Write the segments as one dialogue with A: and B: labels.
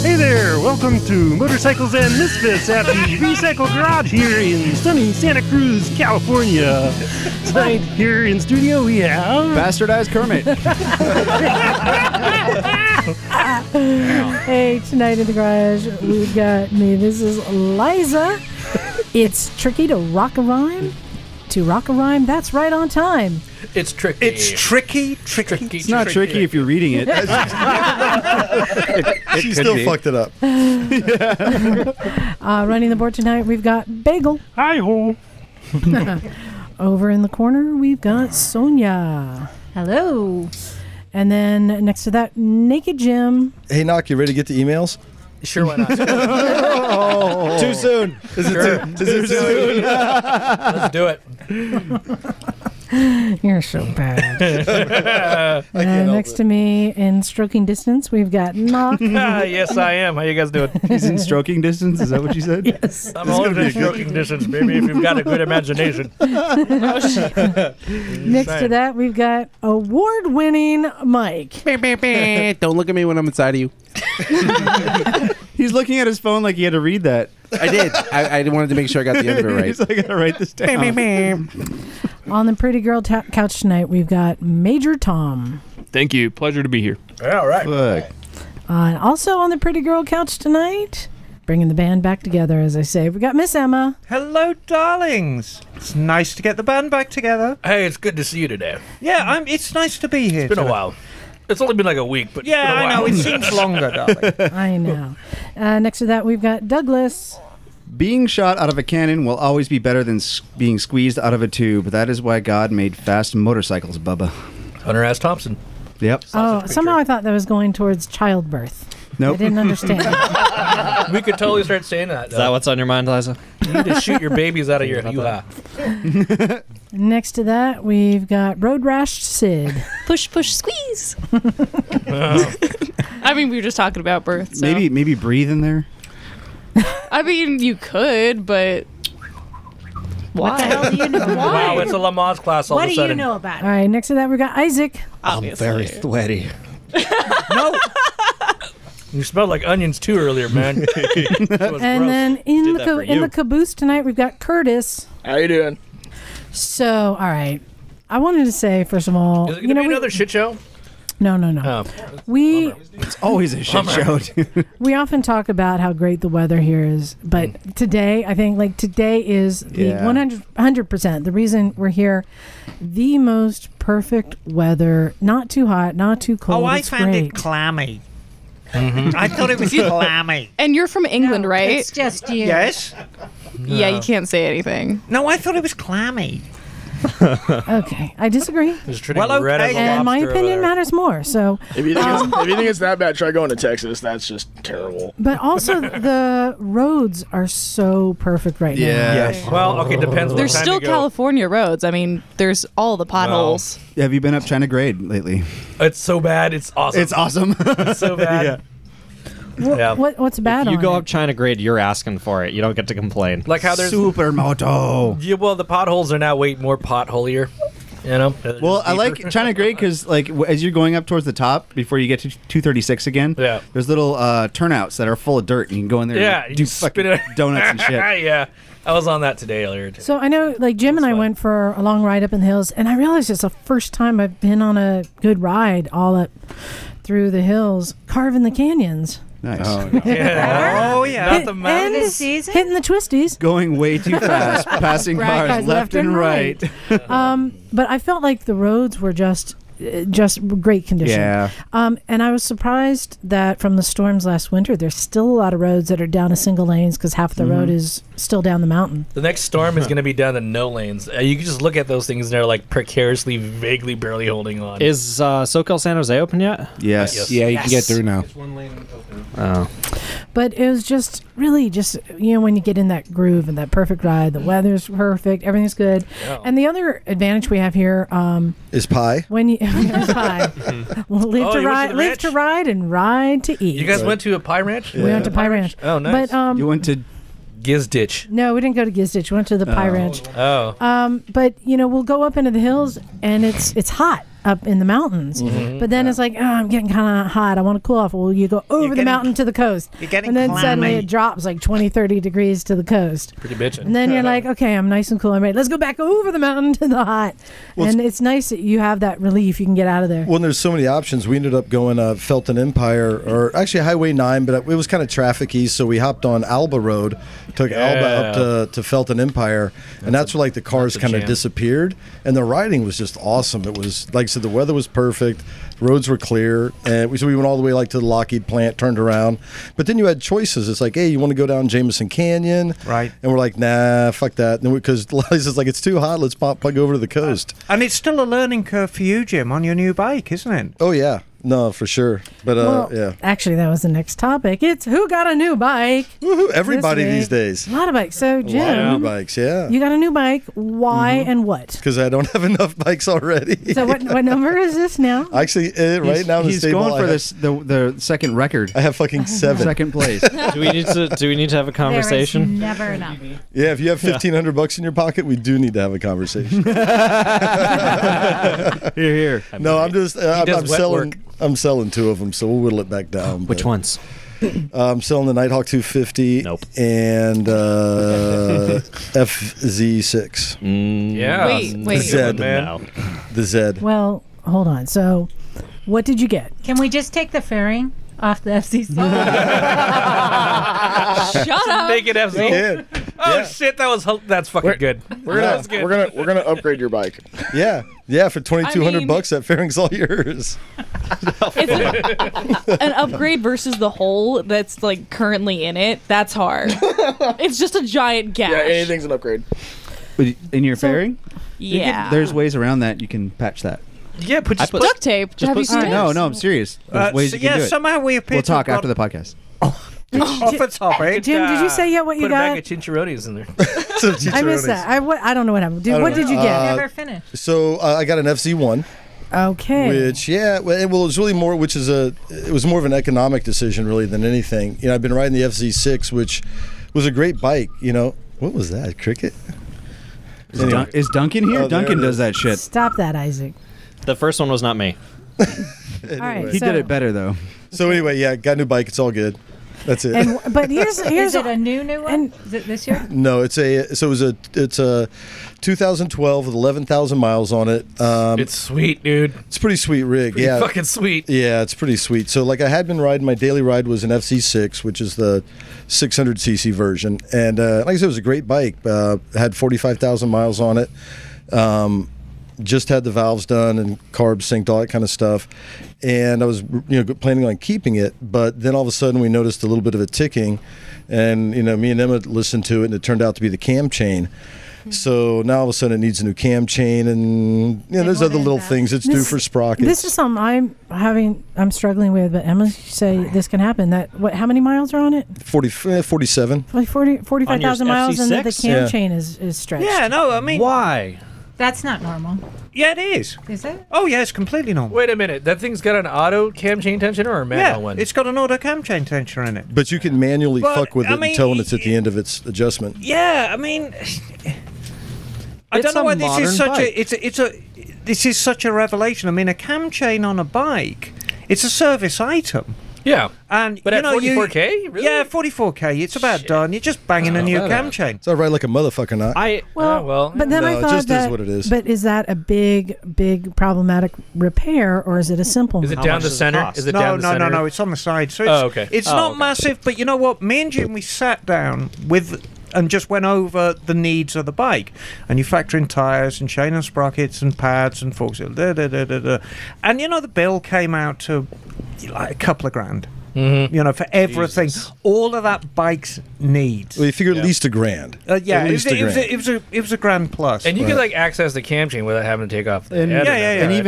A: Hey there, welcome to Motorcycles and Misfits at the Recycle Garage here in sunny Santa Cruz, California. Tonight here in studio we have
B: Bastardized Kermit.
C: Hey, tonight in the garage, we've got me. This is Liza. It's tricky to rock a rhyme. To rock a rhyme, that's right on time.
D: It's tricky.
E: It's tricky, tricky.
B: It's not tricky if you're reading it.
F: She still
B: be.
F: fucked it up.
C: Uh, running the board tonight, we've got Bagel.
A: Hi Ho.
C: Over in the corner, we've got Sonia.
G: Hello.
C: And then next to that, Naked Jim.
F: Hey, Knock, you ready to get the emails?
D: Sure, why not?
B: Too soon.
F: Is it too, is it too
D: Let's do it.
C: You're so bad. uh,
F: help
C: next
F: it.
C: to me, in stroking distance, we've got Knock.
D: Ah, yes, I am. How you guys doing?
B: He's in stroking distance. Is that what you said?
C: yes.
D: I'm all
F: be a
D: in
F: good-
D: stroking distance, baby. If you've got a good imagination.
C: Next to
D: Same.
C: that, we've got award-winning Mike.
H: Eh,
E: Don't look at me when I'm inside of you.
B: He's looking at his phone like he had to read that.
E: I did. I, I wanted to make sure I got the end of it right.
B: He's like, I gotta write this down.
C: On the pretty girl ta- couch tonight, we've got Major Tom.
I: Thank you. Pleasure to be here.
D: All right.
B: Fuck.
C: Uh, and also on the pretty girl couch tonight, bringing the band back together, as I say, we got Miss Emma.
J: Hello, darlings. It's nice to get the band back together.
D: Hey, it's good to see you today.
J: Yeah, I'm. It's nice to be here.
D: It's been a
J: today.
D: while. It's only been like a week, but
J: Yeah,
D: it's been a
J: I
D: while.
J: know. It seems longer, darling.
C: I know. Uh, next to that, we've got Douglas.
B: Being shot out of a cannon will always be better than s- being squeezed out of a tube. That is why God made fast motorcycles, Bubba.
D: Hunter S. Thompson.
B: Yep.
C: oh, somehow I thought that was going towards childbirth. I
B: Nope.
C: didn't understand.
D: We could totally start saying that.
E: Is that
D: though.
E: what's on your mind, Liza?
D: You need to shoot your babies out of your yuha.
C: next to that, we've got Road Rash Sid.
G: Push, push, squeeze. I mean, we were just talking about birth. so-
B: Maybe maybe breathe in there.
G: I mean, you could, but why? What the hell do you know? Why?
D: Wow, it's a Lamaze class all of a sudden.
C: All right, next to that, we've got Isaac.
G: Obviously.
E: sweaty.
D: No. You smelled like onions too earlier, man. and
C: And then in the
E: that
C: ca-
E: for
C: in
E: you.
C: the caboose tonight, we've got Curtis.
I: How you doing?
C: So, all right. I wanted to say first of all,
D: Is it gonna
C: you know,
D: be
C: we,
D: another shit show?
C: no, no, no.
D: Oh.
C: we
B: It's always a shit show. dude.
C: we often talk about how great the weather here is, but today I think like today is the
B: Yeah.
C: one hundred percent the reason we're here. The most perfect weather, not too hot, not too cold.
J: Oh, I
C: it's
J: found
C: great.
J: it clammy.
F: Mm-hmm.
J: I thought it was clammy.
G: And you're from England, right?
C: It's just you.
J: Yes.
G: yeah, you can't say anything.
J: No, I thought it was clammy.
C: Okay, I disagree,
D: It's treating
J: Well,
D: red as
J: okay.
D: a
C: and my
D: lobster over
C: opinion Um,
D: there.
C: matters more. So,
I: If you think, it's, if you think it's that bad, try going to Texas. That's just terrible.
C: but also the roads are so perfect right now.
B: Yes.
D: Well, okay, depends. what
G: There's
D: time
G: still
D: you go.
G: California roads. I mean, there's all the potholes.
B: Have you been up China Grade lately?
D: It's so bad. It's awesome.
B: It's awesome.
D: It's so bad. yeah.
C: What what's bad
E: You
C: on
E: go
C: it?
E: up China grade, you're asking for it. You don't get to complain.
D: Like how there's
B: Supermoto.
D: yeah, well, the potholes are now way more potholier. You know. They're
B: Well,
D: just
B: I
D: deeper.
B: like China Grade because, like, w- as you're going up towards the top before you get to 236 again,
D: Yeah.
B: there's little uh, turnouts that are full of dirt, and you can go in there
D: Yeah,
B: and
D: you
B: do
D: spit
B: fucking
D: it-
B: donuts and shit.
D: yeah, I was on that today earlier. Today.
C: So I know, like Jim and I
D: fun.
C: went for a long ride up in the hills, and I realized it's the first time I've been on a good ride all up through the hills, carving the canyons,
B: Nice.
D: Yeah.
J: Oh yeah.
D: Not the mountain.
C: and hitting the twisties.
B: Going way too fast, passing
C: Right,
B: cars
C: guys,
B: left, and right.
C: Um, but I felt like the roads were just, uh, just great condition.
B: Yeah.
C: Um, and I was surprised that from the storms last winter, there's still a lot of roads that are down to single lanes because half the road is still down the mountain.
D: The next storm is going to be down the no lanes. Uh, you can just look at those things and they're like precariously, vaguely, barely holding on.
E: Is uh, SoCal San Jose open yet?
B: Yes.
D: Yes.
B: Yeah.
E: you can get through now. Oh.
C: But it was just really just you know when you get in that groove and that perfect ride, the weather's perfect, everything's good. And the other advantage we have here, um,
F: Is pie?
C: when you there's pie, well, live
D: Oh,
C: to
D: you went to
C: ride,
D: the
C: live
D: ranch?
C: to ride, and ride to eat.
D: You guys went to a pie ranch?
C: we went to Pie Ranch.
D: Oh, nice.
C: But um,
B: You went to
D: Gizditch.
C: no, we didn't go to Gizditch. We went to the Pie Ranch.
D: Oh.
C: Um, but you know, we'll go up into the hills, and it's it's hot up in the mountains.
D: Mm-hmm.
C: But then it's like, oh, I'm getting kind of hot. I want to cool off. Well, you go over the
J: getting-
C: mountain to the coast,
J: you're getting
C: and then suddenly
J: clammy.
C: it drops like 20, 30 degrees to the coast.
D: Pretty bitchin'.
C: And then you're like, okay, I'm nice and cool. I'm ready. Let's go back over the mountain to the hot. and it's nice that you have that relief. You can get out of there.
F: Well, there's so many options. We ended up going uh, Felton Empire, or actually Highway 9, but it was kind of trafficy, so we hopped on Alba Road, took Alba up to, to Felton Empire, and that's where like the cars
D: that's a
F: kind of
D: jam.
F: disappeared, and the riding was just awesome. It was like I said, the weather was perfect, roads were clear, and we, so we went all the way like to the Lockheed plant, turned around, but then you had choices. It's like, hey, you want to go down Jameson Canyon,
J: Right.
F: And we're like, nah, fuck that, because Liza's like, it's too hot, let's pop plug over to the coast.
J: And it's still a learning curve for you, Jim, on your new bike, isn't it?
F: Oh yeah, no, for sure, but uh,
C: Well,
F: yeah.
C: Actually, that was the next topic. It's who got a new bike?
F: Woohoo, everybody
C: This
F: these
C: week.
F: days.
C: A lot of bikes. So, Jim,
F: New bikes, yeah.
C: you got a new bike. Why
F: Mm-hmm.
C: and what?
F: Because I don't have enough bikes already.
C: So, what, what number is this now?
F: Actually, eh, right
B: he's,
F: now in the
B: he's
F: stable,
B: going
F: I
B: for
F: have-
B: this the the second record,
F: I have fucking seven.
B: second place.
E: do we need to? Do we need to have a conversation?
K: never enough.
F: Yeah, if you have fifteen hundred bucks in your pocket, we do need to have a conversation.
B: here, here.
F: no, I'm just uh, I'm,
D: does
F: I'm
D: wet
F: selling.
D: work.
F: I'm selling two of them, so we'll whittle it back down.
E: Which
F: but,
E: ones?
F: uh, I'm selling the Nighthawk 250
E: Nope.
F: and uh, FZ6,
E: Mm,
D: yeah.
G: Wait, wait.
F: Zed. the Zed.
C: Well, hold on. So, what did you get?
K: Can we just take the fairing off the FCC?
G: Shut up.
D: Make it FC.
F: Yeah,
D: Oh
F: Yeah.
D: shit, that was hel- that's fucking good.
I: We're gonna,
D: That's good.
I: we're gonna, we're gonna upgrade your bike.
F: yeah, yeah. For twenty two hundred
G: mean-
F: bucks, that fairing's all yours.
G: It's an, an upgrade versus the hole that's like currently in it. That's hard. it's just a giant gash.
I: Yeah, anything's an upgrade.
B: But in your fairing, You can-
G: Yeah.
B: there's ways around that. You can patch that.
D: Yeah, put just
E: put-
G: duct tape.
E: Just
G: Have you
E: put-
G: seen
E: Uh,
G: it?
B: No, no, I'm serious. There's
J: Uh,
B: ways
J: so-
B: you can
J: yeah,
B: do it.
J: somehow we appear
B: We'll
J: to have
B: talk after
J: got
B: the podcast.
J: off a topic.
C: Oh, Jim, did you say yet what you
D: eh? put a bag
C: got?
D: of chinchurrones in there.
F: Some
C: I
F: chicharrones.
C: missed that. I, what, I don't know what happened. Dude, what
F: know. Uh,
C: did you get?
K: never finished.
F: So uh, I got an FC one.
C: okay.
F: Which, yeah, well, it well, it was really more, which is a, it was more of an economic decision really than anything. You know, I've been riding the FZ6, which was a great bike. You know, what was that cricket?
B: Is, Dun- is Duncan here?
F: Oh, there
B: Duncan
F: it
B: does
F: is.
B: that shit.
C: Stop that, Isaac.
E: The first one was not me.
C: All right.
B: He
C: so,
B: did it better though.
F: So anyway, yeah, got a new bike. It's all good. That's it.
C: And, but here's here's
K: Is it a new new one?
C: and-
K: Is it this year?
F: no, it's a so it was a it's a 2012 with 11,000 miles on it. Um,
D: It's sweet, dude.
F: it's a pretty sweet rig.
D: Pretty
F: yeah,
D: fucking sweet.
F: Yeah, it's pretty sweet. So, like, I had been riding my daily ride was an FC6, which is the 600cc version, and uh, like I said, it was a great bike. Uh, had 45,000 miles on it. Um, just had the valves done and carbs synced, all that kind of stuff. And I was, you know, planning on keeping it, but then all of a sudden we noticed a little bit of a ticking, and you know, me and Emma listened to it, and it turned out to be the cam chain.
C: Hmm.
F: So now all of a sudden it needs a new cam chain, and you know, there's other little things it's due
C: This-
F: for sprockets.
C: this is something I'm having I'm struggling with, but Emma you say this can happen. That what how many miles are on it?
F: 40, uh, 47.
C: Like 40,
E: On your
C: 45,000 miles and that the
E: FC6?
C: cam
F: Yeah.
C: chain is, is stretched.
J: Yeah, no, I mean,
E: Why?
K: That's not normal,
J: yeah, it is.
K: is it?
J: Oh, yeah, it's completely normal.
D: Wait a minute. That thing's got an auto cam chain tensioner or a manual
J: yeah,
D: one?
J: it's got an auto cam chain tensioner in it.
F: But you can manually
J: But,
F: fuck with
J: I
F: it
J: mean,
F: until when it's at the
J: y-
F: end of its adjustment.
J: Yeah, I mean, I
E: It's
J: don't know
E: a
J: why this
E: modern
J: is such
E: bike.
J: a it's a, it's a this is such a revelation. I mean, a cam chain on a bike, it's a service item,
D: yeah.
J: and
D: But
J: you
D: at
J: know, you-
D: 44K? Really?
J: yeah, 44k, it's about done. You're just banging a new
D: about
J: cam
D: that.
J: chain.
F: So I ride like a motherfucker not.
E: I
C: Well,
D: Oh, well,
C: but then
F: no,
C: I
F: it
C: thought
F: just is
C: that,
F: what it is.
C: But is that a big, big problematic repair, or is it a simple?
D: Is it
C: one?
D: down
E: much
D: the
E: does it
D: center?
E: cost?
D: Is it
J: no,
D: down the
J: no,
D: center?
J: no, no. It's on the side. So it's,
D: Oh, okay.
J: It's
E: Oh,
J: not
E: okay.
J: massive, but you know what? Me and Jim, we sat down with and just went over the needs of the bike, and you factor in tires and chain and sprockets and pads and forks, da, da, da, da, da. and you know the bill came out to like a couple of grand.
D: Mm-hmm.
J: You know, for everything, all of that bike's needs.
F: Well, you figure at least a grand.
J: Uh, yeah,
F: at
J: it was,
F: least a
J: it, was
F: grand.
J: a, it was a it was a grand plus.
D: And you can like access the cam chain without having to take off. The
J: And-
D: head
J: yeah,
D: or
J: yeah,
D: nothing,
J: yeah.
D: right?
B: all
J: no,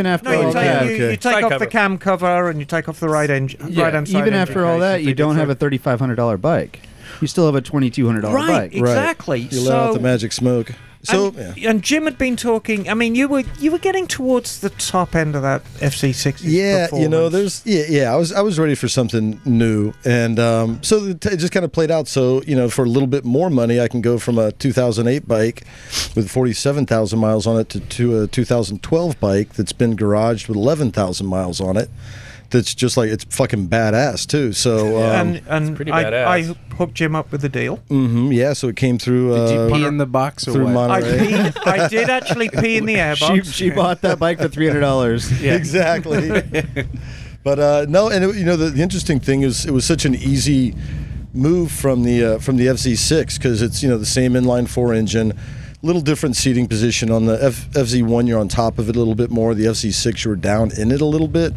J: you
B: that-
J: take,
B: Yeah,
J: you,
B: okay.
J: you take
D: Side
J: off
D: cover.
J: the cam cover and you take off the right end,
D: Yeah,
J: right hand side.
B: Even after all that,
J: indicator.
B: you don't have a thirty-five hundred dollar bike. You still have a twenty-two hundred dollar
J: Right,
B: bike.
J: exactly.
F: You let out
J: So-
F: the magic smoke. So
J: and, and Jim had been talking. I mean, you were you were getting towards the top end of that FC sixty.
F: yeah, you know, there's yeah, yeah. I was I was ready for something new, and um, so the t- it just kind of played out. So you know, for a little bit more money, I can go from a 2008 bike with 47,000 miles on it to, to a 2012 bike that's been garaged with 11,000 miles on it. That's just like it's fucking badass too. So um,
J: and and
D: pretty
J: I, I
D: badass.
J: hooked Jim up with a deal.
F: mhm, yeah, so it came through.
L: Did
F: uh,
L: you pee in the box or
F: through
L: what?
J: I,
F: Monterey.
J: pee, I did actually pee in the
B: She,
J: airbox.
B: she bought that bike for three hundred dollars.
F: exactly. but uh, no, and it, you know the, the interesting thing is it was such an easy move from the uh, from the FZ6 because it's you know the same inline four engine, little different seating position on the F, FZ1 you're on top of it a little bit more. The FZ6 you were down in it a little bit.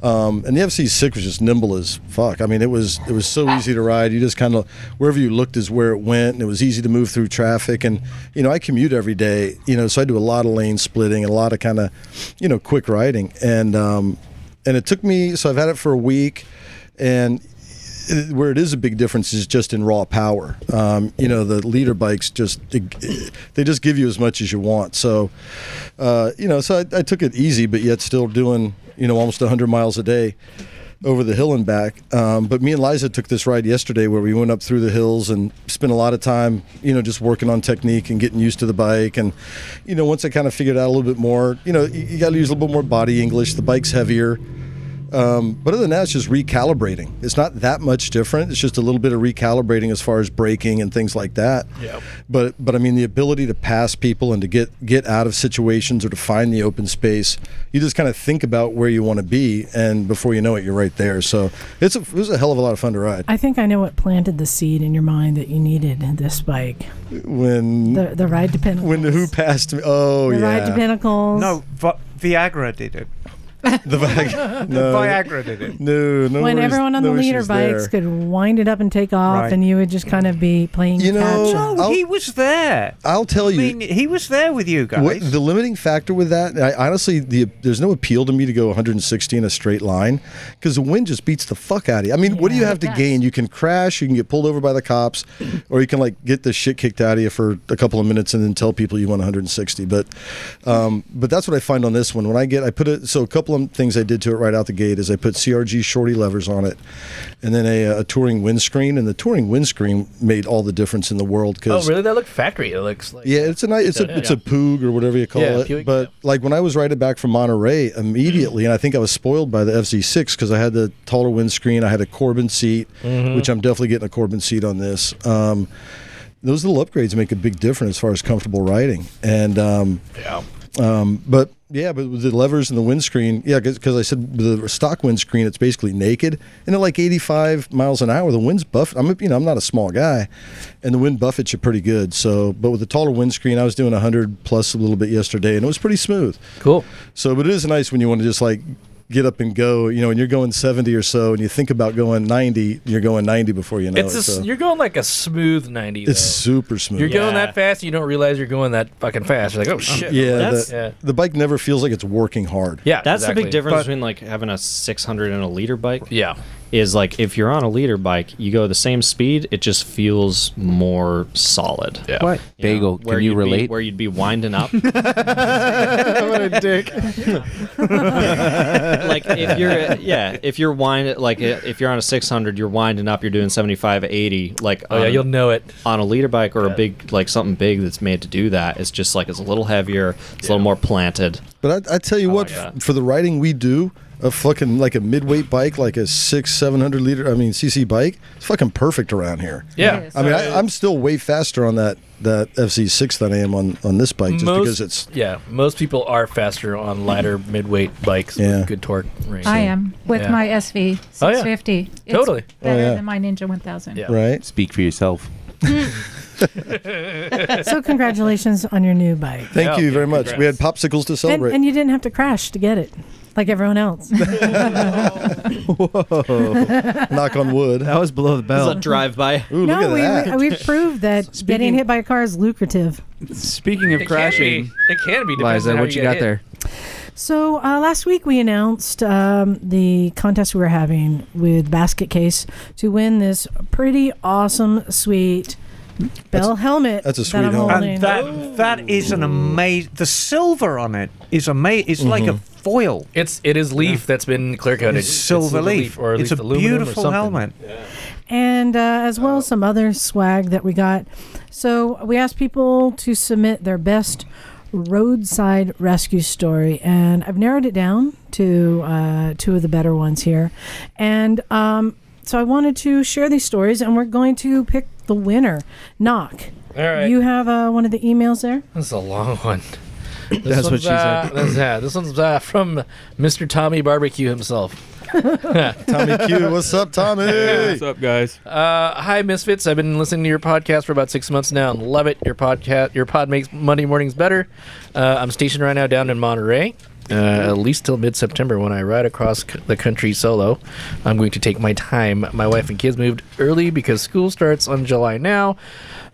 F: Um, and the FC6 was just nimble as fuck. I mean, it was it was so easy to ride. You just kind of wherever you looked is where it went, and it was easy to move through traffic. And you know, I commute every day, you know, so I do a lot of lane splitting and a lot of kind of, you know, quick riding. And um, and it took me so I've had it for a week, and it- where it is a big difference is just in raw power. Um, you know, the leader bikes just they just give you as much as you want. So, uh, you know, so I, I took it easy, but yet still doing you know almost 100 miles a day over the hill and back. Um, but me and Liza took this ride yesterday where we went up through the hills and spent a lot of time, you know, just working on technique and getting used to the bike. And, you know, once I kind of figured out a little bit more, you know, you, you got to use a little bit more body English. The bike's heavier. Um, but other than that, it's just recalibrating. It's not that much different. It's just a little bit of recalibrating as far as braking and things like that. Yeah. But but I mean the ability to pass people and to get get out of situations or to find the open space. You just kind of think about where you want to be, and before you know it, you're right there. So it's a, it was a hell of a lot of fun to ride.
C: I think I know what planted the seed in your mind that you needed this bike.
F: When
C: The the ride to Pinnacles.
F: when the who passed me? Oh
C: the
F: yeah.
C: ride to Pinnacles.
J: No, Vi- Viagra did it.
F: The Viagra. No,
J: Viagra did it.
F: No, no.
C: when
F: worries,
C: everyone on
F: no
C: the leader
F: issues
C: bikes
F: there.
C: could wind it up and take off,
J: Right.
C: and you would just kind of be playing
F: You know-
C: catch.
J: No,
F: I'll-
J: he was there.
F: I'll tell
J: I
F: you.
J: mean, he was there with you guys.
F: What, the limiting factor with that, I, honestly, the, there's no appeal to me to go 160 in a straight line because the wind just beats the fuck out of you. I mean, what do you have to gain? You can crash, you can get pulled over by the cops, or you can like get the shit kicked out of you for a couple of minutes and then tell people you want 160. But, um, but that's what I find on this one. When I get, I put it. So a couple of things I did to it right out the gate is I put CRG shorty levers on it, and then a, a touring windscreen, and the touring windscreen made all the difference in the world
D: Oh,
F: because.
D: really? That looked factory. It looks like.
F: Yeah, it's a nice, it's a it's a poog or whatever you call
D: Yeah,
F: it.
D: Puig,
F: but like when I was riding back from Monterey, immediately, and I think I was spoiled by the FZ6 because I had the taller windscreen, I had a Corbin seat,
D: Mm-hmm.
F: which I'm definitely getting a Corbin seat on this. Um, those little upgrades make a big difference as far as comfortable riding, and um,
D: Yeah.
F: um, but yeah, but with the levers and the windscreen, yeah, because I said with the stock windscreen, it's basically naked, and at like 85 miles an hour, the wind's buff. I'm you know I'm not a small guy, and the wind buffets you pretty good. So, but with the taller windscreen, I was doing 100 plus a little bit yesterday, and it was pretty smooth.
D: Cool.
F: So, but it is nice when you want to just like get up and go. You know, and you're going 70 or so, and you think about going 90, you're going 90 before you know
D: it's
F: it.
D: a,
F: so.
D: you're going like a smooth ninety.
F: it's
D: though.
F: super smooth.
D: You're going
E: Yeah.
D: that fast, you don't realize you're going that fucking fast. You're like, oh shit.
F: yeah,
E: That's-
F: the,
D: yeah.
F: the bike never feels like it's working hard.
D: Yeah,
E: That's the
D: exactly.
E: big difference
J: But-
E: between like having a 600 and a liter bike.
D: Yeah.
E: Is like if you're on a liter bike, you go the same speed, it just feels more solid.
D: Yeah.
L: What?
E: You know,
L: Bagel,
E: where
L: can you
E: you'd be-
L: relate?
E: where you'd be winding up.
B: what a dick.
E: like if you're uh, yeah, if you're winding like uh, if you're on a 600, you're winding up, you're doing 75 80 like
D: Oh yeah,
E: on-
D: you'll know it.
E: on a leader bike or
D: Yeah.
E: a big like something big that's made to do that, it's just like it's a little heavier, it's a little more planted.
F: But I, I tell
D: Oh
F: you what,
E: like
F: f-
E: that.
F: for the riding we do, a fucking like a midweight bike, like a six, seven hundred liter, I mean CC bike, it's fucking perfect around here.
D: Yeah.
K: Yes.
F: I mean, I, I'm still way faster on that that FC six than I am on on this bike, just
D: most,
F: because it's
D: yeah, most people are faster on lighter midweight bikes
F: Yeah.
D: with good torque range.
K: I am with
D: Yeah.
K: my SV
D: Oh, yeah.
K: 650. It's
D: Totally. Oh,
K: better
F: yeah.
K: than my Ninja 1000.
D: Yeah.
F: right.
L: Speak for yourself.
C: So congratulations on your new bike.
F: Thank
D: Yeah,
F: you very much. We had
D: congrats.
F: popsicles to
C: And,
F: celebrate.
C: and you didn't have to crash to get it. like everyone else.
F: Whoa. Knock on wood. That
B: was below the
E: belt. It's a drive-by.
F: Ooh,
C: no,
F: look at
C: we,
F: that.
C: we've proved that getting hit by a car is lucrative.
B: Speaking of
D: It
B: crashing,
D: Can be. It can be. depends
B: Liza,
D: on how
B: what you
D: get
B: got
D: hit.
B: there?
C: So uh, last week we announced um, the contest we were having with Basket Case to win this pretty awesome, sweet bell helmet.
J: That's a
C: that I'm holding.
J: And that that is an amazing. The silver on it is amazing. It's like a
F: Mm-hmm.
D: Mhm.
J: foil.
D: It's it is leaf that's been clear coated.
J: It's silver leaf.
D: or at
J: It's
D: least
J: a
D: aluminum or
J: beautiful
D: something.
J: helmet.
C: and uh, as well as some other swag that we got. So we asked people to submit their best roadside rescue story, and I've narrowed it down to uh, two of the better ones here. And um, so I wanted to share these stories, and we're going to pick the winner. Knock.
D: All right.
C: You have uh, one of the emails there.
D: This is a long one. This
B: That's what
D: one's,
B: she
D: uh,
B: said.
D: That's, yeah, this one's uh, from Mr. Tommy Barbecue himself. Tommy
F: Q, what's up, Tommy?
L: What's up, guys?
D: Uh, hi, Misfits. I've been listening to your podcast for about six months now and love it. Your podcast, your pod makes Monday mornings better. Uh, I'm stationed right now down in Monterey. Uh, at least till mid September when I ride across c- the country solo. I'm going to take my time. My wife and kids moved early because school starts on July now.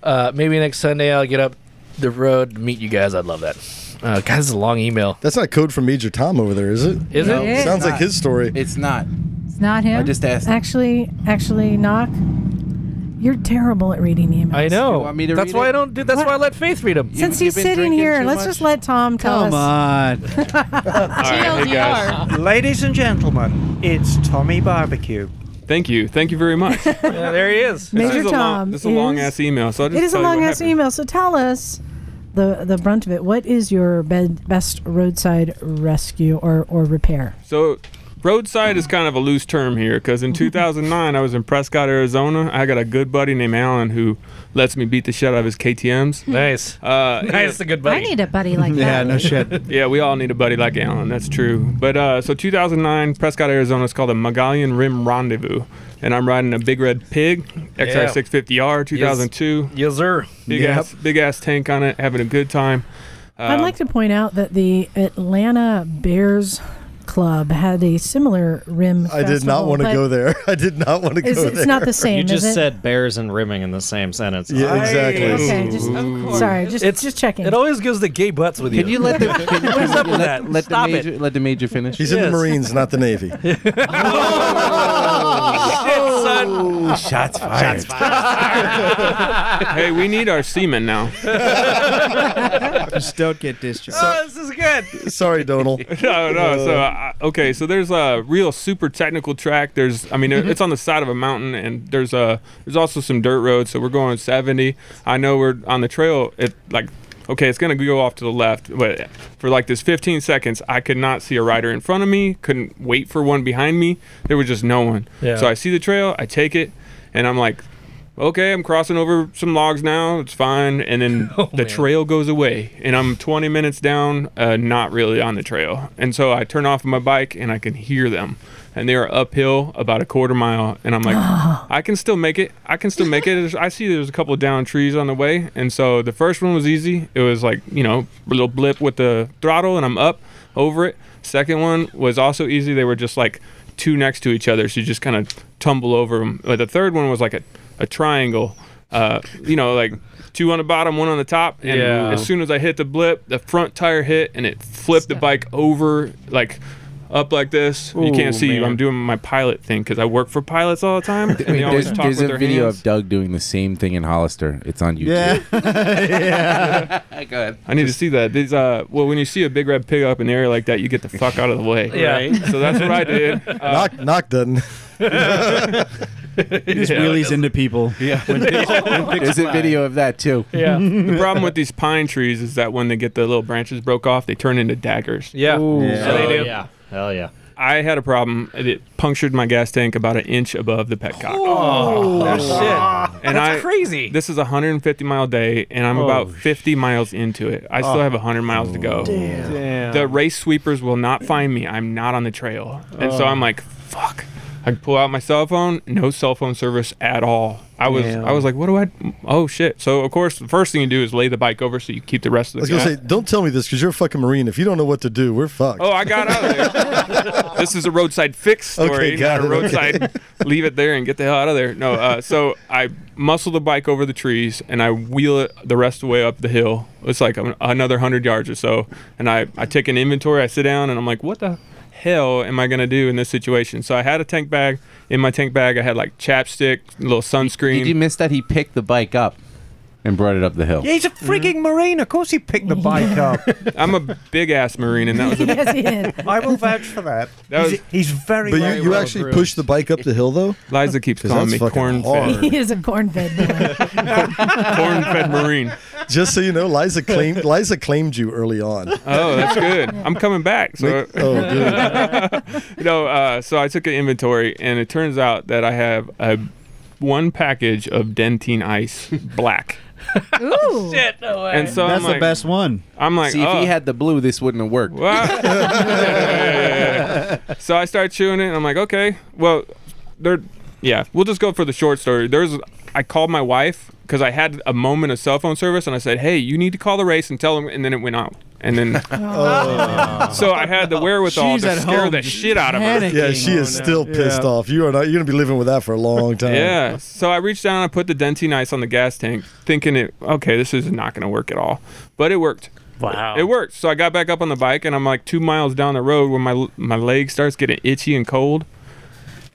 D: Uh, maybe next Sunday I'll get up the road to meet you guys. I'd love that. Uh, God, this is a long email.
F: That's not code for Major Tom over there, is it?
D: Is
C: No, it? it's
F: Sounds like
C: not.
F: his story.
L: It's not.
C: It's not him.
L: I just asked.
C: Actually, actually, knock. You're terrible at reading emails.
D: I know.
L: read
D: that's why
L: it?
D: I don't. do- That's why I let Faith read them.
C: Since he's sitting here, let's just let Tom tell us.
B: on.
C: right, hey, guys.
J: Ladies and gentlemen, it's Tommy Barbecue.
L: Thank you. Thank you very much.
D: yeah, there he is.
C: Major
L: this is a
C: Tom
L: long, this is a long
C: is-
L: ass email. So I'll just
C: It is a
L: tell you what
C: long ass email, so tell us the the brunt of it. What is your bed, best roadside rescue or, or repair?
L: So, roadside is kind of a loose term here because in 2009, I was in Prescott, Arizona. I got a good buddy named Alan who lets me beat the shit out of his KTMs.
D: Nice.
L: Uh,
D: nice, a good
K: I need a buddy like that.
L: yeah, we all need a buddy like Alan. That's true. But uh, so 2009, Prescott, Arizona is called the Magallan Rim Rendezvous, and I'm riding a big red pig
D: Yeah.
L: XR650R 2002.
D: Yes, sir.
L: Big
D: Yep.
L: ass, big ass tank on it, having a good time.
C: I'd
L: Um,
C: like to point out that the Atlanta Bears Club had a similar rim.
F: I did not
C: festival,
F: want to
C: but
F: go there. I did not want to go
C: It's-
F: there.
C: it's not the same,
E: You
C: is
E: just
C: it?
E: said bears and rimming in the same sentence.
F: Yeah,
E: I-
F: exactly.
C: Okay, just, sorry, just just checking.
D: It always gives the gay butts with you.
L: Can you let the- can-
D: What
L: can
D: is
L: you
D: up with
L: let-
D: that?
L: let the
D: Stop
L: major-
D: it.
L: Let the major finish.
F: He's in the Marines, not the Navy.
D: Oh,
L: Shots fired. hey, we need our semen now.
A: Oh,
B: Just don't get discharged.
D: this is good.
F: Sorry, Donal.
L: no, no. So uh, okay, so there's a real super technical track. There's, I mean, it- it's on the side of a mountain, and there's a there's also some dirt roads. So we're going 70. I know we're on the trail. It like okay, it's gonna go off to the left, but for like this 15 seconds, I could not see a rider in front of me. Couldn't wait for one behind me. There was just no one.
D: Yeah.
L: So I see the trail. I take it, and I'm like. Okay, I'm crossing over some logs now. It's fine, and then the
D: man.
L: trail goes away and i'm 20 minutes down uh, not really on the trail and so i turn off my bike and i can hear them and they are uphill about a quarter mile and i'm like i can still make it i can still make it There's- i see there's a couple down trees on the way and so the first one was easy it was like you know a little blip with the throttle and i'm up over it second one was also easy they were just like two next to each other so you just kind of tumble over them but the third one was like a, a triangle uh, you know, like two on the bottom, one on the top. And
D: Yeah.
L: as soon as I hit the blip, the front tire hit and it flipped the bike over, like up like this. you can't
H: Ooh,
L: see.
H: man.
L: I'm doing my pilot thing because I work for pilots all the time, and they
H: Wait,
L: always
H: there's
L: talk
H: there's
L: with
H: a
L: their
H: video
L: hands.
H: of Doug doing the same thing in Hollister. It's on YouTube.
L: yeah.
H: Go ahead.
L: I need to see that. These, uh, well, when you see a big red pig up in the air like that, you get the fuck out of the way.
D: Yeah.
L: So that's what I did. Uh,
F: knock, knock doesn't.
B: He just wheelies into people.
L: Yeah.
H: There's a video of that too.
L: Yeah. the problem with these pine trees is that when they get the little branches broke off, they turn into daggers.
D: Yeah.
L: Yeah. So they do.
E: Yeah. Hell yeah.
L: I had a problem. It punctured my gas tank about an inch above the petcock.
D: Oh, shit.
L: And
D: That's
L: I,
D: crazy.
L: This is a 150 mile day, and I'm about
D: Oh,
L: 50 miles into it. I still
D: Oh.
L: have 100 miles to go.
D: Damn. Damn.
L: The race sweepers will not find me. I'm not on the trail, and so
D: Oh.
L: I'm like, fuck. I could pull out my cell phone, no cell phone service at all. I was
F: Damn.
L: I was like, what do I? Oh shit! So of course, the first thing you do is lay the bike over so you keep the rest
F: I
L: of the.
F: was gonna
L: gap.
F: say, don't tell me this because you're a fucking marine. If you don't know what to do, we're fucked.
L: Oh, I got out of there. this is a roadside fix story.
F: Okay, got
L: not a
F: it, okay.
L: roadside, leave it there and get the hell out of there. No, uh, so I muscle the bike over the trees and I wheel it the rest of the way up the hill. It's like an- another hundred yards or so. And I, I take an inventory. I sit down and I'm like, what the hell am I gonna do in this situation? So I had a tank bag. In my tank bag, I had like chapstick, little sunscreen.
H: Did you miss that he picked the bike up and brought it up the hill?
J: Yeah, he's a frigging marine. Of course, he picked the bike up.
L: I'm a big ass marine, and that was a
J: he did. I will vouch for that.
L: That
J: he's,
L: was-
J: he's very.
F: But
J: well
F: you, you actually
J: groomed.
F: pushed the bike up the hill though.
L: Liza keeps
F: 'Cause
L: calling
F: that's
L: me corn
F: fucking hard.
C: he is a corn fed boy.
L: corn-fed marine.
F: Just so you know, Liza claimed Liza claimed you early on.
L: Oh, that's good. I'm coming back. So, no, uh, so I took an inventory, and it turns out that I have a one package of dentine ice black.
C: Ooh.
D: Shit, no way.
L: I'm like- I'm like,
H: see, if
L: oh.
H: he had the blue, this wouldn't have worked.
L: so I start chewing it, and I'm like, okay, well, there. Yeah, we'll just go for the short story. There's, I called my wife because I had a moment of cell phone service, and I said, hey, you need to call the race and tell them, and then it went out. And then,
H: Oh,
L: so I had the wherewithal
F: She's
L: to
F: at
L: scare
F: home
L: the shit out of her.
F: Yeah, she is still pissed off. You are not. You're gonna be living with that for a long time.
L: Yeah. So I reached down and I put the dentine ice on the gas tank, thinking it okay, this is not going to work at all, but it worked.
D: Wow.
L: It worked. So I got back up on the bike and I'm like two miles down the road when my my leg starts getting itchy and cold,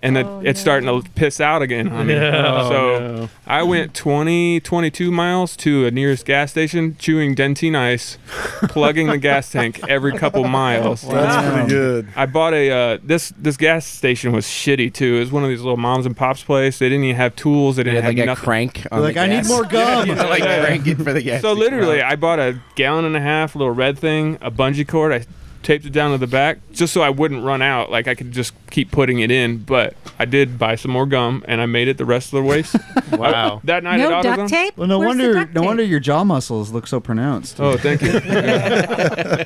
L: and it,
F: Oh,
L: it's starting to piss out again on me.
D: Yeah.
L: so
D: Oh, no.
L: I went 20, 22 miles to a nearest gas station, chewing dentine ice, plugging the gas tank every couple miles.
F: That's Wow. pretty good.
L: I bought a uh, this this gas station was shitty too. It was one of these little moms and pops place. They didn't even have tools. They didn't
H: had,
L: have
H: like, a
L: nothing.
H: crank on Like, the "I need gas." more gum. Yeah, like, cranking for the gas
L: So
H: to come
L: literally,
H: out.
L: I bought a gallon and a half little red thing, a bungee cord. I taped it down to the back just so I wouldn't run out. Like I could just keep putting it in. But I did buy some more gum and I made it the rest of the way. wow. that night at AutoZone.
B: Well, no wonder, no wonder your jaw muscles look so pronounced.
L: Oh, thank you.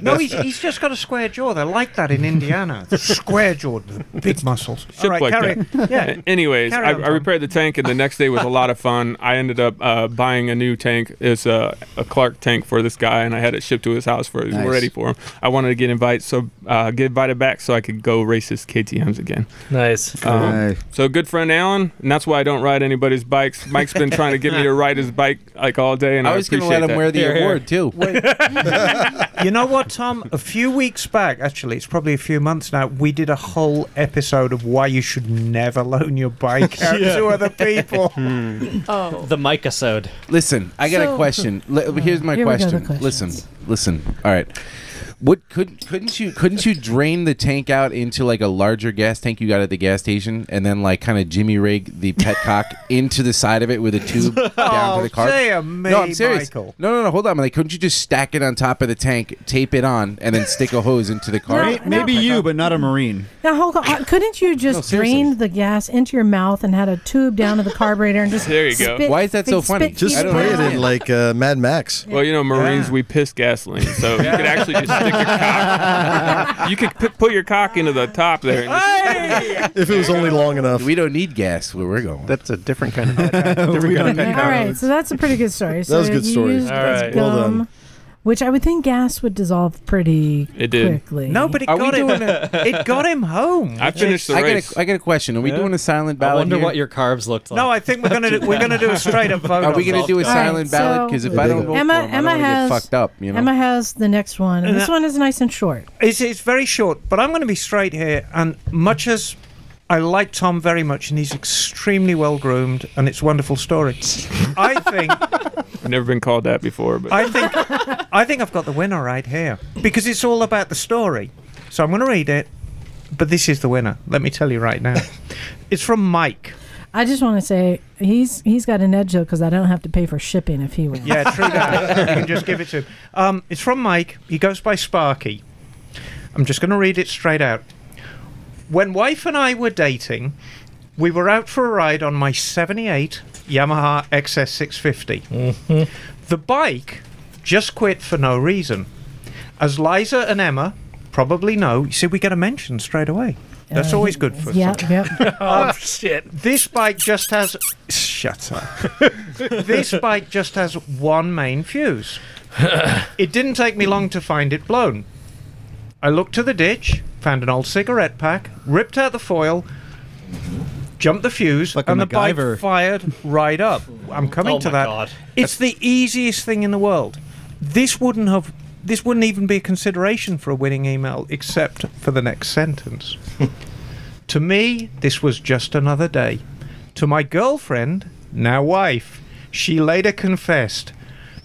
J: No, he's, he's just got a square jaw. They're like that in Indiana. square jaw, the big muscles.
L: Ship like
J: carry.
L: that.
J: Yeah.
L: Anyways,
J: Carry
L: I,
J: on,
L: I repaired the tank, and the next day was a lot of fun. I ended up uh, buying a new tank. It's a, a Clark tank for this guy, and I had it shipped to his house for. It was
D: Nice.
L: ready for him. I wanted to get invited, so uh, get invited back, so I could go race his KTM's again.
D: Nice.
L: Um, So good friend Alan, and that's why I don't ride anybody's bikes. Mike's been trying to get me to ride his bike like all day, and I,
H: I was gonna let him wear the Here, here. award, too.
J: you know what, Tom? A few weeks back, actually, it's probably a few months now, we did a whole episode of why you should never loan your bike out
E: Yeah.
J: to other people.
F: Hmm.
G: Oh.
E: The micasode.
H: Listen, I got
E: So- uh,
H: a question. Le- Here's my
E: Here we go, the
H: question. Listen, listen. All right. What could couldn't you couldn't you drain the tank out into like a larger gas tank you got at the gas station and then like kind of jimmy rig the petcock into the side of it with a tube down to
E: Oh,
H: the car?
J: say a
H: no, I'm
J: me,
H: serious.
J: Michael.
H: No, no, no. Hold on. Like, couldn't you just stack it on top of the tank, tape it on, and then stick a hose into the car?
C: May- maybe
H: you, but not a marine.
C: Now, hold on. uh, Couldn't you just
H: seriously.
C: drain the gas into your mouth and had a tube down to the carburetor and just spit- spit feet
F: Just
C: of
F: spray it
C: gas?
F: in like uh, Mad Max.
L: Well, you know, Marines, we piss gasoline, so you could actually just stick your cock. You could p- put your cock into the top there. And just,
F: if it was only long enough.
H: We don't need gas where we're going. That's a different kind of.
C: All right, so that's a pretty good story. So
H: was good
C: you
H: story.
C: used
H: All right.
C: gum,
H: Well done.
C: Which I would think gas would dissolve pretty
H: It did.
C: quickly.
J: No, but it
H: Are we
J: got him.
H: doing a-
J: it got him home.
H: I finished the Mm-hmm. I got a- race. I got a question. Are we doing a silent
E: I
H: ballad
E: wonder
H: here?
E: what your carbs looked like.
J: No, I think we're gonna do, we're gonna do a straight up vote.
H: Are we gonna do a
C: All
H: silent
C: right,
H: ballad?
C: so-
H: Because if I don't vote
C: Emma,
H: for him,
C: Emma
H: I don't wanna
C: has
H: get fucked up. You know.
C: Emma has the next one. And
J: And
C: this
J: that-
C: one is nice and short.
J: It's, it's very short, but I'm going to be straight here. And much as I like Tom very much, and he's extremely well groomed, and it's a wonderful story. I think
L: I've never been called that before, but
J: I think I think I've got the winner right here because it's all about the story. So I'm going to read it, but this is the winner. Let me tell you right now. It's from Mike.
C: I just want to say he's he's got an edge though because I don't have to pay for shipping if he wins.
J: Yeah, true that. you can just give it to him. Um, it's from Mike. He goes by Sparky. I'm just going to read it straight out. When wife and I were dating, we were out for a ride on my 78 Yamaha XS650.
C: Mm-hmm.
J: The bike just quit for no reason. As Liza and Emma probably know, you see, we get a mention straight away. That's
C: Uh,
J: always good for
C: yeah,
J: something.
C: yeah.
J: oh shit! This bike just has. Shut up. this bike just has one main fuse. it didn't take me long to find it blown. I looked to the ditch, found an old cigarette pack, ripped out the foil, jumped the fuse, and the
E: MacGyver.
J: bike fired right up. I'm coming
E: Oh
J: to
E: my
J: that.
E: God.
J: It's the easiest thing in the world. This wouldn't have. This wouldn't even be a consideration for a winning email, except for the next sentence. to me, this was just another day. To my girlfriend, now wife, she later confessed.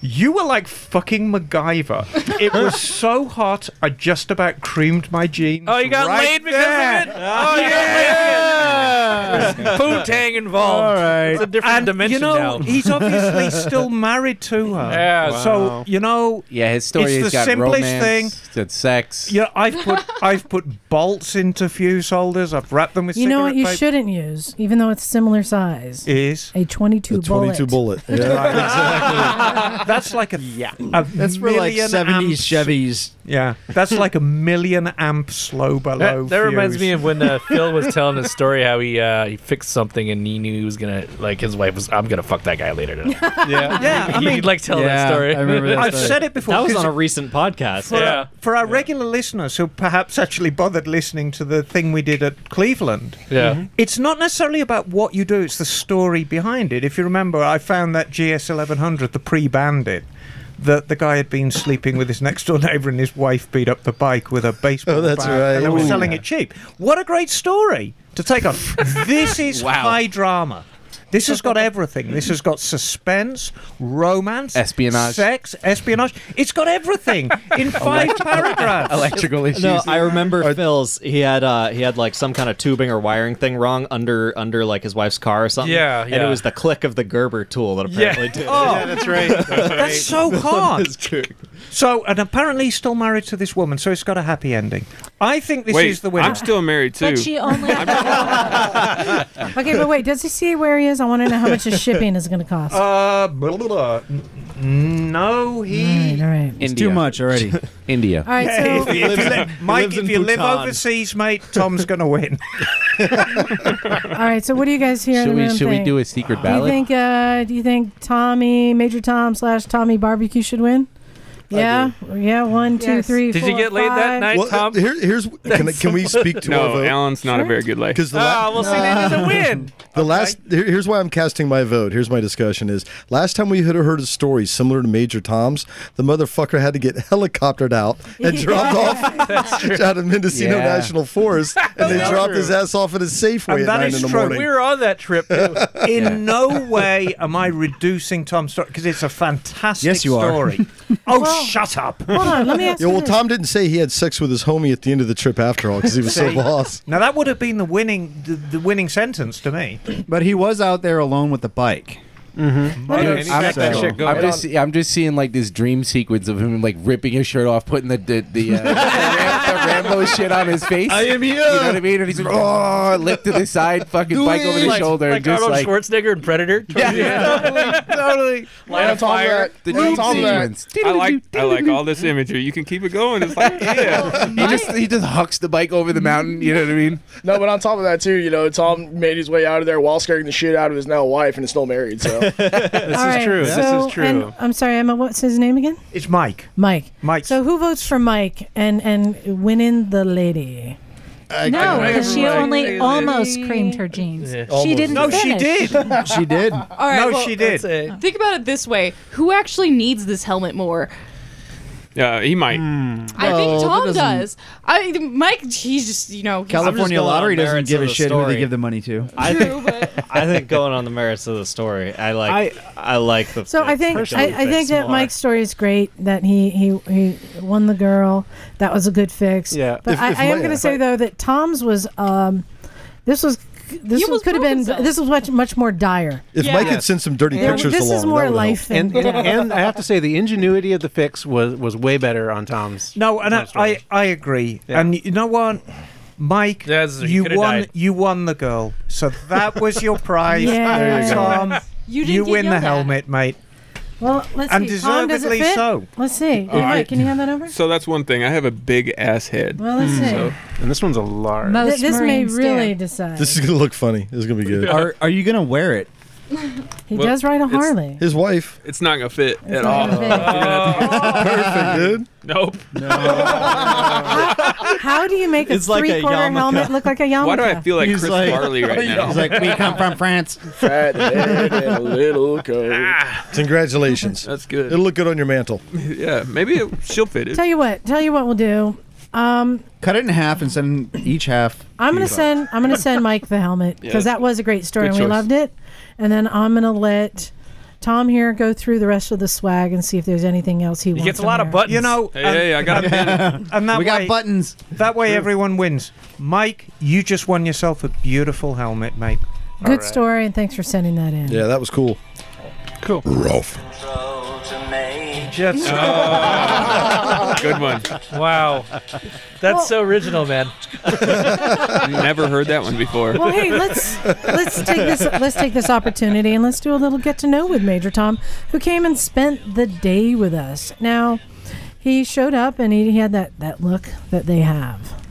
J: You were like fucking MacGyver. It was so hot, I just about creamed my jeans.
D: Oh, you got
J: right
D: laid because
J: there.
D: of it? Oh, you got laid because of it. Poontang involved.
J: All right.
D: It's a different
J: And,
D: dimension
J: you know,
D: now.
J: he's obviously still married to her.
D: Yeah.
J: So,
D: Wow.
J: you know,
H: Yeah, his story
J: it's
H: has
J: the
H: got
J: simplest
H: romance,
J: thing.
H: It's got sex.
J: Yeah, I've put I've put bolts into fuse holders. I've wrapped them with
C: You know what you
J: cigarette
C: shouldn't use, even though it's similar size?
J: paper. Is
C: A 22
F: bullet.
J: That's like a yeah. A
B: That's for like
J: million
B: 70s
J: amps.
B: Chevys.
J: Yeah, that's like a million amp slow below.
D: That, that reminds
J: fuse.
D: me of when uh, Phil was telling his story how he uh, he fixed something and he knew he was gonna like his wife was I'm gonna fuck that guy later. Tonight.
E: Yeah.
J: Yeah, I
D: he,
J: mean,
D: would like tell that story.
J: I've said it before.
E: That was
J: 'cause
E: on a recent podcast.
J: for, our, for our regular listeners who perhaps actually bothered listening to the thing we did at Cleveland.
D: Yeah.
F: Mm-hmm.
D: Mhm.
J: It's not necessarily about what you do, it's the story behind it. If you remember, I found that GS 1100, the pre bandit. That the guy had been sleeping with his next door neighbor and his wife beat up the bike with a baseball
F: Oh, that's
J: bat
F: right.
J: and they were
F: Ooh.
J: selling it cheap. What a great story to take on. this is
H: Wow.
J: high drama. This has got everything. This has got suspense, romance,
H: Espionage.
J: sex, espionage. It's got everything in five paragraphs.
H: Electrical issues.
E: No, I remember Phil's. He had uh, he had like some kind of tubing or wiring thing wrong under under like his wife's car or something.
D: Yeah,
E: and
D: yeah.
E: it was the click of the Gerber tool that apparently did. it.
J: Oh,
M: that's right.
J: that's so hard. So, and apparently he's still married to this woman, so it's got a happy ending. I think this
L: Wait,
J: is the winner.
L: I'm still married too.
C: But she only. okay, but wait. Does he see where he is? I want to know how much his shipping is going to cost.
J: Uh, blah, blah, blah. N- No, he.
C: All right.
H: It's too much
B: already.
H: India.
C: All right, so-
J: if you
C: He lives in-
J: live-
C: he
J: Mike,
C: lives
J: if
C: in
J: you live
C: Bhutan.
J: overseas, mate, Tom's going to win.
C: All right. So what do you guys hear? in
H: Should
C: the
H: we
C: room
H: should we
C: think?
H: do a secret
C: Do you
H: ballot?
C: think? Uh, do you think Tommy, Major Tom slash Tommy Barbecue should win? Yeah, yeah. One, two,
J: Yes.
C: three,
D: Did you
C: four,
D: get laid that
C: five.
D: night?
F: Well, uh,
D: Tom?
F: here- here's can, I- can we speak to
L: No,
F: our vote?
L: Alan's not a very good lay.
F: 'Cause the
D: Ah,
F: la-
D: well, see, that doesn't win.
F: The last here- here's why I'm casting my vote. Here's my discussion is last time we had heard a story similar to Major Tom's, the motherfucker had to get helicoptered out and dropped off out of Mendocino
L: Yeah.
F: National Forest, and they
L: That's
F: dropped
L: true.
F: his ass off at a Safeway
J: And
F: at
J: that
F: nine
J: is
F: in the
J: true.
F: morning.
J: We
D: We were on that trip.
J: In no way am I reducing Tom's story because it's a fantastic
F: Yes, you are.
J: story. oh, shut up.
C: Hold on, let me ask
F: yeah,
C: you
F: well,
C: this.
F: Tom didn't say he had sex with his homie at the end of the trip after all because he was so
J: See?
F: lost.
J: Now that would have been the winning, the, the winning sentence to me.
B: But he was out there alone with the bike. Mm-hmm.
J: Dude,
H: I'm, I'm just, I'm just seeing like this dream sequence of him like ripping his shirt off, putting the the, the, uh, the, Ram- the Rambo shit on his face.
D: I am here.
H: You know what I mean? And he's like, oh, lick to the side, fucking bike over the
D: Like-
H: shoulder,
D: like
H: and just
D: Arnold
H: like
D: Schwarzenegger and Predator. Yeah,
J: totally.
D: Light a fire.
H: The dream sequence.
L: I like I like all this imagery. You can keep it going. It's like yeah.
H: He just he just hucks the bike over the mountain. You know what I mean?
I: No, but on top of that too, you know, Tom made his way out of there while scaring the shit out of his now wife, and is still married. So
C: All right, so- and- I'm sorry, Emma. What's his name again?
J: It's Mike.
C: Mike.
J: Mike.
C: So who votes for Mike and and winning the lady?
K: no,
C: couldn't
K: because she
C: remember.
K: only almost creamed her jeans. She
C: Almost.
K: didn't.
C: No, she
K: finish.
C: did.
B: She did.
G: All right,
K: No,
G: well,
K: she did.
D: that's
G: Think about it this way: Who actually needs this helmet more?
L: Yeah, he might.
F: Hmm.
G: I think Tom does. I Mike, he's just you know. he's-
B: California
E: going on
B: lottery doesn't
E: merits
B: give
E: of
B: a
E: the
B: shit who
E: story.
B: they give the money to.
E: I think I think going on the merits of the story. I like I, like the.
C: So I think I, I think that
E: Smaller.
C: Mike's story is great. That he he he won the girl. That was a good fix.
E: Yeah.
C: But
E: If-
C: I,
E: if
C: I am
E: my-
C: going to say though that Tom's was um, this was this was, could have been this was much much more dire.
F: If Mike had sent some dirty
C: There-
F: pictures
C: this is
F: along,
C: more
F: that would
C: life
F: help.
C: than-
M: And, and, and I have to say, the ingenuity of the fix was, was way better on Tom's.
J: No, and I, I, I agree. And you know what, Mike,
M: That's- you
J: you
M: coulda
J: won.
M: died.
J: You won the girl. So that was your prize,
C: Yeah. There you go.
J: Tom.
C: You didn't get
J: win the
C: yelled at.
J: helmet, mate.
C: Well, let's see. Tom, does it
L: Undeservedly
C: fit?
L: so.
C: Let's see.
L: All
C: Mike,
L: right.
C: can you hand that over?
L: So that's one thing. I have a big ass head.
C: Well, let's see.
L: and this one's a large.
C: Th-
F: Most
C: this may
F: Marines do.
C: really decide.
F: This is gonna look funny. This is gonna be good.
B: Are- you gonna wear it?
C: He
L: Well,
C: does ride a
L: it's-
C: Harley.
F: His wife.
L: It's not gonna fit at all.
C: not gonna fit.
L: You're gonna have to-
F: Perfect, dude.
L: Nope.
C: How do you make a
L: It's like a
C: three-quarter
L: yarmulke.
C: helmet look like a yarmulke?
L: Why do I feel like Chris Farley right now?
B: He's like, we come from France.
I: Fat head and a little coat.
F: Congratulations. That's
L: good.
F: It'll look good on your mantle.
L: yeah, maybe it, she'll fit
C: Tell you what. Tell you what we'll do. Um,
B: Cut it in half and send each half.
C: I'm gonna send I'm gonna send Mike the helmet
B: Yeah,
C: because that was a great story
B: good
C: and we
B: choice.
C: loved it. And then I'm gonna let Tom here go through the rest of the swag and see if there's anything else he, wants. on there.
J: You know, um,
L: Hey, hey, I got a pin.
J: and that
L: We got
B: buttons.
J: That way,
L: True.
J: everyone wins. Mike, you just won yourself a beautiful helmet, mate.
C: Good story and thanks for sending that in.
F: Yeah, that was cool.
J: Cool.
F: Rolf.
J: Jets.
L: Oh. Good one.
D: Wow. That's so original, man.
L: Never heard that one before.
C: Well, hey, let's let's take this let's take this opportunity and let's do a little get to know with Major Tom, who came and spent the day with us. Now, he showed up and he, he had that that look that they have.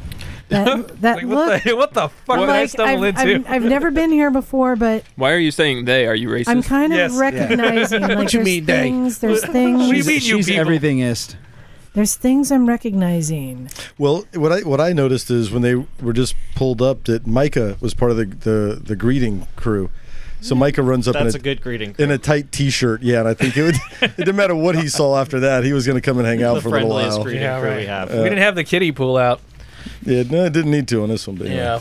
C: That that look.
D: What the, what the fuck did I
C: like,
D: stumble
C: I've-
D: into?
C: I've, I've never been here before, but
L: Why are you saying they? Are you racist?
C: I'm kind of recognizing like there's things, there's things,
L: She's-
B: she's everythingist.
C: there's things I'm recognizing.
F: Well, what I what I noticed is when they were just pulled up that Micah was part of the the, the greeting crew. So Micah runs up
E: Mm. That's
F: in
E: a good greeting
F: in a tight T-shirt. Yeah, and I think it would it didn't matter what he saw after that. He was going to come and hang out
E: The
F: for a little
E: friendliest
F: while. Uh,
E: greeting Yeah, crew we right. have.
D: we didn't have the kitty pool out.
F: Yeah, no, I didn't need to on this one. But
D: Yeah.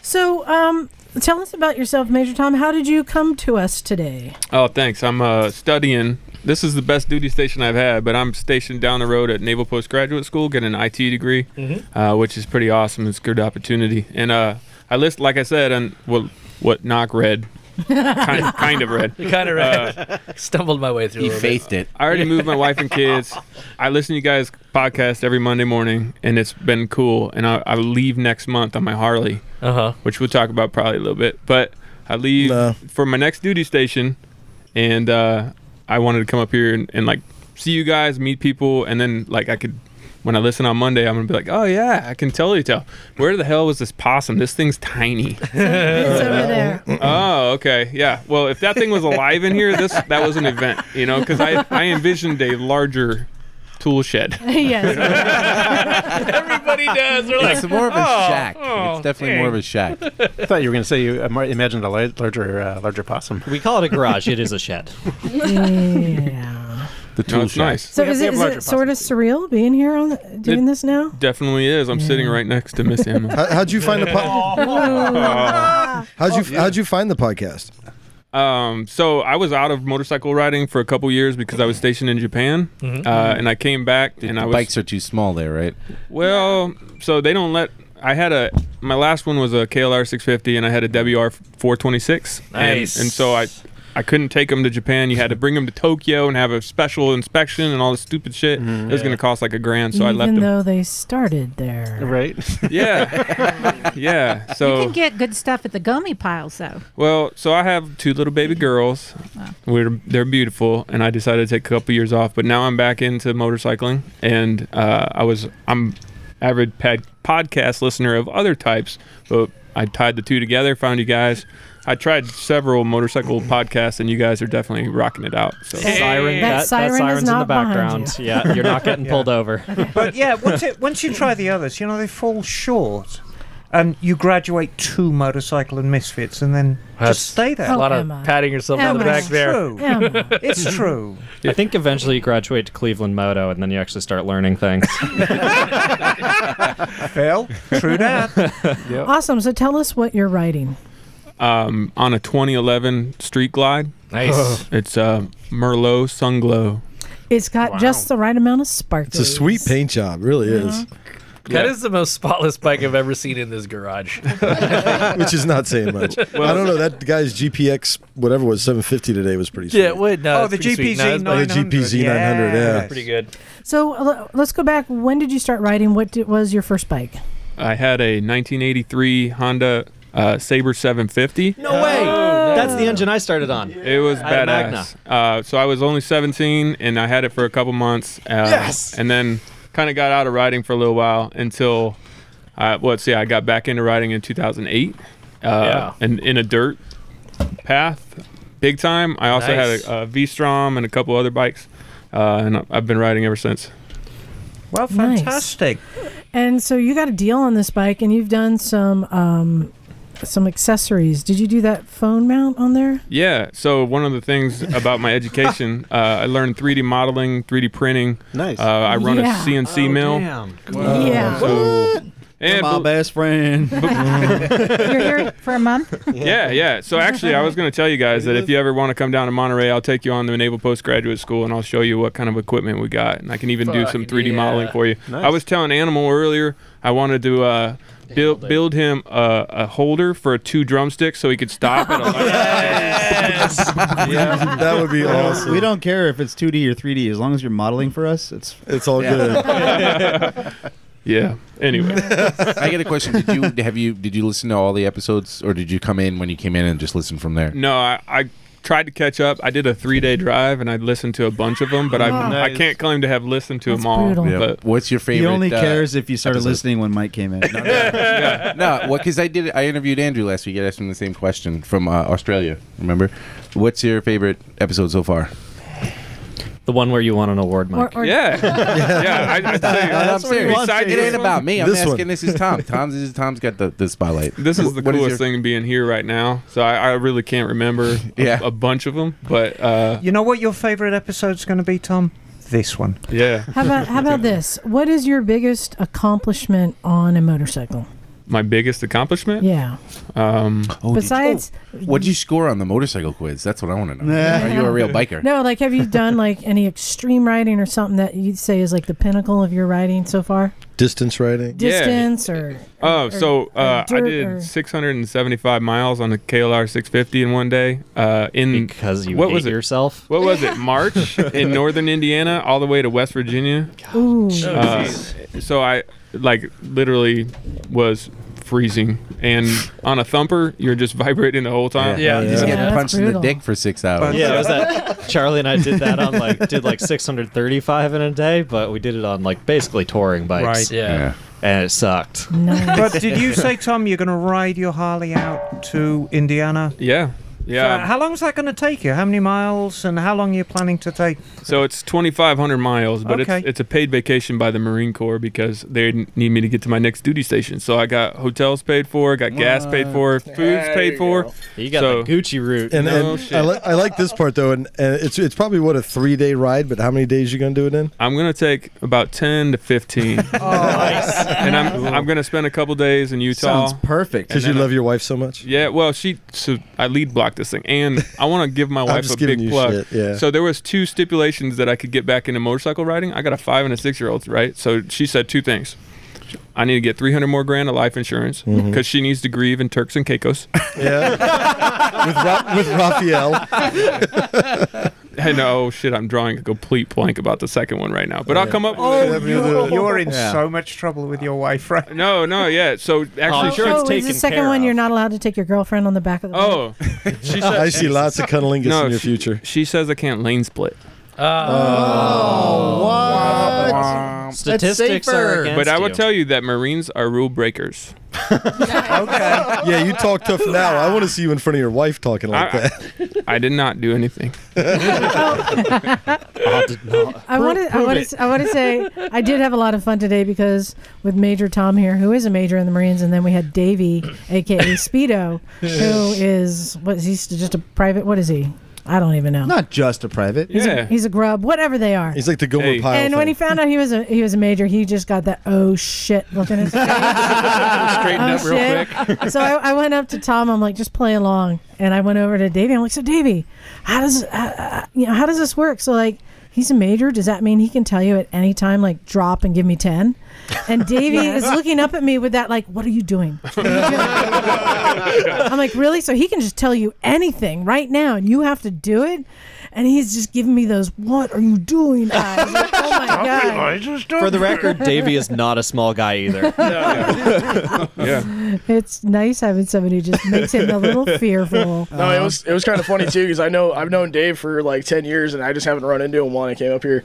C: So, um, tell us about yourself, Major Tom. How did you come to us today?
L: Oh, thanks. I'm uh, studying. This is the best duty station I've had, but I'm stationed down the road at Naval Postgraduate School, getting an IT degree,
D: Mhm.
L: uh, which is pretty awesome. It's a good opportunity. And uh, I list, like I said, on what what knock read, kind, kind of read,
D: kind of read.
L: Uh,
D: Stumbled my way through.
L: He
D: a little bit.
H: faced it.
L: I already moved my wife and kids. I listen to you guys' podcast every Monday morning, and it's been cool. And I, I leave next month on my Harley,
D: Uh-huh.
L: which we'll talk about probably a little bit. But I leave for my next duty station, and uh, I wanted to come up here and, and like see you guys, meet people, and then like I could. When I listen on Monday, I'm gonna be like, "Oh yeah, I can totally tell. Where the hell was this possum? This thing's tiny."
C: over there.
L: Oh, okay. Yeah. Well, if that thing was alive in here, this that was an event, you know, because I, I envisioned a larger tool shed.
C: yes.
D: Everybody does. They're like,
H: It's more of a
D: "Oh,
H: shack.
D: oh,
H: it's definitely
D: dang."
H: more of a shack.
M: I thought you were going to say you ima- imagined a lar- larger, uh, larger possum.
E: We call it a garage. it is a shed.
H: The tool
L: it's
H: shack.
L: nice.
C: So is it, is it sort of surreal being here on the, doing
L: It-
C: this now?
L: Definitely is. I'm sitting right next to Miss Emma.
F: How, how'd you find the po- how'd you how'd you find the podcast?
L: Um, so I was out of motorcycle riding for a couple years because I was stationed in Japan,
H: Mhm.
F: Mm-hmm.
L: uh, and I came back and I
H: the
L: was
H: bikes are too small there, right?
L: Well, so they don't let. I had a my last one was a KLR 650, and I had a WR 426.
D: Nice.
L: And, and so I I couldn't take them to Japan. You had to bring them to Tokyo and have a special inspection and all this stupid shit. It was
D: Yeah.
L: going to cost like a grand, so I
C: Even
L: left them.
C: though they started there,
M: right?
L: yeah, yeah. So
K: you can get good stuff at the gummy piles, though.
L: Well, so I have two little baby girls. We're they're beautiful, and I decided to take a couple years off. But now I'm back into motorcycling, and uh, I was I'm avid pad, podcast listener of other types, but I tied the two together, found you guys. I tried several motorcycle podcasts, and you guys are definitely rocking it out. So
E: Siren, that, that
J: siren is
E: siren's in the
J: not behind
E: background.
J: you.
E: Yeah, you're not getting
J: Yeah.
E: pulled over.
J: But yeah, once, it, once you try the others, you know, they fall short. And you graduate to motorcycle and misfits, and then just stay there.
D: a lot of patting yourself on the
J: Emma.
D: back there.
J: True. Emma. It's true.
E: I think eventually you graduate to Cleveland Moto, and then you actually start learning things.
J: Phil, true that.
C: awesome. So tell us what you're writing.
L: um, on a 2011 Street Glide.
D: Nice.
L: it's uh, Merlot Sunglow.
C: It's got just the right amount of sparkles.
F: paint job, really
C: is.
D: That is the most spotless bike I've ever seen in this garage.
F: Which is not saying much. I don't know. That guy's GPX whatever was 750 today was pretty.
D: Yeah, it would. No,
J: Oh,
D: it's
J: the
D: pretty sweet.
J: GPZ
D: No, it's like-
F: The GPZ 900, yeah.
D: It's pretty good.
C: So l- let's go back. When did you start riding? What did, was your first bike?
L: I had a 1983 Honda uh, Saber 750.
D: No way.
E: That's the engine I started on.
L: It was
E: I had a Magna.
L: badass. Uh, so I was only 17, and I had it for a couple months. Uh,
E: Yes!
L: And then kind of got out of riding for a little while until, uh, well, let's see, I got back into riding in 2008, uh,
D: Yeah.
L: and in a dirt path, big time. I also
D: Nice.
L: had a, a V-Strom and a couple other bikes, uh, and I've been riding ever since.
J: Well, fantastic.
C: And so you got a deal on this bike, and you've done some um, some accessories. Did you do that phone mount on there?
L: Yeah. So one of the things about my education, uh, I learned 3D modeling, 3D printing. Nice. Uh, I run
C: Yeah.
L: a CNC mill.
M: damn.
L: Uh,
K: Yeah.
L: So,
B: You're my best friend.
K: You're here for a month.
L: yeah, yeah. So actually, I was going to tell you guys that if you ever want to come down to Monterey, I'll take you on the Naval Postgraduate School and I'll show you what kind of equipment we got, and I can even do some
D: Fuck
L: 3D
D: yeah.
L: modeling for you. I was telling Animal earlier I wanted to. Uh, Build, build him a, a holder for two drumsticks so he could stop at a
F: yeah. That would be awesome.
B: We don't care if it's 2D or 3D as long as you're modeling for us. It's
F: it's all
L: Yeah. Anyway,
H: I get a question. Did you have you did you listen to all the episodes, or did you come in when you came in and just listen from there?
L: No, I, I tried to catch up. I did a three day drive and I listened to a bunch of them, but I,
J: Ah.
B: Wow.
L: I can't claim to have listened to
B: That's
L: them all.
B: brutal. Yeah.
L: But
H: What's your favorite?
B: He only
H: uh,
B: cares if you started
H: episode?
B: listening when Mike came in. Not-
H: no, well, because I did. I interviewed Andrew last week. I asked him the same question from uh, Australia. Remember, what's your favorite episode so far?
E: The one where you won an award, Mike.
L: yeah, yeah. I, I'd say
H: No, I'm serious.
L: besides
H: It ain't about me. I'm
L: this
H: asking.
L: one.
H: This is Tom. Tom's this is Tom's got the, the spotlight.
L: This is the
H: What
L: coolest
H: your-
L: thing being here right now. So I, I really can't remember a-
H: Yeah.
L: a, bunch of them, but uh,
J: You know what your favorite episode's going to be, Tom? This one.
L: yeah.
C: How about how about this? What is your biggest accomplishment on a motorcycle?
L: My biggest accomplishment.
C: Yeah.
L: Um,
H: Oh,
C: Besides,
H: did you, what'd you score on the motorcycle quiz? That's what I want to know.
C: Nah.
H: Are you a real biker?
C: no, like have you done like any extreme riding or something that you'd say is like the pinnacle of your riding so far?
F: Distance riding.
L: Yeah.
C: Distance or
L: Oh, so uh, I
C: dirt
L: did
C: or-
L: 675 miles on the KLR 650 in one day. Uh, in because
E: you
L: what
E: hate
L: was it?
E: yourself?
L: What was it? March in northern Indiana, all the way to West Virginia.
C: Ooh. Oh,
L: Uh, so I like literally was freezing, and on a thumper, you're just vibrating the whole time.
H: Yeah. Yeah. Just Yeah, getting that's punched in the brutal. dick for six hours.
E: Yeah, it was that Charlie and I did that on like did like 635 in a day, but we did it on like basically touring bikes.
J: Right. Yeah. Yeah.
E: And it sucked.
J: but did you say, Tom, you're going to ride your Harley out to Indiana?
L: Yeah. Yeah.
J: So how long is that going to take you? How many miles and how long are you planning to take?
L: So it's 2,500 miles, but
J: Okay.
L: it's, it's a paid vacation by the Marine Corps because they didn't need me to get to my next duty station. So I got hotels paid for, got gas paid for, foods paid for.
E: You got
L: so,
E: the Gucci route.
F: And,
L: No
F: and
L: shit.
F: I, li- I like this part though, and, and it's it's probably what a three day ride, but how many days you gonna do it in?
L: I'm gonna take about 10 to 15. nice. And I'm I'm gonna spend a couple days in Utah.
F: Sounds
B: perfect.
F: Because you
L: And then
F: love your wife so much.
L: Yeah, well, she so I lead blocked this thing, and I want to give my
F: I'm
L: wife
F: just
L: a
F: giving
L: big
F: you
L: plug.
F: shit, yeah.
L: So there was two stipulations that I could get back into motorcycle riding. I got a five and a six year olds, right? So she said two things. I need to get 300 more grand of life insurance because
F: Mhm.
L: she needs to grieve in Turks and Caicos.
F: with Ra- with Raphael.
L: I know, shit, I'm drawing a complete blank about the second one right now, but I'll come up.
J: Oh, you're, you're in
L: Yeah.
J: so much trouble with your wife, right?
L: No, no, yeah. So actually,
C: oh, oh, is the second one you're not allowed to take your girlfriend on the back of the bike?
L: Oh, she said,
F: I see lots of cunnilingus
L: No,
F: in your
L: she-
F: future.
L: She says I can't lane split.
B: Oh, what?
E: Statistics are
B: safer.
E: against
L: But I will
E: you.
L: tell you that Marines are rule breakers.
F: yeah, you talk tough now. I want to see you in front of your wife talking like
L: I-
F: that.
L: I did not do anything. Uh,
C: I want to. I
F: prove
C: want
F: it.
C: to. I want to say I did have a lot of fun today because with Major Tom here, who is a major in the Marines, and then we had Davey, aka Speedo, who is what is he just a private? What is he? I don't even know.
B: Not just a private.
C: He's, a, he's a grub, whatever they are.
F: He's like the Gomer Pyle.
C: and when
F: thing.
C: he found out he was a he was a major, he just got that oh shit look in his face.
L: Straighten
C: oh,
L: up real
C: shit. quick. so I, I went up to Tom. I'm like, just play along. And I went over to Davey. I'm like, so Davey, how does uh, uh, you know how does this work? So like, he's a major. Does that mean he can tell you at any time like drop and give me ten? And Davey is looking up at me with that like, what are you doing? I'm like, really? So he can just tell you anything right now, and you have to do it. And he's just giving me those, what are you doing? Eyes. Like, oh my god!
E: For the record, Davey is not a small guy either.
L: Yeah.
C: it's nice having somebody who just makes him a little fearful.
I: No, it was it was kind of funny too because I know I've known Dave for like ten years and I just haven't run into him when I came up here,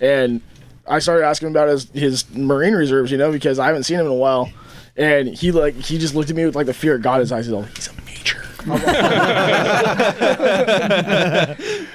I: and I started asking him about his his marine reserves, you know, because I haven't seen him in a while, and he like he just looked at me with like the fear of God in his eyes. He's all, he's a major.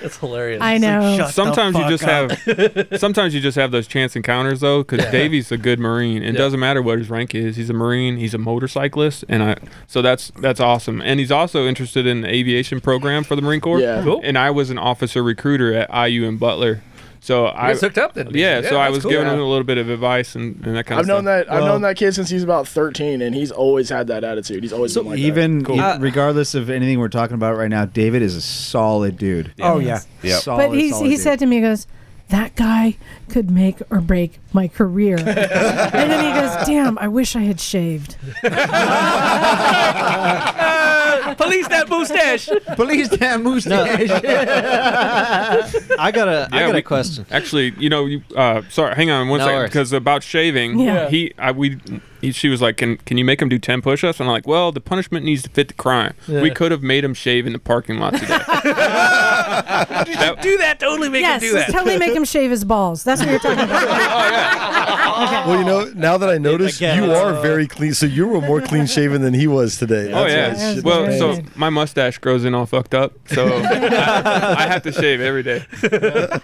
D: That's hilarious.
C: I know.
L: sometimes you just have sometimes you just have those chance encounters though, because
D: Yeah.
L: Davey's a good Marine. It
D: Yeah.
L: doesn't matter what his rank is. He's a Marine. He's a motorcyclist, and I so that's that's awesome. And he's also interested in the aviation program for the Marine Corps.
D: Yeah. Cool.
L: And I was an officer recruiter at IU in Butler. So I
D: guys hooked up then.
L: Yeah,
D: Yeah,
L: so I
D: that's
L: was
D: cool.
L: giving
D: Yeah.
L: him a little bit of advice and, and that kind of
I: I've
L: stuff.
I: known that I've known that kid since he's about thirteen, and he's always had that attitude. He's always been like
B: Even
I: that. Cool.
B: e- regardless of anything we're talking about right now, David is a solid dude.
I: Oh, yeah.
B: yeah.
C: but he he said to me, he goes, "That guy could make or break my career." and then he goes, "Damn, I wish I had shaved."
D: police that mustache.
B: Police that mustache.
E: I got a I
L: Yeah,
E: got
L: we-
E: a question.
L: Actually, you know, you, uh, sorry, hang on one
E: No
L: second,
E: worries.
L: because about shaving,
E: Yeah.
L: he, I, we, he, she was like, "Can can you make him do ten push-ups?" And I'm like, "Well, the punishment needs to fit the crime.
D: Yeah.
L: We could have made him shave in the parking lot today."
D: do that. Totally make
C: yes,
D: him do that.
C: totally make him shave his balls. That's what you're talking about.
F: Well, you know, now that I noticed,
L: again.
F: you are very clean. So you were more clean shaven than he was
L: oh
F: today. That's why
L: yeah.
F: his shit
L: Well,
F: is
L: so
F: crazy.
L: my mustache grows in all fucked up, so I, I have to shave every day.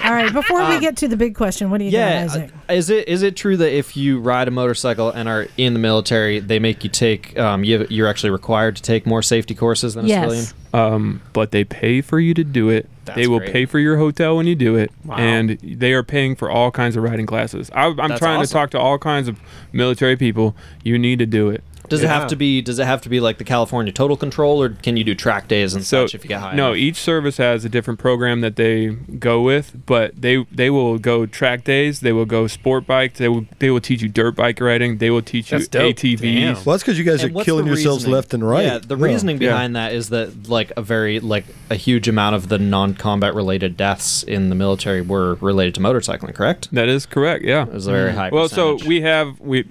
C: All right, before
D: Um,
C: we get to the big question, what do you
E: Yeah, uh,
C: think, Isaac?
E: Is it is it true that if you ride a motorcycle and are in the military, they make you take um, you, you're actually required to take more safety courses than a
C: Yes.
E: civilian?
L: Um, but they pay for you to do it. they will
E: great.
L: pay for your hotel when you do it, and they are paying for all kinds of riding classes. I, I'm
E: That's
L: trying to
E: awesome.
L: talk to all kinds of military people. You need to do it.
E: Does it have to be does it have to be like the California total control, or can you do track days and such if you get high?
L: No,
E: enough?
L: each service has a different program that they go with, but they they will go track days, they will go sport bike, they will they will teach you dirt bike riding, they will teach
E: That's
L: you
E: dope. Damn.
L: ATVs.
F: Well, that's because you guys
E: And
F: are
E: what's
F: killing
E: the
F: yourselves
E: reasoning?
F: left and right.
E: Yeah, the reasoning
F: Yeah.
E: behind that is that like a very like a huge amount of the non-combat related deaths in the military were related to motorcycling, correct?
L: That is correct. Yeah,
E: it was a very high.
L: Well, so we have we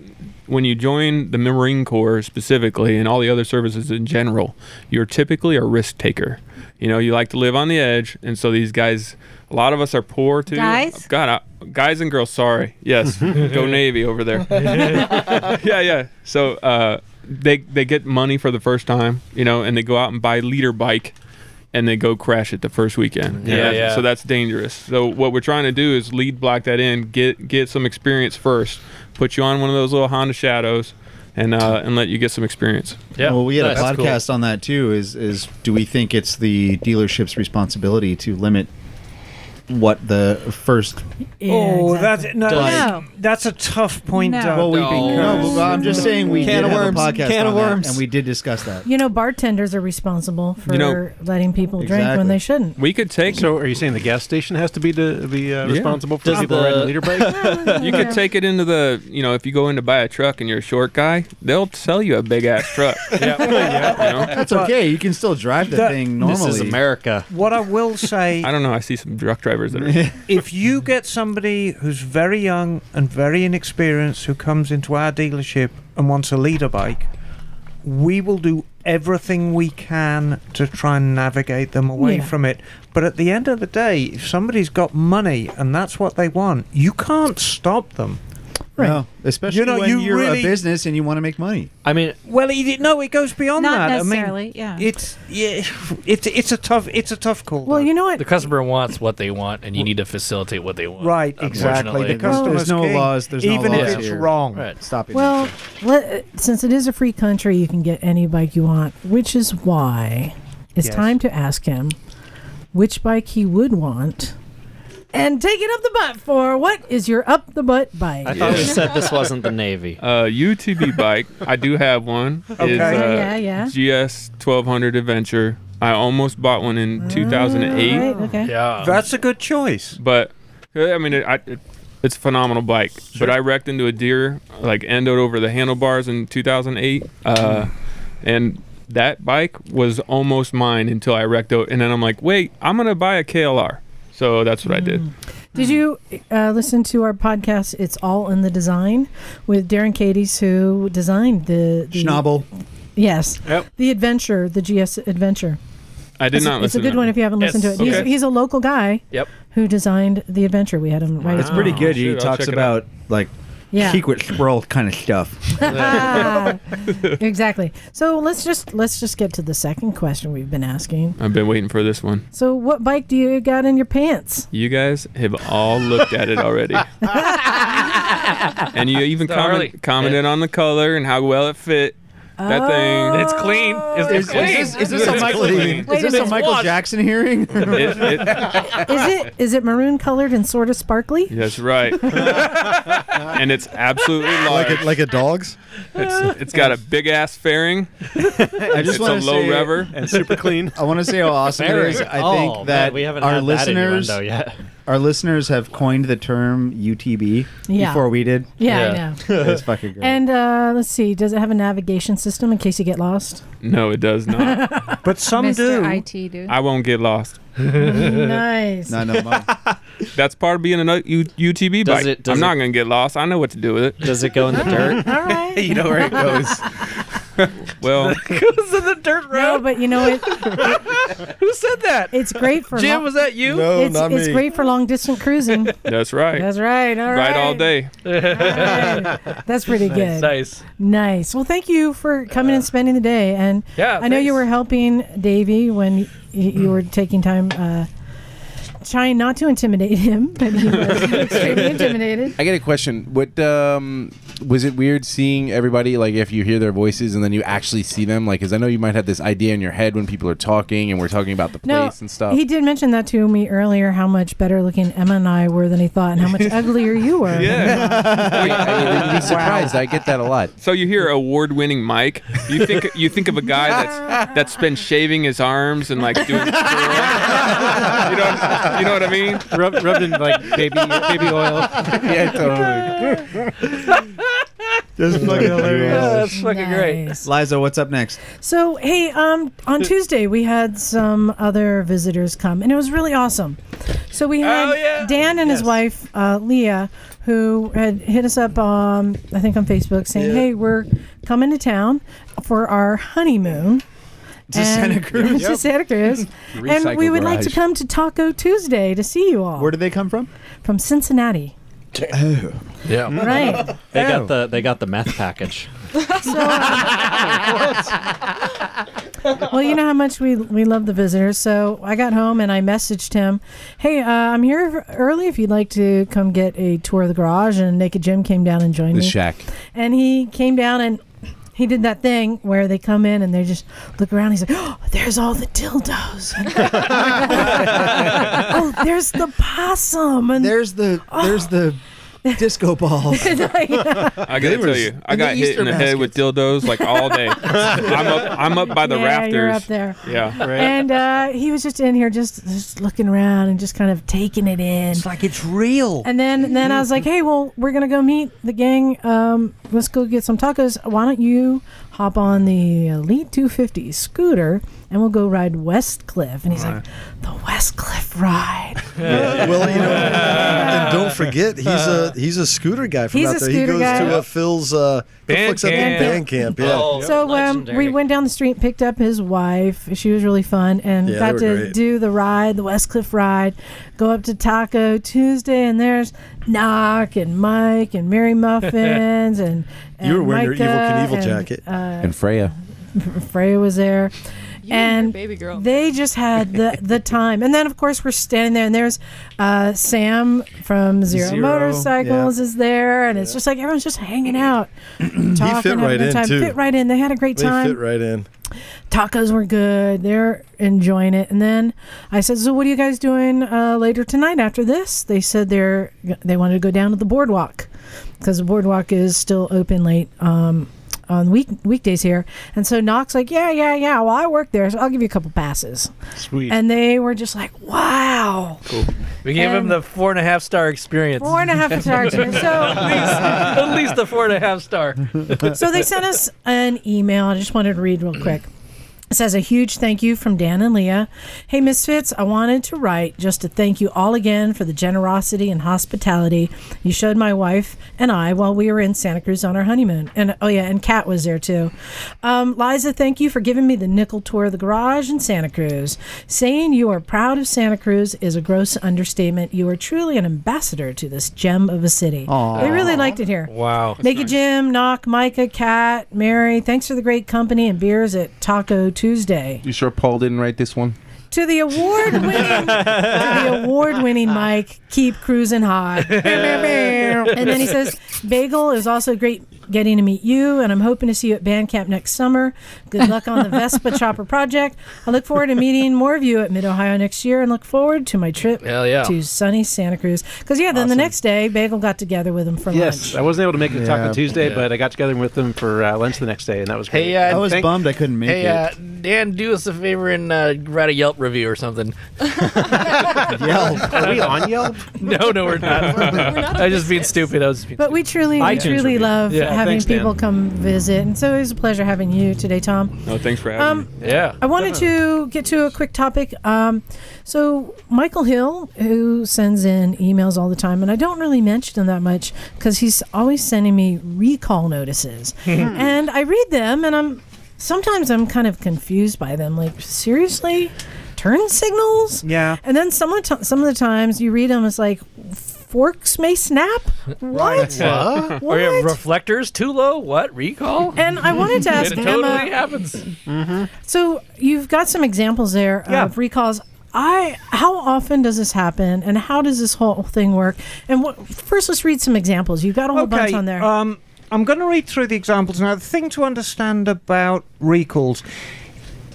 L: when you join the Marine Corps specifically and all the other services in general, you're typically a risk taker. You know, you like to live on the edge, and so these guys, a lot of us are poor too.
K: Guys?
L: God, I, guys and girls. Sorry, yes, go Navy over there. yeah, yeah. So uh, they they get money for the first time, you know, and they go out and buy leader bike, and they go crash it the first weekend. you
D: Yeah,
L: know?
D: yeah.
L: So that's dangerous. So what we're trying to do is lead block that in, get get some experience first, put you on one of those little Honda Shadows, and uh, and let you get some experience.
B: Yeah. Well, we had a podcast on that too. Is is do we think it's the dealership's responsibility to limit what the first?
J: oh, that no,
B: Does-
J: that's- that's a tough point.
C: No.
J: Doug.
C: Well,
B: we no, well, I'm just saying we
J: Can
B: did
J: of
B: have a
J: worms,
B: podcast
J: can
B: on
J: of
B: that,
J: worms.
B: and we did discuss that.
C: You know, bartenders are responsible for
L: You know-
C: letting people drink when they shouldn't.
L: We could take.
M: So, are you saying the gas station has to be to be uh,
L: Yeah.
M: responsible for
L: Does
M: people
L: the-
M: riding the leader bike?
L: You could take it into the, you know, if you go in to buy a truck and you're a short guy, they'll sell you a big ass truck. yeah.
B: That's okay. You can still drive that
J: That-
B: thing normally.
J: This is
E: America.
J: What I will say
L: I don't know. I see some truck drivers that are.
J: if you get somebody who's very young and very inexperienced who comes into our dealership and wants a leader bike, we will do everything we can to try and navigate them away
M: Yeah.
J: from it. But at the end of the day, if somebody's got money and that's what they want, you can't stop them.
B: Right. No, especially
J: You know,
B: when
J: you
B: you're
J: really-
B: a business and you want to make money.
E: I mean,
J: Well, it, no, it goes beyond
K: Not
J: that.
K: necessarily,
J: I
K: yeah.
J: mean, It's yeah, it's it's a tough it's a tough call. Well,
C: you know what?
D: The customer wants what they want, and you need to facilitate what they want.
J: Right, exactly. The
D: unfortunately.
J: customer's
B: There's no
J: king,
B: laws- there's no
J: even
B: laws
J: if it's
B: here.
J: wrong.
B: Stop it.
C: Well, let, since it is a free country, you can get any bike you want, which is why it's
J: Yes.
C: time to ask him which bike he would want and take it up the butt for. What is your up the butt bike?
E: I thought we said this wasn't the Navy.
L: Uh, UTV bike. I do have one.
E: Okay.
L: It's,
E: Yeah,
L: uh,
C: Oh, yeah,
L: GS 1200 Adventure. I almost bought one in 2008.
C: Ah, Right, okay.
D: Yeah.
J: That's a good choice.
L: But uh, I mean, it, I, it, it's a phenomenal bike. But I wrecked into a deer, like endowed over the handlebars in 2008, uh,
J: Mm-hmm.
L: and that bike was almost mine until I wrecked out. And then I'm like, wait, I'm gonna buy a KLR. So that's what I did.
C: Mm. Did you uh, listen to our podcast? It's all in the design with Darren Cadies, who designed the, the
B: Schnabel.
C: Yes.
L: Yep.
C: The Adventure, the GS Adventure.
L: I did
C: It's-
L: not
C: It's a
L: listen to
C: good
L: that
C: one
L: one.
C: if you haven't listened
L: Yes.
C: to it. He's,
L: Okay.
C: he's a local guy.
L: Yep.
C: Who designed the Adventure? We had him right.
B: It's pretty good. He
L: Shoot, I'll
B: talks
L: check it
B: about like
C: Yeah.
B: secret squirrel kind of stuff.
C: Ah. exactly. So let's just let's just get to the second question we've been asking.
L: I've been waiting for this one.
C: So what bike do you got in your pants?
L: You guys have all looked at it already. and you even
D: So early.
L: comment, commented on the color and how well it fit.
C: Oh.
L: That thing.
D: Oh. It's clean. It's,
B: Is-
D: it's
B: is
D: clean.
B: this- is this a
L: It's
B: Michael-
L: clean.
B: Wait, is this a
L: It's
B: Michael
L: washed.
B: Jackson hearing?
L: It- it-
C: Is it is it maroon colored and sort of sparkly?
L: That's right. and it's absolutely large.
F: Like a, like a dog's?
L: it's, it's got a big ass fairing.
B: I just
L: it's a
B: want to
L: low
B: say,
L: rever
B: and super clean. I want to say how awesome it
E: Very.
B: is. I
E: Oh,
B: think
E: man,
B: that
E: we haven't
B: our
E: had that innuendo
B: listeners,
E: yet.
B: our listeners have coined the term UTB
C: Yeah.
B: before we did.
C: Yeah, Yeah. I know.
B: it's fucking great.
C: And uh, let's see, does it have a navigation system in case you get lost?
L: No, it does not.
J: but some
C: IT do.
L: I won't get lost.
C: nice.
B: Not no more.
L: That's part of being an UTB
E: Does
L: bike.
E: it- does
L: I'm not
E: it-
L: going to get lost. I know what to do with it.
E: Does it go in the dirt?
C: All right.
H: you know where it goes.
L: well,
D: goes in the dirt
C: road. No, but you know it.
D: Who said that?
C: It's great for.
D: Jim,
C: lo-
D: was that you?
L: No,
C: it's,
L: not
C: it's
L: me.
C: great for long distance cruising.
L: that's right.
C: That's right. All right.
L: Ride all day.
C: That's pretty good.
D: Nice.
C: Nice. Well, thank you for coming and spending the day. And
D: Yeah,
C: I know you were helping Davey when y- you were taking time uh, trying not to intimidate him, but he was extremely intimidated.
H: I get a question. What um, was it weird seeing everybody like if you hear their voices and then you actually see them? Like, because I know you might have this idea in your head when people are talking and we're talking about the
C: No,
H: place and stuff.
C: he did mention that to me earlier. How much better looking Emma and I were than he thought, and how much uglier you were.
H: You'd be surprised. I get that a lot.
L: So you hear award-winning Mike. You think you think of a guy that's that's been shaving his arms and like doing. you know, you know what I mean?
M: Rub, rubbed in like baby baby oil.
H: yeah, uh,
M: totally.
B: That's fucking hilarious.
D: that's fucking great.
B: Liza, what's up next?
C: So hey, um, on Tuesday we had some other visitors come, and it was really awesome. So we
B: Oh,
C: had Dan and his wife uh, Leah, who had hit us up, um, I think on Facebook, saying,
K: Yeah.
C: "Hey, we're coming to town for our honeymoon."
B: To Santa Cruz.
C: to Santa Cruz, and we
B: Recycle
C: would like to
B: garage.
C: come to Taco Tuesday to see you all. Where
B: did they come from?
C: From Cincinnati.
E: Yeah.
C: Right.
E: They
C: Oh.
E: got the they got the meth package.
C: well, you know how much we we love the visitors. So I got home and I messaged him, "Hey, uh, I'm here early. If you'd like to come get a tour of the garage." And Naked Jim came down and joined
H: The
C: me.
H: shack.
C: And he came down and he did that thing where they come in and they just look around. He's like, "Oh, there's all the dildos. oh, there's the possum. And Oh.
B: there's the there's the disco balls."
L: I gotta
B: They were
L: tell you, I
B: in
L: got
B: the
L: hit
B: Easter
L: in the head with dildos like all day. I'm up, I'm up by the
C: Yeah,
L: rafters.
C: you're up there.
L: Yeah,
C: And uh, he was just in here, just, just looking around and just kind of taking it in. It's
M: like it's real.
C: And then, and then I was like, "Hey, well, we're gonna go meet the gang. Um, let's go get some tacos. Why don't you hop on the Elite 250 scooter and we'll go ride West Cliff?" And he's like, "The West Cliff ride."
F: well, you know, and don't forget he's
B: Uh-huh.
F: a he's a scooter guy from
C: He's
F: out
C: a
F: there. He
C: scooter
F: goes
C: guy.
F: to uh, Phil's uh, the
L: Band
F: fuck's up in
L: camp.
F: band camp. Yeah.
B: Oh,
C: so um, we went down the street, and picked up his wife. She was really fun, and
F: Yeah, they
C: got
F: were
C: to
F: great.
C: do the ride, the West Cliff ride. Go up to Taco Tuesday, and there's Knock and Mike and Mary Muffins, and, and
F: You were wearing your Evil
C: Micah
F: Knievel
C: and,
F: jacket.
C: uh,
H: And Freya.
C: Freya was there. and baby girl. They just had the the time. And then of course we're standing there and there's uh, Sam from Zero,
F: Zero,
C: Motorcycles is there and it's just like everyone's just hanging out. talking, having a
F: right
C: good
F: in,
C: time.
F: too.
C: Fit right in. They had a great
F: They
C: time
F: fit right in.
C: tacos were good. They're enjoying it. And then I said, "So what are you guys doing uh, later tonight after this?" They said they're they wanted to go down to the boardwalk because the boardwalk is still open late um, on week weekdays here. And so Knox like, "Yeah, yeah, yeah. Well, I work there, so I'll give you a couple passes."
D: Sweet.
C: And they were just like, "Wow."
D: Cool. We gave him
C: And-
D: the four and a half star experience.
C: Four and a half star experience. So-
D: at least, at least the four and a half star.
C: so they sent us an email. I just wanted to read real quick. It says a huge thank you from Dan and Leah. Hey, Misfits, I wanted to write just to thank you all again for the generosity and hospitality you showed my wife and I while we were in Santa Cruz on our honeymoon. And oh, yeah, and Kat was there too. Um, Liza, thank you for giving me the nickel tour of the garage in Santa Cruz. Saying you are proud of Santa Cruz is a gross understatement. You are truly an ambassador to this gem of a city.
D: Aw.
C: They really liked it here.
M: Oh,
D: Wow.
C: Make a Jim, Knock, Micah, Kat, Mary, thanks for the great company and beers at Taco Tuesday.
H: You sure Paul didn't write this one?
C: To the award winning to the award winning Mike, keep cruising hot. and then he says, Bagel, it was also great getting to meet you, and I'm hoping to see you at band camp next summer. Good luck on the Vespa Chopper project. I look forward to meeting more of you at Mid Ohio next year and look forward to my trip
M: Hell yeah.
C: to sunny Santa Cruz. Because, yeah, then the next day, Bagel got together with him for lunch.
M: Yes, I wasn't able to make it to
B: Yeah.
M: Taco Tuesday,
B: Yeah.
M: but I got together with them for uh, lunch the next day, and that was great.
D: Hey, uh, I was
B: bummed I couldn't
D: Hey, uh, Dan, do us a favor and uh, write a Yelp review or something.
M: Yelp? Are we on Yelp?
D: No, no, we're not. I was just being stupid. I was. Being
C: But we truly, we
D: iTunes
C: truly
D: review.
C: love
D: Yeah,
C: having
D: thanks, Dan.
C: people come visit, and so it was a pleasure having you today, Tom.
L: No, thanks for having
C: Um,
L: me.
D: Yeah.
C: I wanted to get to a quick topic. Um, so Michael Hill, who sends in emails all the time, and I don't really mention him that much because he's always sending me recall notices,
D: Hmm.
C: and I read them, and I'm sometimes I'm kind of confused by them. Like seriously, turn signals?
J: Yeah.
C: And then some of the ti- some of the times you read them, it's like forks may snap. What?
D: What? Or yeah, reflectors too low? What recall?
C: And I wanted to ask
D: it totally
C: Emma-
D: happens. Mm-hmm.
C: So you've got some examples there
D: Yeah.
C: of recalls. I how often does this happen, and how does this whole thing work? And what, first, let's read some examples. You've got a whole bunch on
D: uh,
C: there.
J: Um, I'm going to read through the examples now. The thing to understand about recalls.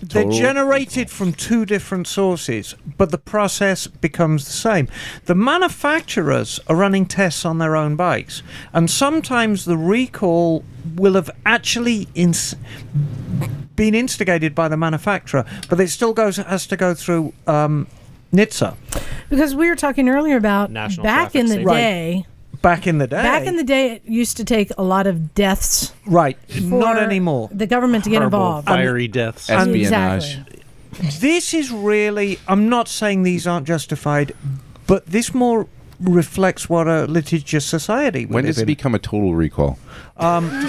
J: They're
M: Total
J: generated from two different sources, but the process becomes the same. The manufacturers are running tests on their own bikes, and sometimes the recall will have actually ins- been instigated by the manufacturer, but it still goes has to go through um, NHTSA.
C: because we were talking earlier about back in the day.
J: Back in the day.
C: Back in the day, it used to take a lot of deaths.
J: Right.
C: for
J: Not anymore.
C: The government to get involved.
M: fiery deaths.
J: And-
M: Espionage.
J: This is really. I'm not saying these aren't justified, but this more reflects what a litigious society. we
H: When
J: live
H: does it
J: in.
H: become a total recall?
J: Um,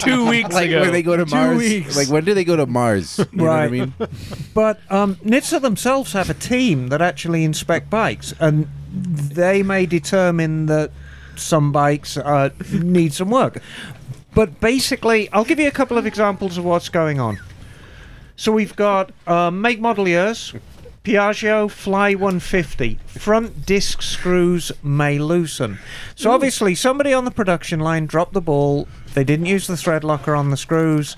H: Two weeks like
J: ago.
H: When they go to
J: Two
H: Mars.
J: weeks.
H: Like when do they go to Mars? You know what I
J: right.
H: mean?
J: but um, NHTSA themselves have a team that actually inspect bikes, and they may determine that some bikes uh, need some work. But basically, I'll give you a couple of examples of what's going on. So we've got uh, make model years. Piaggio Fly 150 front disc screws may loosen. So obviously somebody on the production line dropped the ball. They didn't use the thread locker on the screws.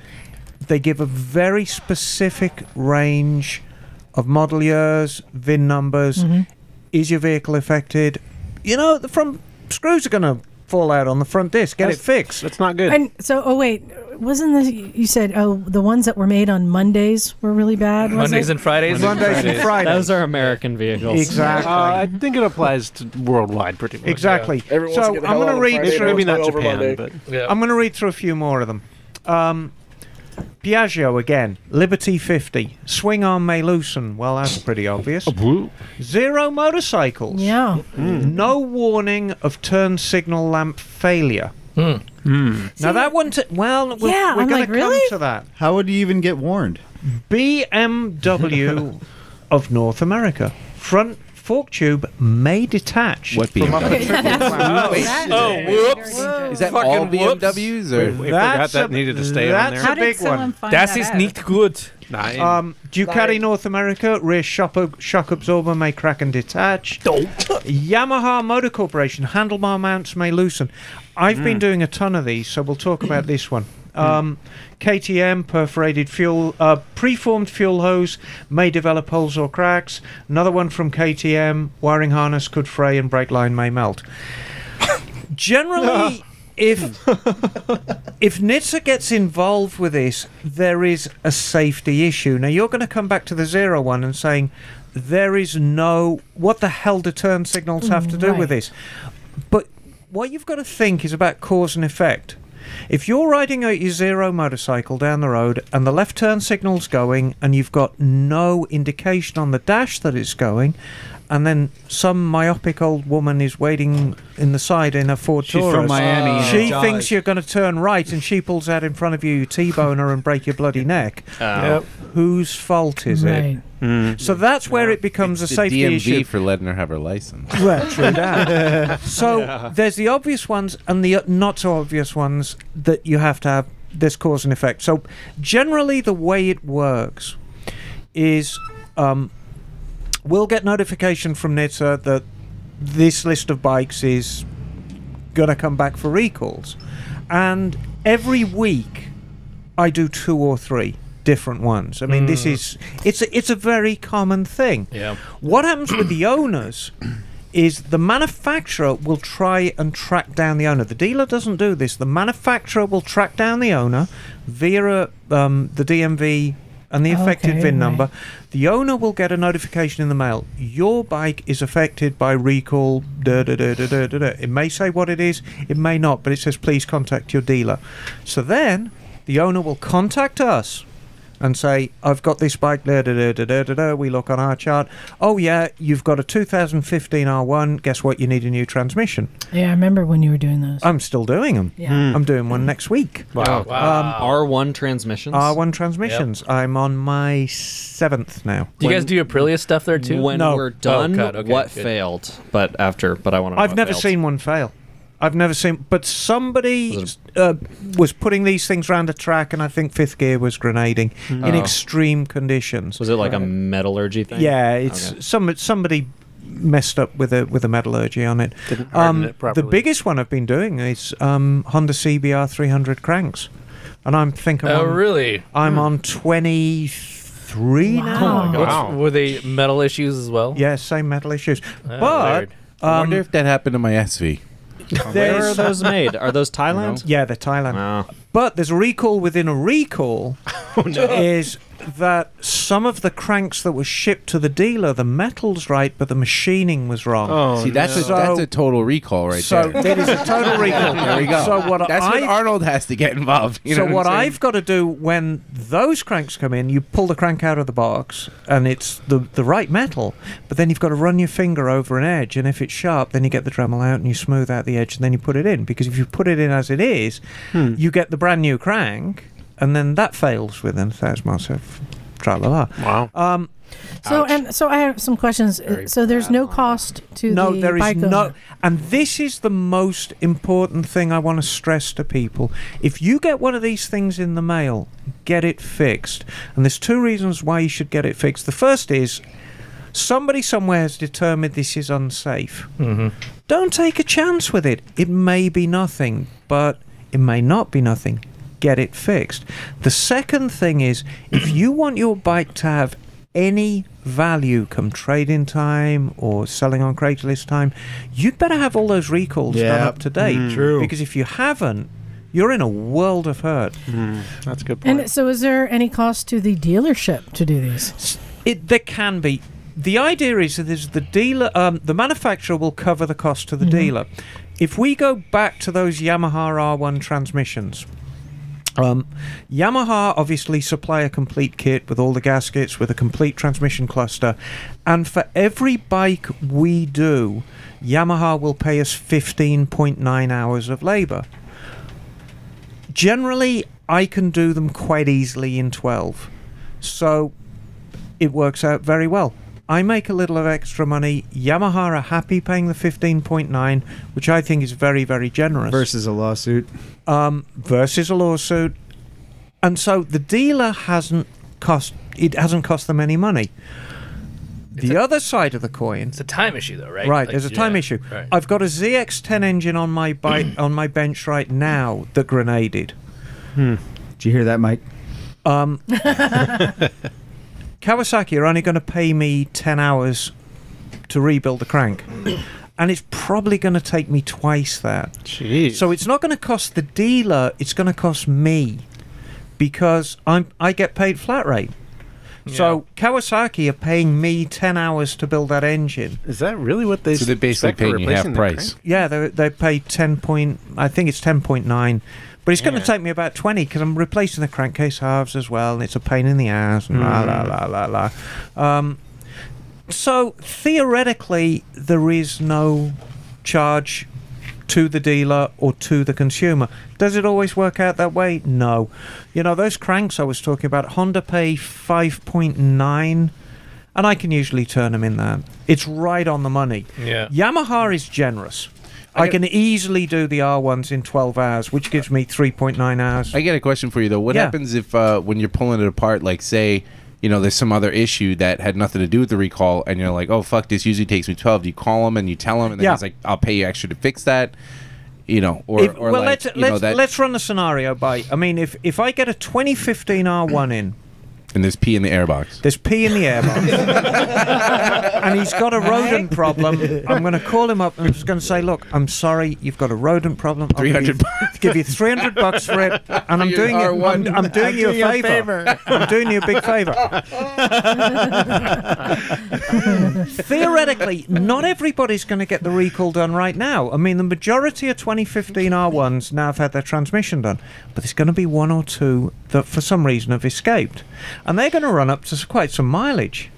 J: They give a very specific range of model years, VIN numbers.
M: Mm-hmm.
J: Is your vehicle affected? You know, the front screws are going to fall out on the front disc. Get
M: That's-
J: it fixed.
M: That's not good.
C: And so, oh wait, wasn't this? You said, oh, the ones that were made on Mondays were really bad. was
D: Mondays
C: it?
D: and Fridays.
J: Mondays and Fridays.
E: Those are American vehicles.
J: Exactly.
M: Uh, I think it applies to worldwide pretty much.
J: Exactly. So I'm going to read through.
M: maybe not Japan, but
J: I'm going to read through a few more of them. Um, Piaggio again, Liberty 50, swing arm may loosen. Well, that's pretty obvious. Zero motorcycles.
C: Yeah.
J: No warning of turn signal lamp failure. Hmm. Now that one, t- well, we're,
C: Yeah,
J: we're
C: I'm
J: going
C: like,
J: to
C: really?
J: come to that.
B: How would you even get warned?
J: BMW of North America, front fork tube may detach.
H: What
J: from upper
H: BMW?
J: trigger flap.
D: Oh, whoops.
H: Is that all BMWs or
M: We forgot that needed to stay on there.
J: That's a big one.
D: Das ist nicht gut.
M: Nine.
J: Um, Ducati North America rear shock, shock absorber may crack and detach. Yamaha Motor Corporation handlebar mounts may loosen. I've
M: Hmm.
J: been doing a ton of these, so we'll talk about this one. Um, KTM perforated fuel, uh, preformed fuel hose may develop holes or cracks. Another one from KTM: wiring harness could fray and brake line may melt. Generally, if if NHTSA gets involved with this, there is a safety issue. Now you're going to come back to the zero one and saying there is no what the hell do turn signals have to do
C: Right.
J: with this? But what you've got to think is about cause and effect. If you're riding at your zero motorcycle down the road and the left turn signal's going and you've got no indication on the dash that it's going, and then some myopic old woman is waiting in the side in a Ford
B: She's
J: Taurus.
B: from Miami and
J: She
B: it
J: thinks
B: jives.
J: you're going to turn right, and she pulls out in front of you, you T-bone her, and break your bloody neck.
H: Ow.
B: Oh.
J: Yep. Whose fault is
H: Right.
J: it?
B: Hmm.
J: So that's where it becomes a
H: the
J: safety
H: DMV
J: issue.
H: for letting her have her license.
J: Right, true that. so
H: Yeah.
J: there's the obvious ones and the not so obvious ones that you have to have this cause and effect. So generally, the way it works is um, we'll get notification from NHTSA that this list of bikes is going to come back for recalls, and every week I do two or three different ones. I mean, this
D: Mm.
J: is it's a, it's a very common thing.
D: Yeah.
J: What happens with the owners is the manufacturer will try and track down the owner. The dealer doesn't do this. The manufacturer will track down the owner via um, the DMV and the affected
M: Okay,
J: VIN
M: right.
J: number. The owner will get a notification in the mail. Your bike is affected by recall. Da, da, da, da, da, da, da. It may say what it is, it may not, but it says please contact your dealer. So then the owner will contact us and say, I've got this bike, da da da da da da da. We look on our chart. Oh, yeah, you've got a 2015 R1. Guess what? You need a new transmission.
C: Yeah, I remember when you were doing those.
J: I'm still doing them.
C: Yeah. Hmm.
J: I'm doing one next week.
E: Wow.
J: Um,
E: R1 transmissions.
J: R1 transmissions. I'm on my seventh now.
D: Do you guys do Aprilia stuff there too?
E: When
J: No.
E: we're done,
D: Oh, God, okay,
E: what
D: good.
E: failed? But after, but I want to.
J: I've never seen one fail. I've never seen, but somebody uh, was putting these things around a track, and I think fifth gear was grenading in
E: Oh.
J: extreme conditions.
E: Was it like a metallurgy thing?
J: Yeah, it's
E: Okay.
J: some somebody messed up with a with a metallurgy on it.
E: Didn't
J: um,
E: harden it
J: the
E: properly.
J: biggest one I've been doing is um, Honda CBR 300 cranks, and I'm thinking.
D: Oh,
J: on,
D: really?
E: Hmm.
J: I'm on 23
E: Oh
J: now.
D: What's- Oh Were they metal issues as well?
J: Yeah, same metal issues,
D: Oh,
J: but. um,
D: weird.
H: I wonder if that happened to my SV.
E: Where are those made? Are those Thailand?
J: Yeah, they're Thailand. But there's a recall within a recall. Is that some of the cranks that were shipped to the dealer, the metal's right, but the machining was wrong.
H: See, that's a, that's a total recall right
J: so
H: there.
J: that is a total recall.
H: there we go.
J: So what
H: that's
J: I've-
H: when Arnold has to get involved. You
J: so
H: know
J: what
H: I'm
J: I've got to do when those cranks come in, you pull the crank out of the box and it's the the right metal, but then you've got to run your finger over an edge, and if it's sharp, then you get the Dremel out and you smooth out the edge, and then you put it in. Because if you put it in as it is,
H: Hmm.
J: you get the brand new crank, and then that fails within a thousand miles of tra la la. Wow. Um,
C: So and so I have some questions. Uh, so there's no cost to
J: no,
C: the
J: there is
C: bike
J: no,
C: owner.
J: and this is the most important thing I want to stress to people. If you get one of these things in the mail, get it fixed. And there's two reasons why you should get it fixed. The first is somebody somewhere has determined this is unsafe. Don't take a chance with it. It may be nothing, but it may not be nothing. Get it fixed. The second thing is if you want your bike to have any value come trade in time or selling on Craigslist time, you'd better have all those recalls done
B: Yep.
J: up to date.
B: Mm. True.
J: Because if you haven't, you're in a world of hurt.
B: Mm.
M: That's a good
C: And so is there any cost to the dealership to do these?
J: It there can be. The idea is that is the dealer, um, the manufacturer will cover the cost to the dealer. If we go back to those Yamaha R1 transmissions, um, Yamaha obviously supply a complete kit with all the gaskets, with a complete transmission cluster, and for every bike we do, Yamaha will pay us 15.9 hours of labour generally I can do them quite easily in 12. So it works out very well. I make a little of extra money. Yamaha are happy paying the 15.9, which I think is very very generous.
B: Versus a lawsuit.
J: Um versus a lawsuit. And so the dealer hasn't cost it hasn't cost them any money. The other side of the coin
D: It's a time issue, though, right? Like,
J: there's a time
D: yeah,
J: issue.
D: right.
J: I've got a ZX10 engine on my bike on my bench right now that grenaded.
B: Hmm. Did you hear that, Mike?
J: Um, Kawasaki are only going to pay me 10 hours to rebuild the crank. And it's probably going to take me twice that.
M: Jeez.
J: So it's not going to cost the dealer, it's going to cost me because I'm I get paid flat rate. So Kawasaki are paying me ten hours to build that engine.
M: Is that really what they?
H: So they're basically
M: expect for
H: paying you half
M: replacing the
H: price.
M: crank?
J: Yeah, they they pay ten point. I think it's ten point nine, but it's going to take me about twenty because I'm replacing the crankcase halves as well, and it's a pain in the ass. And la
H: Hmm.
J: la la la la. Um, so theoretically, there is no charge to the dealer or to the consumer. Does it always work out that way? No. You know those cranks I was talking about. Honda pay five point nine. And I can usually turn them in that. It's right on the money.
D: Yeah.
J: Yamaha is generous.
D: I
J: I,
D: get-
J: can easily do the R1s in 12 hours, which gives me 3.9 hours.
H: I get a question for you though. What
J: Yeah.
H: happens if uh, when you're pulling it apart, like say, you know, there's some other issue that had nothing to do with the recall, and you're like, oh fuck, this usually takes me 12. You call them and you tell them, and then
J: Yeah.
H: he's like, I'll pay you extra to fix that. You know, or,
J: If-
H: or
J: well,
H: like,
J: let's,
H: you
J: let's,
H: know that,
J: let's run the scenario by. I mean, if, if I get a 2015 R1 in,
H: and there's pee in the airbox.
J: there's pee in the airbox, and he's got a rodent problem, I'm going to call him up and I'm just going to say, look, I'm sorry, you've got a rodent problem. I'll give you-
H: 300 bucks.
J: Give you 300 bucks for it, and I'm
H: Your
J: doing it. I'm,
H: R1.
J: I'm doing
H: I'm
J: you
H: doing you
J: a
H: a
J: favor.
H: favor.
J: I'm doing you a big favor. theoretically, not everybody's going to get the recall done right now. I mean, the majority of 2015 R1s now have had their transmission done, but there's going to be one or two that, for some reason, have escaped, and they're going to run up to s- quite some mileage.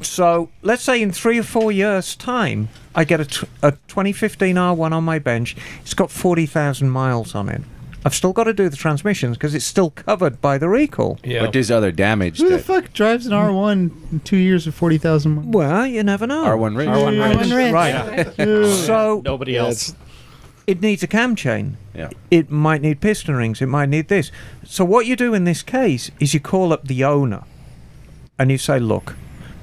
J: So, let's say in three or four years' time, I get a, t- a 2015 R1 on my bench. It's got 40,000 miles on it. I've still got to do the transmissions because it's still covered by the recall.
H: But there's other damage.
B: Who the
H: That,
B: fuck drives an R1 in two years with 40,000 miles?
J: Well, you never know.
H: R1 Ridge. R1
B: Ridge.
J: R1 Ridge. Right. so
D: nobody else.
J: it needs a cam chain.
H: Yeah.
J: It might need piston rings. It might need this. So what you do in this case is you call up the owner, and you say, "Look,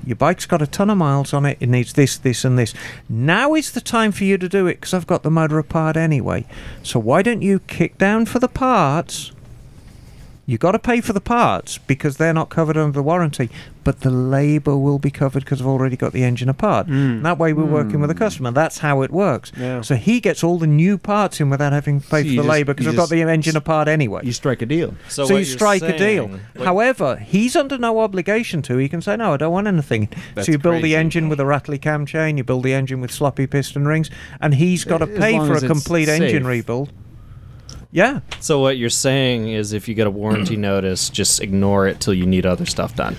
J: your bike's got a ton of miles on it. It needs this, this, and this. Now is the time for you to do it because I've got the motor apart anyway. So why don't you kick down for the parts?" You got to pay for the parts because they're not covered under the warranty, but the labour will be covered because I've already got the engine apart.
B: Mm.
J: And That way, we're working with the customer. That's how it works.
M: Yeah.
J: So he gets all the new parts in without having to pay for
B: So you
J: the
B: just-
J: labour because
B: you
J: I've got
B: just-
J: the engine apart anyway.
B: You strike a deal.
J: So, you strike a deal. However, he's under no obligation to. He can say, "No, I don't want anything."
B: That's
J: so you build
B: crazy.
J: the engine with a rattly cam chain. You build the engine with sloppy piston rings, and he's got to
B: As
J: pay
B: long
J: for a
B: as it's
J: complete
B: safe.
J: engine rebuild. Yeah.
E: So what you're saying is, if you get a warranty notice, just ignore it till you need other stuff done.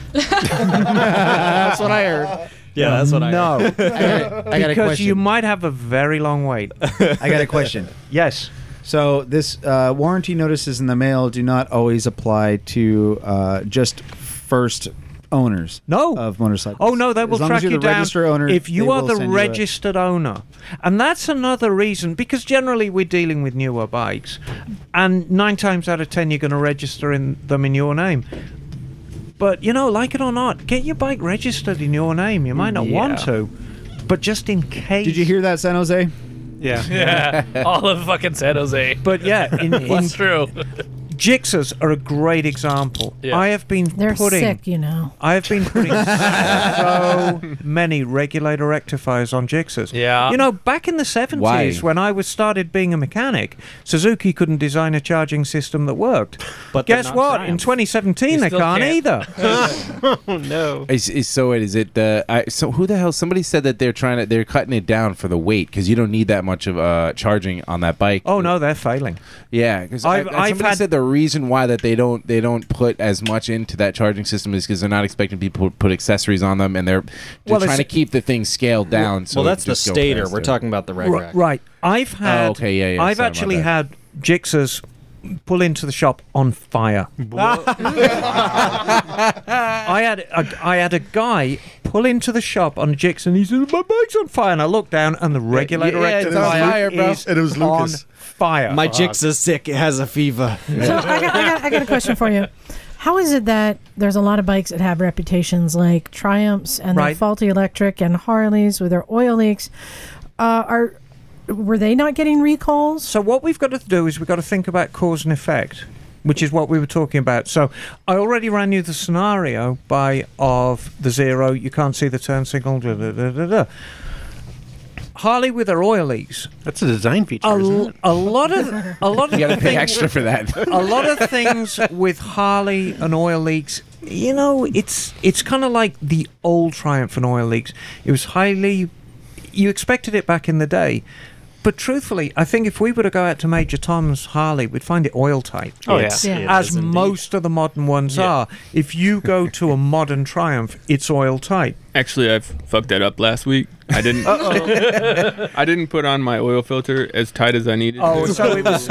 D: That's what I heard.
E: Yeah, that's what I.
B: No. I got, I got a
J: because
B: question.
J: you might have a very long wait.
B: I got a question.
J: yes.
B: So this uh, warranty notices in the mail do not always apply to uh, just first owners.
J: No.
B: of motorcycles.
J: Oh no, they
B: As
J: will
B: long
J: track
B: as you're
J: you
B: the
J: down
B: Register owner,
J: if you
B: they
J: are
B: will
J: the
B: send you a-
J: registered owner, and that's another reason because generally we're dealing with newer bikes, and nine times out of ten you're going to register in them in your name. But you know, like it or not, get your bike registered in your name. You might not want
D: Yeah.
J: to, but just in case.
B: Did you hear that, San Jose?
M: Yeah.
D: Yeah, all of fucking San Jose.
J: But yeah, in, in
D: That's true.
J: Jixas are a great example.
D: Yeah.
J: I have been
C: They're
J: putting
C: sick, you know.
J: I have been putting so many regulator rectifiers on Jixas.
D: Yeah.
J: You know, back in the 70s
H: Why?
J: when I was started being a mechanic, Suzuki couldn't design a charging system that worked.
E: But they're
J: guess
E: not
J: what? In
E: Triumphs.
J: 2017 they
D: still
J: can't,
D: can't.
J: either.
M: Oh no.
H: Is, is so it is it the I, so who the hell somebody said that they're trying to they're cutting it down for the weight because you don't need that much of uh charging on that bike.
J: oh no, they're failing.
H: Yeah, because
J: I've- I've
H: somebody
J: had-
H: said the reason why that they don't they don't put as much into that charging system is because they're not expecting people to put accessories on them, and they're, they're
J: Well,
H: trying
J: it's-
H: to keep the thing scaled down. so
E: well, that's
H: it
E: the
H: just go
E: stator. We're
H: faster.
E: talking about the reg
J: R-
E: rack.
J: right. I've had
H: okay, yeah, yeah,
J: I've
H: sorry, my
J: actually
H: bad.
J: had Jixas pull into the shop on fire. I had a, I had a guy pull into the shop on a Jix and he said, "My bike's on fire." And I looked down, and the regulator
H: yeah, it's on
J: rectifier
H: fire, bro.
J: is
F: And it was
J: on
F: Lucas.
J: fire.
E: My Jix is sick. It has a fever.
C: So I got, I, got, I got a question for you. How is it that there's a lot of bikes that have reputations like Triumphs and their
J: Right.
C: faulty electric and Harleys with their oil leaks? Uh, are were they not getting recalls?
J: so what we've got to do is we've got to think about cause and effect, which is what we were talking about. So I already ran you the scenario by of the zero. You can't see the turn signal. Da, da, da, da, da. Harley with her oil leaks.
M: That's a design feature,
J: A,
M: isn't
J: l-
M: it?
J: a lot of a lot of
H: You got to pay
J: things-
H: extra for that.
J: a lot of things with Harley and oil leaks you know, it's it's kind of like the old Triumph and oil leaks. It was highly, you expected it back in the day, but truthfully, I think if we were to go out to Major Tom's Harley, we'd find it oil tight.
N: Oh, it's- Yeah. it
J: as
N: is indeed.
J: most of the modern ones are. If you go to a modern Triumph, it's oil tight.
L: Actually, I fucked that up last week. I didn't. I didn't put on my oil filter as tight as I needed.
J: Oh,
L: to.
J: so it was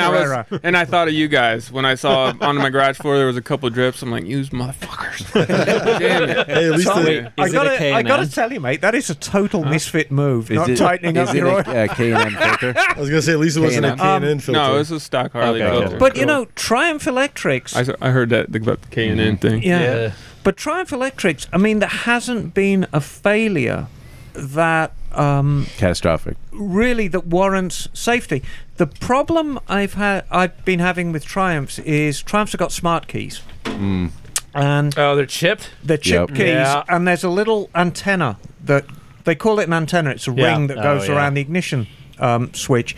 L: and I was-
J: error.
L: And I thought of you guys when I saw on my garage floor there was a couple drips. I'm like, use motherfuckers. Damn it.
J: Tom, I gotta, I gotta tell you, mate, that is a total misfit move.
L: Is
J: not
L: it-
J: tightening
L: is
J: up
L: it
J: your
L: a-
J: oil. Um,
L: a K&M filter? I was gonna say, at least it wasn't a K&M. K&N filter. No, it was a stock Harley filter.
J: But you
L: Cool.
J: know, Triumph Electrics.
L: I, s- I heard that thing about the K and N thing.
J: Yeah. But Triumph Electrics, I mean, there hasn't been a failure that um,
H: Catastrophic.
J: really that warrants safety. The problem I've had, I've been having with Triumphs is Triumphs have got smart keys.
H: Mm.
J: And
D: oh, they're chipped.
J: They're chip
D: Yep.
J: keys,
D: Yeah.
J: and there's a little antenna that they call it an antenna. It's a
D: Yeah.
J: ring that
D: Oh,
J: goes
D: yeah.
J: around the ignition um, switch,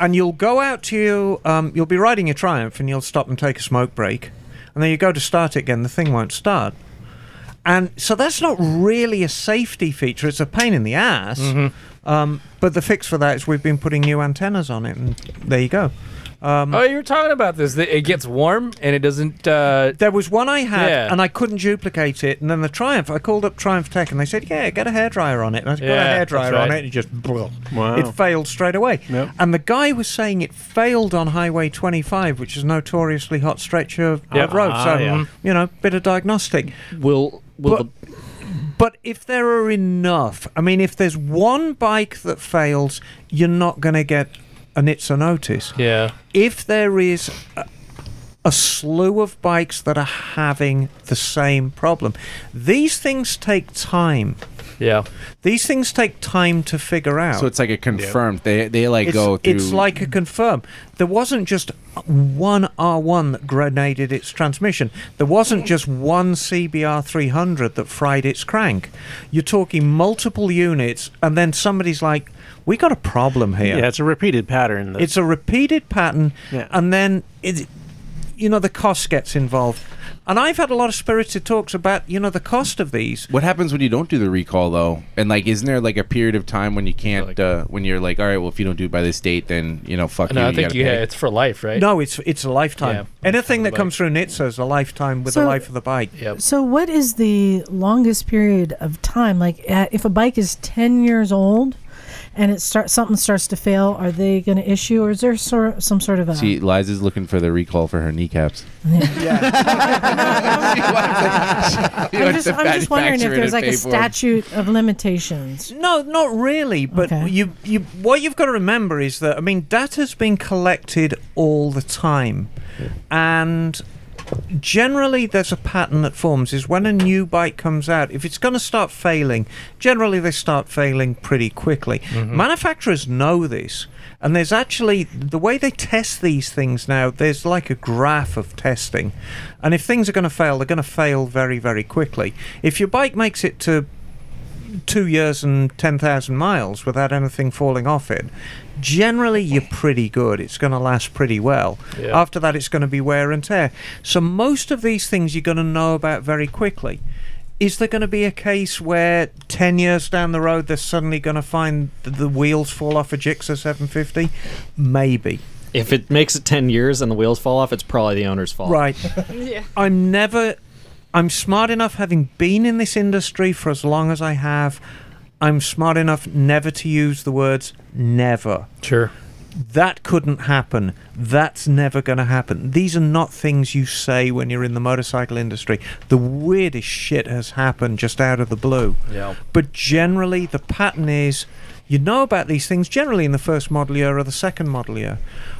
J: and you'll go out to you. Um, you'll be riding your Triumph, and you'll stop and take a smoke break, and then you go to start it again. The thing won't start, and so that's not really a safety feature. It's a pain in the ass.
D: Mm-hmm.
J: Um, but the fix for that is we've been putting new antennas on it, and there you go. Um,
D: Oh, you were talking about this. that It gets warm and it doesn't. Uh,
J: there was one I had,
D: Yeah.
J: and I couldn't duplicate it. And then the Triumph, I called up Triumph Tech, and they said, "Yeah, get a hairdryer on it." And I got
D: Yeah,
J: a hairdryer
D: that's
J: on
D: right.
J: it, and it just blew.
D: Wow.
J: It failed straight away.
D: Yep.
J: And the guy was saying it failed on Highway 25, which is a notoriously hot stretch of of
D: Yep.
J: road.
D: Ah,
J: So
D: yeah.
J: you know, bit of diagnostic.
D: Will
J: will. But, but if there are enough, I mean, if there's one bike that fails, you're not going to get an it's a notice
D: yeah.
J: if there is a, a slew of bikes that are having the same problem, these things take time.
D: Yeah.
J: These things take time to figure out.
H: So it's like a confirmed. They they like
J: it's,
H: go through.
J: it's like a confirm. There wasn't just one R1 that grenaded its transmission. There wasn't just one CBR 300 that fried its crank. You're talking multiple units, and then somebody's like, "We got a problem here."
M: Yeah, it's a repeated pattern. that-
J: It's a repeated pattern,
M: Yeah.
J: and then it, you know the cost gets involved. And I've had a lot of spirited talks about you know the cost of these.
H: What happens when you don't do the recall though? And like, isn't there like a period of time when you can't? uh, when you're like, all right, well, if you don't do it by this date, then you know, fuck you.
D: No, I think
H: gotta
D: you. Yeah,
H: pay."
D: it's for life, right?
J: No, it's it's a lifetime.
D: Yeah,
J: Anything
D: lifetime of
J: that
D: the
J: comes through NHTSA is a lifetime with the
C: So-
J: life of the bike.
C: So, what is the longest period of time? Like, uh, if a bike is ten years old and it starts, something starts to fail, are they going to issue, or is there sort some sort of a?
H: See, Liza's looking for the recall for her kneecaps.
C: I'm just, I'm just wondering if there's like a statute of limitations.
J: No, not really. But you, you, what you've got to remember is that I mean, data's been collected all the time, and generally there's a pattern that forms. Is when a new bike comes out, if it's going to start failing, generally they start failing pretty quickly. Manufacturers know this, and there's actually the way they test these things now. There's like a graph of testing, and if things are going to fail, they're going to fail very, very quickly. If your bike makes it to two years and 10,000 miles without anything falling off it, generally you're pretty good. It's going to last pretty well.
D: Yeah.
J: After that, it's going to be wear and tear. So, most of these things you're going to know about very quickly. Is there going to be a case where 10 years down the road they're suddenly going to find th- the wheels fall off a Gixxer 750? Maybe.
E: If it makes it 10 years and the wheels fall off, it's probably the owner's fault.
J: Right. I'm never. I'm smart enough, having been in this industry for as long as I have, I'm smart enough never to use the words never.
D: Sure.
J: That couldn't happen. That's never going to happen. These are not things you say when you're in the motorcycle industry. The weirdest shit has happened just out of the blue.
D: Yeah.
J: But generally, the pattern is you know about these things generally in the first model year or the second model year.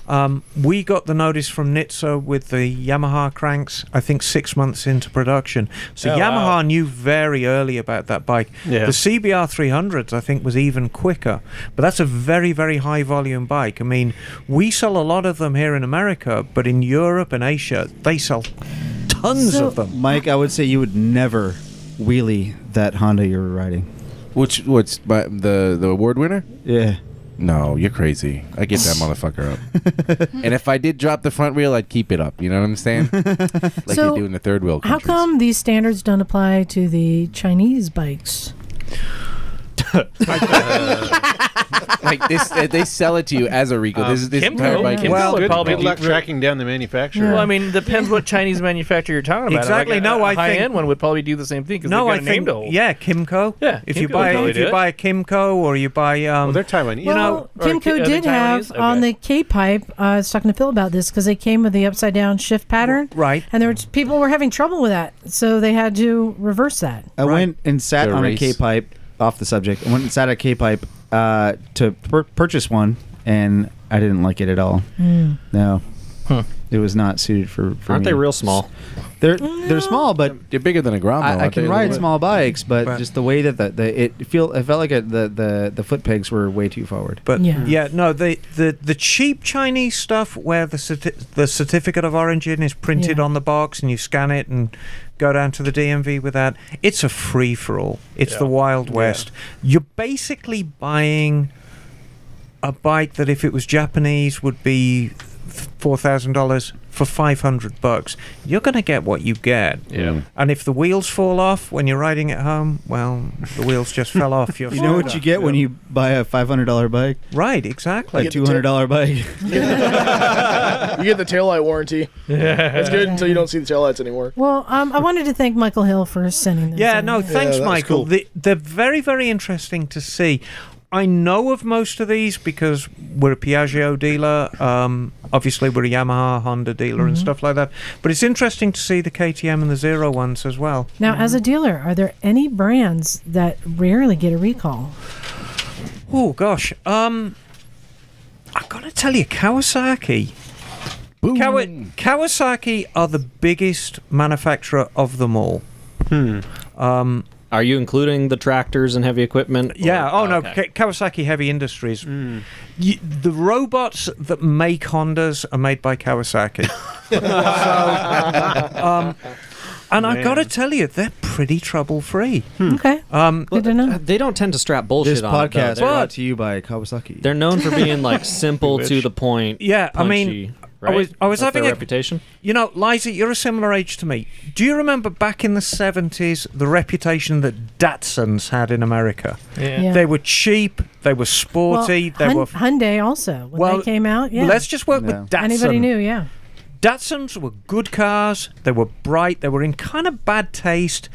J: Um, we got the notice from NHTSA with the Yamaha cranks, I think six months into production. So
M: Oh,
J: Yamaha
M: wow.
J: knew very early about that bike.
M: Yeah.
J: The CBR 300s, I think, was even quicker. But that's a very, very high volume bike. I mean, we sell a lot of them here in America, but in Europe and Asia, they sell tons of them.
B: Mike, I would say you would never wheelie that Honda you were riding.
H: Which what's by, the the award winner?
B: Yeah.
H: No, you're crazy. I get that motherfucker up. and if I did drop the front wheel, I'd keep it up. You know what I'm saying? like
C: So,
H: they do in the third wheel.
C: How come these standards don't apply to the Chinese bikes?
H: like this, uh, they sell it to you as a Rico.
M: Um,
H: this is this
D: Kimco-
H: entire bike. is-
D: Kimco would Well, probably
M: Good luck
D: be-
M: tracking down the manufacturer.
D: Well, I mean, depends what Chinese manufacturer you're talking about.
J: Exactly.
D: Like a,
J: No,
D: a
J: I
D: high
J: think-
D: end one would probably do the same thing because
J: No,
D: they
J: I
D: got a name
J: think
D: to hold.
J: yeah, Kimco.
D: Yeah,
J: if you
D: Kimco
J: buy
D: probably
J: if you
D: did.
J: buy a Kimco or you buy um, they're
M: Taiwanese.
J: You know,
C: Well, Kimco did have on the K pipe. Uh, I was talking to Phil about this because they came with the upside down shift pattern,
J: right?
C: And there were people were having trouble with that, so they had to reverse that.
B: I went and sat
C: The
B: on
C: race.
B: a K pipe off the subject. I went and sat at K pipe uh, to pur- purchase one, and I didn't like it at all.
C: Mm.
B: No, it was not suited for. for
E: Aren't
B: me.
E: they real small?
B: They're they're small, but
H: they're bigger than a Grom.
E: though,
B: I, I
E: aren't they,
B: can
E: a little
B: ride
E: bit?
B: small bikes, but
J: But-
B: just the way that the, the it feel I felt like it, the the the foot pegs were way too forward.
J: But yeah, no, the, the the cheap Chinese stuff where the certi- the certificate of origin is printed
M: Yeah.
J: on the box and you scan it and go down to the DMV with that, it's a free for all. It's the
M: Yeah.
J: Wild
M: Yeah.
J: West. You're basically buying a bike that if it was Japanese would be four thousand dollars for five hundred bucks. You're gonna get what you get.
H: Yeah.
J: And if the wheels fall off when you're riding at home, well, the wheels just fell off. You're
B: you know what you get when you buy a five hundred dollar bike?
J: Right, exactly.
B: A two hundred dollar bike.
I: you get the taillight warranty.
J: Yeah.
I: It's good until you don't see the taillights anymore.
C: Well, um, I wanted to thank Michael Hill for sending this.
J: Yeah,
C: in.
J: no, thanks,
I: that was
J: Michael.
I: cool.
J: They, they're very, very interesting to see. I know of most of these because we're a Piaggio dealer. Um, obviously, we're a Yamaha, Honda dealer, and
C: Mhm.
J: stuff like that. But it's interesting to see the KTM and the Zero ones as well.
C: Now, as a dealer, are there any brands that rarely get a recall?
J: Oh gosh, um, I've got to tell you, Kawasaki. Kawa- Kawasaki are the biggest manufacturer of them all.
E: Hmm.
J: Um,
E: Are you including the tractors and heavy equipment?
J: Yeah.
E: Or-
J: Oh no,
E: okay. Hmm.
J: Ka- Kawasaki Heavy Industries. Y the robots that make Hondas are made by Kawasaki. so, um, and I've got to
E: Man.
J: tell you, they're pretty trouble free.
E: Hmm.
C: Okay.
J: Um,
E: Good to know. They don't tend to strap bullshit
B: This
E: on. it, though.
B: podcast
E: They're,
B: brought to you by Kawasaki.
E: they're known for being like simple
B: We
E: to
B: wish.
E: the point.
J: Yeah, I mean,
E: punchy,
J: I
E: right?
J: was- I was
E: That's
J: having
E: their
J: a-
E: reputation.
J: You know, Liza, you're a similar age to me. Do you remember back in the 70s the reputation that Datsuns had in America?
C: Yeah. Yeah.
J: They were cheap, they were sporty,
C: well,
J: they
C: Hun-
J: were.
C: Hyundai also when
J: Well,
C: they came out. Yeah,
J: let's just work with Datsun.
C: Anybody knew? Yeah.
J: Datsuns were good cars. They were bright. They were in kind of bad taste,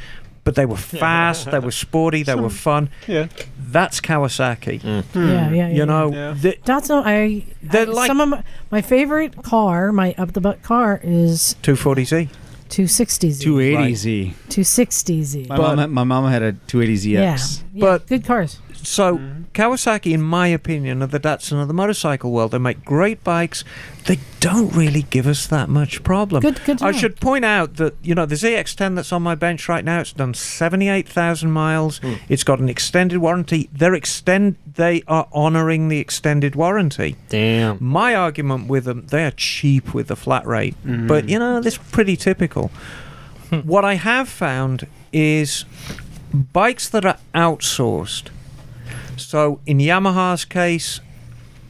J: but they were fast. they were sporty. They were fun.
M: Yeah.
J: That's Kawasaki.
C: Yeah, yeah, yeah.
J: You know,
C: yeah.
J: the-
C: Datsun. I, I
J: They're like-
C: some of my, my favorite car, my up the butt car is
J: 240Z.
C: 260Z.
B: 280Z.
C: 260Z.
B: My mom, my mom had a 280ZX.
C: yeah, yeah,
J: But-
C: good cars.
J: So Kawasaki, in my opinion, are the Datsun of the motorcycle world. They make great bikes. They don't really give us that much problem.
C: Good- good to
J: I
C: know.
J: should point out that you know the ZX10 that's on my bench right now. It's done seventy-eight thousand miles. It's got an extended warranty. They're extend. They are honouring the extended warranty.
E: Damn.
J: My argument with them, they are cheap with the flat rate, but you know this is pretty typical. what I have found is bikes that are outsourced. So in Yamaha's case,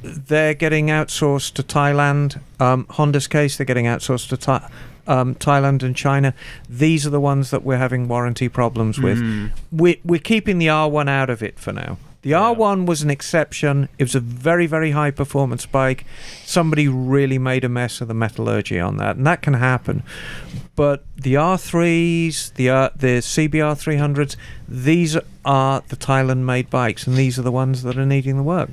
J: they're getting outsourced to Thailand. Um, Honda's case, they're getting outsourced to Thai- um, Thailand and China. These are the ones that we're having warranty problems with.
M: Mm.
J: We're, we're keeping the R1 out of it for now. The R1 was an exception. It was a very, very high performance bike. Somebody really made a mess of the metallurgy on that, and that can happen. But the R3s, the R, the CBR 300s, these are the Thailand made bikes, and these are the ones that are needing the work.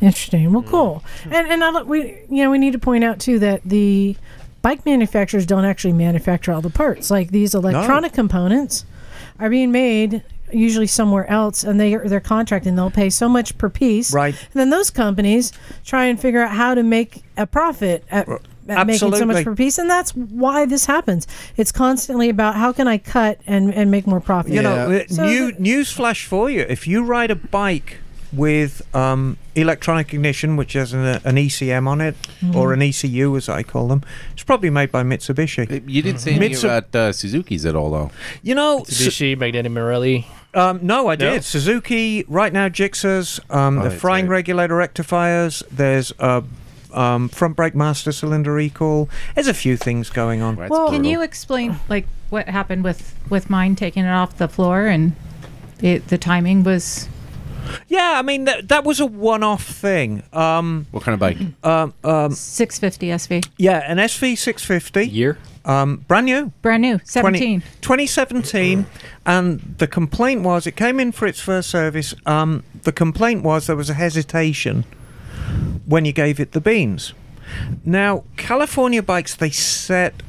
C: Interesting.
J: Mm.
C: Well, cool. And and I'll, we you know we need to point out too that the bike manufacturers don't actually manufacture all the parts. Like these electronic components are being made usually somewhere else, and they they're contracting. They'll pay so much per piece.
J: Right.
C: And then those companies try and figure out how to make a profit at. At making so
J: Absolutely.
C: much per piece, and that's why this happens. It's constantly about how can I cut and, and make more profit.
J: You know, uh,
C: So
J: new news flash for you: if you ride a bike with um, electronic ignition, which has an, uh, an ECM on it,
K: Mm-hmm.
J: or an ECU as I call them, it's probably made by Mitsubishi.
H: You didn't say anything
J: Mitsu-
H: about uh, Suzuki's uh, at all, though.
J: You know,
D: Mitsubishi, Magneti Marelli.
J: Um, no, I
M: No?
J: did. Suzuki, right now, Jixers, um,
M: Oh,
J: the
M: that's
J: frying regulator rectifiers, there's a um, front brake master cylinder recall. There's a few things going on.
K: well, can you explain like what happened with with mine taking it off the floor and it, the timing was
J: Yeah, I mean, that, that was a one off thing. Um,
H: what kind of bike?
J: Um, um,
K: 650 SV.
J: Yeah, an SV 650.
E: Year?
J: Um, brand new.
K: Brand new, 17.
J: 2017. And the complaint was, it came in for its first service. Um, the complaint was there was a hesitation when you gave it the beans. Now, California bikes, they set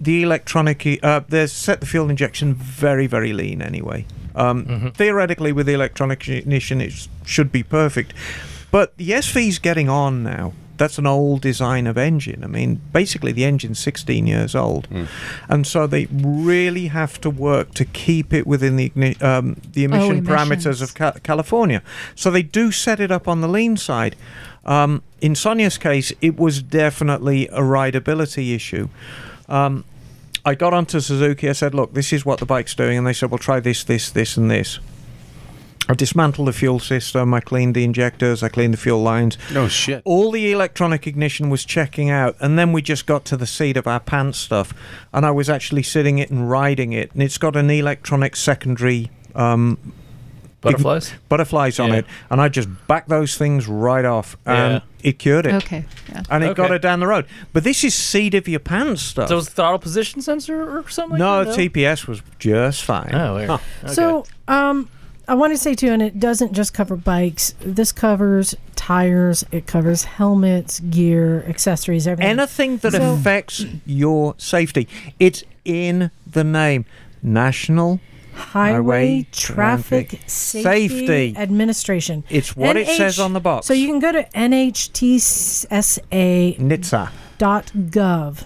J: the electronic, e- uh, they set the fuel injection very, very lean anyway. Um, Theoretically, with the electronic ignition, it sh- should be perfect. But the SV's getting on now. That's an old design of engine. I mean, basically, the engine's 16 years old. And so they really have to work to keep it within the, igni- um, the
M: Oh,
J: emission parameters
M: emissions.
J: of Ca- California. So they do set it up on the lean side. Um, in Sonia's case, it was definitely a rideability issue. Um, I got onto Suzuki. I said, "Look, this is what the bike's doing," and they said, "Well, try this, this, this, and this." I dismantled the fuel system. I cleaned the injectors. I cleaned the fuel lines.
H: No shit.
J: All the electronic ignition was checking out, and then we just got to the seat of our pants stuff, and I was actually sitting it and riding it, and it's got an electronic secondary. Um,
D: Butterflies?
J: ign- butterflies on it, and I just backed those things right off, and it cured it.
K: Okay, yeah.
J: And it got
D: Okay.
J: her down the road. But this is seat of your pants stuff.
D: So it's throttle position sensor or something?
J: no,
D: like that?
J: TPS was just fine.
D: Oh, weird.
C: So, um, I want to say too, and it doesn't just cover bikes. This covers tires. It covers helmets, gear, accessories, everything.
J: anything that
C: So-
J: affects your safety. It's in the name National
C: Highway, Traffic, Safety,
J: Safety.
C: Administration.
J: It's what it says on the box.
C: So you can go to NHTSA
J: NHTSA.
C: dot gov,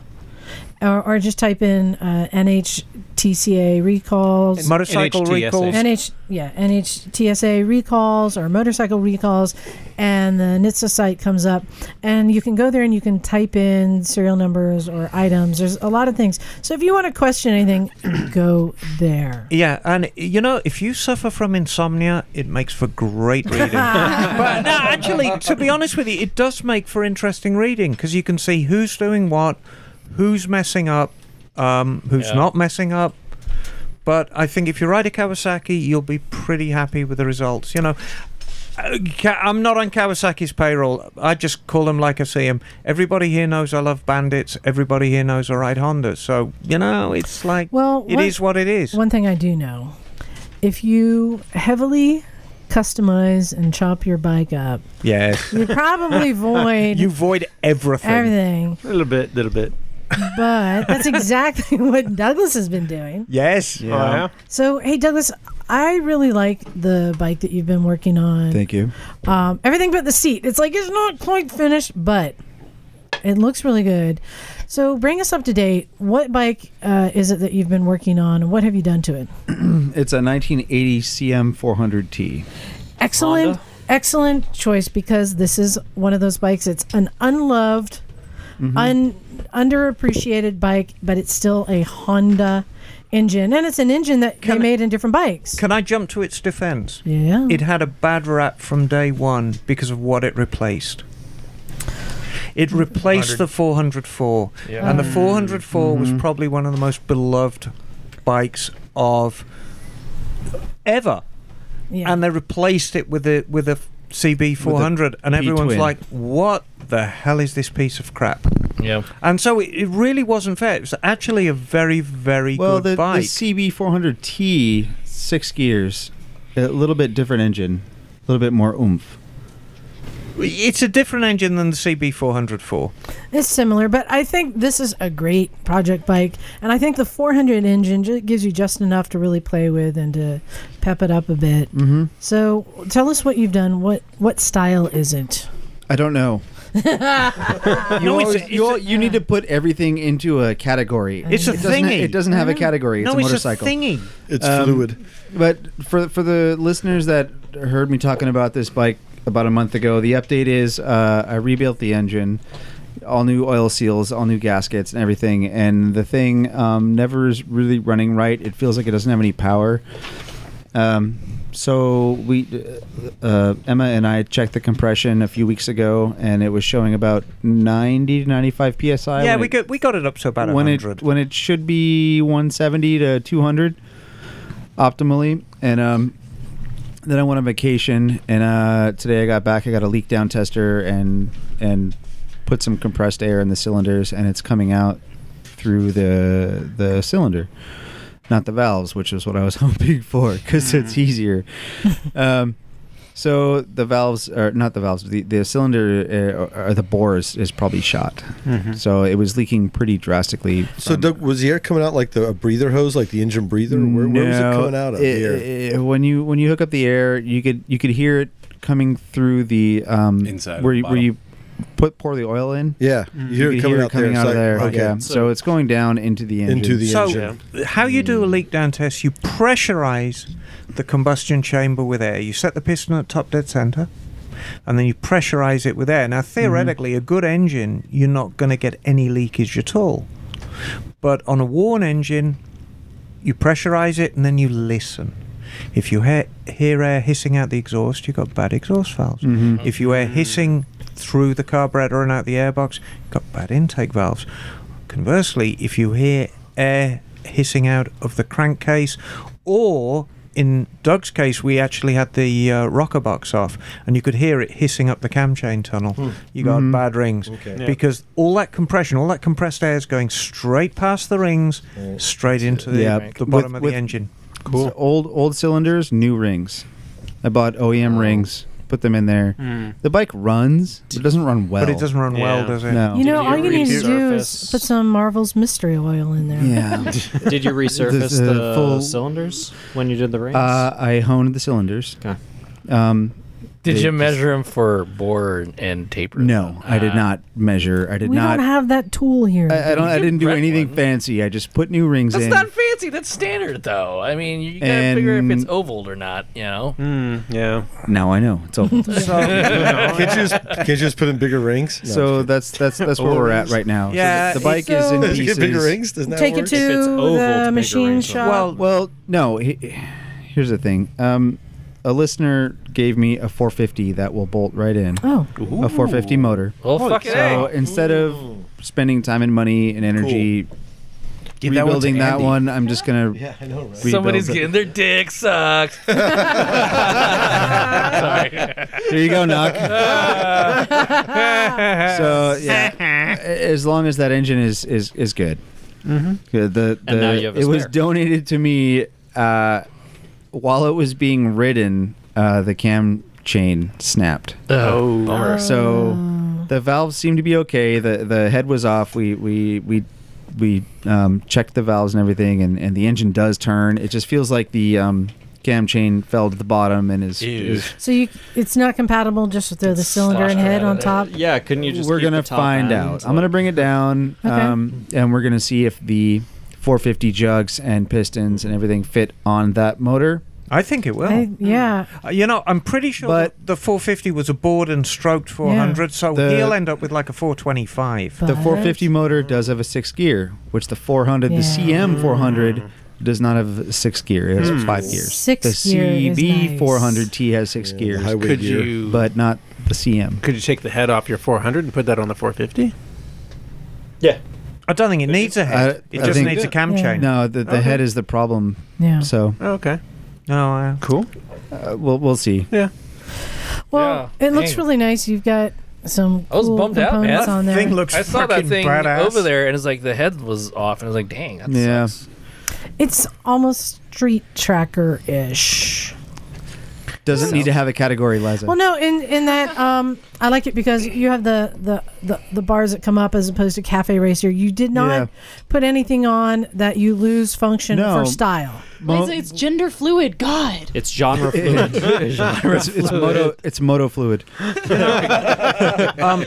C: or, or just type in uh, NHTCA recalls,
J: Motorcycle NHTSA. recalls.
C: NH yeah NHTSA recalls or motorcycle recalls, and the NHTSA site comes up, and you can go there and you can type in serial numbers or items. There's a lot of things. So if you want to question anything, go there.
J: Yeah, and you know, if you suffer from insomnia, it makes for great reading. but no, actually, to be honest with you, it does make for interesting reading because you can see who's doing what, who's messing up, um, who's
M: Yeah.
J: not messing up. But I think if you ride a Kawasaki, you'll be pretty happy with the results. You know, uh, Ka- I'm not on Kawasaki's payroll. I just call them like I see them. Everybody here knows I love bandits. Everybody here knows I ride Hondas. So you know, it's like
C: Well,
J: it is
C: one-
J: what it is.
C: One thing I do know if you heavily customize and chop your bike up,
J: Yes.
C: You probably void-
J: You void everything.
C: Everything.
M: A little bit, little bit.
C: but that's exactly what Douglas has been doing.
J: Yes.
M: Yeah. Oh, yeah?
C: So, hey, Douglas, I really like the bike that you've been working on.
B: Thank you.
C: Um, everything but the seat. It's like it's not quite finished, but it looks really good. So, bring us up to date. What bike uh, is it that you've been working on, and what have you done to it?
B: it's a 1980 CM 400T.
C: Excellent, excellent choice because this is one of those bikes. It's an unloved, un underappreciated bike, but it's still a Honda engine, and it's an engine that they made in different bikes.
J: Can I jump to its defense?
C: Yeah.
J: It had a bad rap from day one because of what it replaced. It replaced
M: 100.
J: the 404,
M: Yeah.
J: and the
B: Mm-hmm.
M: Mm.
J: 404
M: Mhm.
J: was probably one of the most beloved bikes of ever.
C: Yeah.
J: And they replaced it with a with a CB 400, and everyone's
M: P-twin.
J: like, "What the hell is this piece of crap?"
D: Yeah.
J: And so it, it really wasn't fair. It was actually a very very
B: Well,
J: good
B: Oh, the, the
J: bike.
B: CB 400T, six gears, a little bit different engine, a little bit more oomph.
J: It's a different engine than the CB404.
C: It's similar, but I think this is a great project bike, and I think the 400 engine ju- gives you just enough to really play with and to pep it up a bit. Mm-hmm. So, tell us what you've done. What what style is it?
B: I don't know. you,
C: No, it's a-
B: always- you, al- you need to put everything into a category.
J: It's a
B: it doesn't ha-
J: thingy.
B: it doesn't have a category. It's
J: No,
B: a
J: it's a
B: motorcycle. Um,
J: thingy.
F: It's fluid.
B: But for for the listeners that heard me talking about this bike about a month ago, the update is uh, I rebuilt the engine, all new oil seals, all new gaskets, and everything. And the thing um, never is really running right. It feels like it doesn't have any power. Um, so we, uh, Emma and I checked the compression a few weeks ago, and it was showing about 90 to 95 psi.
J: yeah,
B: when
J: we
B: it-
J: got we got it up to about
B: when
J: hundred.
B: it when it should be 170 to 200 optimally and um then I went on vacation and uh today I got back I got a leak down tester and and put some compressed air in the cylinders and it's coming out through the the cylinder not the valves which is what I was hoping for cuz it's easier um so the valves are not the valves the, the cylinder uh, or the bore is, is probably shot
F: Mhm.
B: so it was leaking pretty drastically
F: So, Doug, was the air coming out like the a breather hose, like the engine breather? Where, where was it
B: No,
F: coming out of?
B: it-
F: the air?
B: it- when you when you hook up the air, you could you could hear it coming through the um,
F: Inside
B: where
F: the
B: you, where
F: bottle.
B: you put pour the oil in. Mm-hmm.
F: Yeah,
B: you, could hear it coming out of there. Yeah, so, it's going down into the engine.
J: so how you do a leak down test? You pressurize the combustion chamber with air. You set the piston at top dead center, and then you pressurize it with air. Now theoretically, a good engine, you're not going to get any leakage at all. But on a worn engine, you pressurize it and then you listen. If you hear, hear air hissing out the exhaust, you've got bad exhaust valves.
B: Mhm.
J: If you air hissing through the carburetor and out the airbox, you've got bad intake valves. Conversely, if you hear air hissing out of the crankcase, or in Doug's case, we actually had the uh, rocker box off, and you could hear it hissing up the cam chain tunnel. You got
M: Mhm.
J: bad rings
M: Okay. Yeah.
J: because all that compression, all that compressed air is going straight past the rings, straight into the, the bottom of the engine.
B: Cool. Old old cylinders, new rings. I bought OEM rings, put them in there.
J: Mm.
B: The bike runs, but it doesn't run well.
J: But it doesn't run well, Yeah. does it?
B: No.
C: You know, all you need to do is put some Marvel's mystery oil in there.
B: Yeah.
E: Did you resurface
B: The-
E: the,
B: the full-
E: cylinders when you did the rings?
B: Uh, I honed the cylinders.
E: Okay.
B: Um,
D: Did
B: they-
D: you measure them for bore and taper?
B: No, I did
D: Ah.
B: not measure. I did
C: we
B: not.
C: don't have that tool here.
B: I, I don't. I didn't do anything fancy. I just put new rings
D: That's
B: in.
D: not fancy. That's standard, though. I mean, you gotta figure if it's
B: And-
D: oval or not. You know.
B: yeah. Now I know. It's oval.
F: Hmm, can't, you just, can't you just put in bigger rings? No,
B: so that's that's that's where we're at right now. So
F: Yeah,
B: the, the bike
F: it's-
B: is in
F: Does it get
B: pieces.
F: bigger rings? Doesn't that
C: Take it work? to
B: If it's
C: the
B: oval, to
C: machine
B: bigger rings.
C: shop.
B: Well, well, no. he- here's the thing. Um, a listener gave me a 450 that will bolt right in.
C: Oh,
B: a 450 motor.
D: Well, fuck it,
B: So
D: eh?
B: instead of spending time and money and energy
D: Give that one to
B: rebuilding that
D: Andy.
B: one, I'm just gonna
F: yeah, I know, right?
D: Somebody's
B: it.
D: getting their dick sucked. Sorry.
B: There you go, knock. so yeah, as long as that engine is is is good.
M: Mm-hmm.
B: The, the,
M: And now you have a
B: it was
M: spare.
B: donated to me uh, while it was being ridden. Uh, the cam chain snapped.
D: Oh. Bummer.
B: Uh, So the valves seemed to be okay. the The head was off. We we we we um, checked the valves and everything, and, and the engine does turn. It just feels like the um, cam chain fell to the bottom and is, is
C: So you, it's not compatible. Just to throw the cylinder and head on top.
E: Uh, Yeah, couldn't you just?
B: we're
E: keep
B: gonna
E: the top
B: find
E: end?
B: out. I'm gonna bring it down,
E: Okay.
B: um, and we're gonna see if the 450 jugs and pistons and everything fit on that motor.
J: I think it will.
C: I- yeah.
J: Uh, you know, I'm pretty sure
B: But-
J: that the 450 was a bored and stroked 400, so
B: The-
J: he'll end up with like a 425.
B: The 450 motor does have a six gear, which the 400, the CM
J: Mm.
B: 400, does not have a six gear. It has
C: Mm.
B: five gears.
C: Six
B: the
C: gear is
B: CB 400T has six gears.
M: highway Could gear. you-
B: But not the CM.
M: Could you take the head off your 400 and put that on the 450?
J: I don't think it needs a head. it
B: I
J: just
B: think-
J: needs a cam chain.
B: No, the, the
J: Okay.
B: head is the problem.
C: Yeah.
B: So
J: Okay. No. Uh,
B: cool. Uh, we'll we'll see.
J: Yeah.
C: Well, it looks
D: Dang.
C: really nice. You've got some
D: I was
C: cool
D: bummed out,
C: components
D: man.
C: on there.
D: I saw that thing over there, and it's like the head was off, and I was like, "Dang, that's
B: Yeah.
C: It's almost street tracker ish.
B: Doesn't need to have a category, Liza.
C: Well, no, in in that um, I like it because you have the, the the the bars that come up as opposed to cafe racer. You did not
B: Yeah.
C: put anything on that you lose function
B: No.
C: for style.
B: Mo-
G: Liza, it's gender fluid. God.
E: It's genre fluid.
B: it's, it's moto. It's moto fluid.
J: um,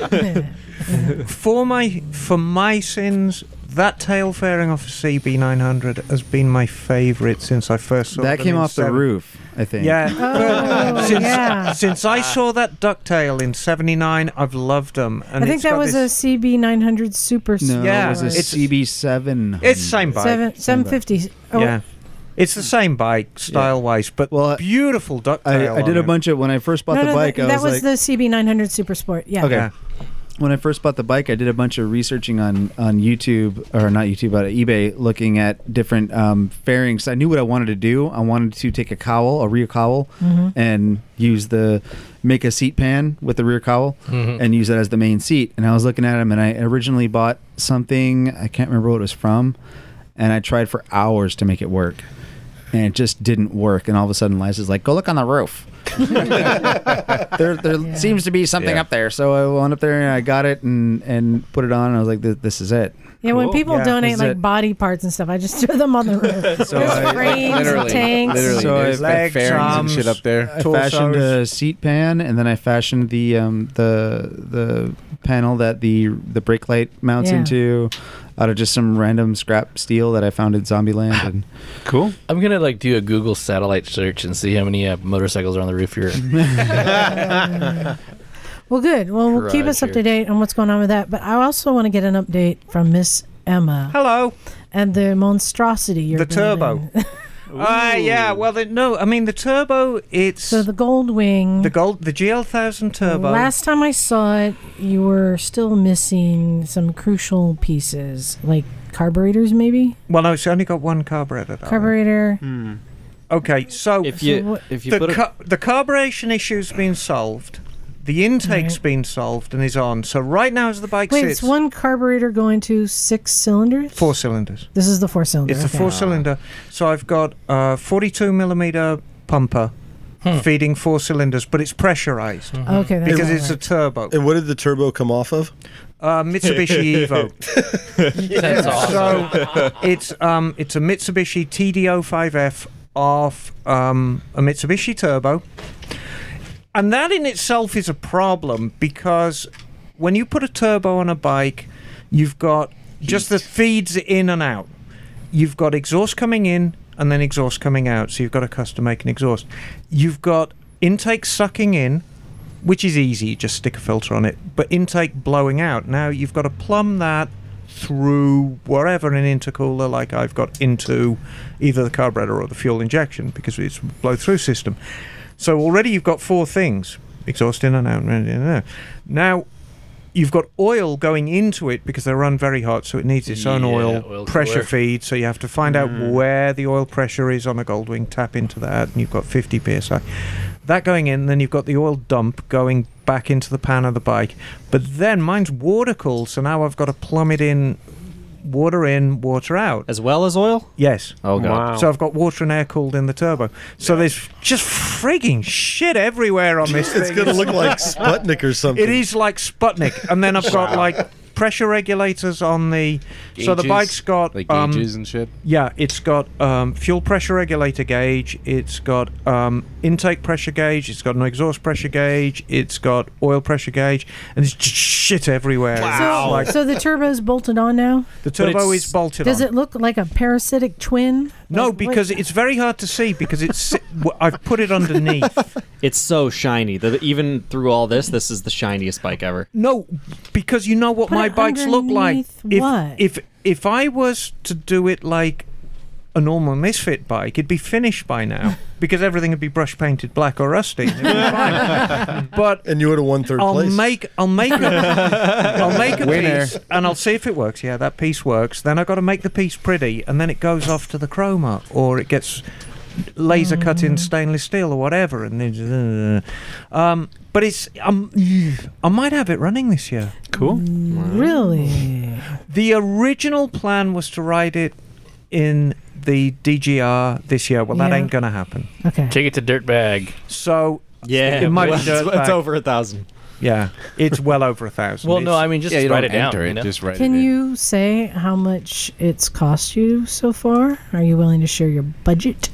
J: for my for my sins, that tail fairing off a CB 900 has been my favourite since I first saw
B: That
J: them
B: came
J: in
B: off the
J: seven-
B: roof, I think.
J: Yeah.
C: Oh,
J: since,
C: yeah.
J: since I saw that ducktail in '79, I've loved them. And
C: I think
J: it's
C: that
J: got
C: was
J: this,
C: a CB 900 Super.
B: No,
C: Sport.
B: it was a CB seven.
J: It's same bike.
C: Seven, 750. Oh,
J: yeah. It's the same bike style wise, but beautiful ducktail.
B: I, I did a
J: on it.
B: bunch of when I first bought
C: No,
B: the
C: no,
B: bike.
C: th-
B: I
C: that
B: was,
C: was
B: like,
C: the CB900 Super Sport. Yeah.
B: Okay. When I first bought the bike, I did a bunch of researching on on YouTube or not YouTube, but eBay, looking at different um, fairings. I knew what I wanted to do. I wanted to take a cowl, a rear cowl,
F: Mm-hmm.
N: Mhm.
B: Mm-hmm. and use the make a seat pan with the rear cowl
N: Mhm.
B: and use that as the main seat. And I was looking at them, and I originally bought something I can't remember what it was from, and I tried for hours to make it work, and it just didn't work. And all of a sudden, Liza's like, "Go look on the roof." there there seems to be something
N: Yeah.
B: up there. So I went up there and I got it and and put it on and I was like, this, this is it.
C: Yeah, when people donate
B: This is
C: like
B: it.
C: body parts and stuff, I just throw them on the roof.
B: So
C: There's
B: I-
C: frames and
B: literally-
C: tanks.
B: literally, So there's I-
H: Legs, fairings and shit up there.
B: Um, I fashioned a seat pan and then I fashioned the um the the panel that the the brake light mounts
D: Yeah.
B: into out of just some random scrap steel that I found in Zombieland and cool.
D: I'm gonna like do a Google satellite search and see how many uh, motorcycles are on the roof here.
C: Well, good. Well, we'll keep us up to
D: Roger.
C: date on what's going on with that. But I also want to get an update from Miss Emma.
J: Hello.
C: And the monstrosity you're
J: the turbo.
C: building.
J: Ah, yeah. Well, the, no, I mean the turbo. It's so
C: the gold wing,
J: the gold, the GL thousand turbo.
C: Last time I saw it, you were still missing some crucial pieces, like carburetors, maybe
J: well, no, it's only got one carburetor. though. Hmm.
C: carburetor.
J: Okay, so
E: If you- So what- if you
J: the,
E: put a-
J: ca- the carburation issue's been solved, the intake's been solved and is on. So right now, as the bike
C: Wait,
J: sits,
C: it's one carburetor going to six cylinders.
J: four cylinders.
C: This is the four cylinder.
J: It's a
C: Oh, okay.
J: four cylinder. So I've got a 42 millimeter pumper feeding four cylinders, but it's pressurized.
C: Hmm. Okay, that's
J: because
C: how it
J: it's a turbo.
F: And what did the turbo come off of?
J: Uh, Mitsubishi Evo.
F: That's
J: So it's um it's a Mitsubishi TDO5F off um, a Mitsubishi Turbo, and that in itself is a problem because when you put a turbo on a bike, you've got just the feeds in and out. You've got exhaust coming in and then exhaust coming out, so you've got a custom make an exhaust. You've got intake sucking in, which is easy, you just stick a filter on it, but intake blowing out. Now you've got to plumb that through wherever an intercooler like I've got into either the carburetor or the fuel injection because it's a blow through system. So already you've got four things exhaust in and out, in and out. Now you've got oil going into it because they run very hot, so it needs its own
D: Yeah,
J: oil,
D: oil
J: pressure
D: cooler.
J: feed. So you have to find out
D: Mm.
J: where the oil pressure is on a Goldwing, tap into that, and you've got 50 psi. That going in, then you've got the oil dump going back into the pan of the bike. But then mine's water cooled, so now I've got to plumb it in. Water in, water out. As well as oil? Yes.
E: Oh, God. Wow.
J: So I've got water and air cooled in the turbo. So there's just frigging shit everywhere on this
F: It's
J: thing.
F: gonna look like Sputnik or something.
J: It is like Sputnik, and then I've got like pressure regulators on the. so the
H: Gauges,
J: bike's got
H: like
J: um,
H: gauges and shit?
J: Yeah, it's got um, fuel pressure regulator gauge. It's got um, intake pressure gauge. It's got an exhaust pressure gauge. It's got oil pressure gauge, and it's just shit everywhere.
C: So,
J: Like,
C: so the turbo's bolted on now.
J: The turbo is bolted
C: Does
J: on.
C: it look like a parasitic twin?
J: no,
C: Like,
J: because
C: what-
J: it's very hard to see because it's. w- I've put it underneath.
E: It's so shiny. The, even through all this, this is the shiniest bike ever.
J: No, because you know what
E: Put
J: my
E: it
J: bikes look like.
E: underneath
J: If,
E: what?
J: if if I was to do it like a normal misfit bike, it'd be finished by now because everything would be brush painted black or rusty. It'd be fine. but
F: and you would have won third
J: I'll
F: place.
J: make I'll make a, I'll make a
F: Winner.
J: piece and I'll see if it works. Yeah, that piece works. Then I got to make the piece pretty, and then it goes off to the chroma or it gets laser cut in stainless steel or whatever. And then, um, but it's um, I might have it running this year. Cool.
C: Really?
J: The original plan was to ride it in the DGR this year. Well, that
D: Yeah.
J: ain't gonna happen.
C: Okay.
D: Take it to Dirtbag.
J: So
D: Yeah,
J: it might
D: well,
J: be
D: it's-
J: dirt
D: it's
J: bike.
D: over a thousand.
J: Yeah, it's well over a thousand.
D: Well, no,
J: It's-
D: I mean, just Yeah, you write don't it down, enter it, you know? just write
C: Can you say how much it's cost you so far? Are you willing to share your budget?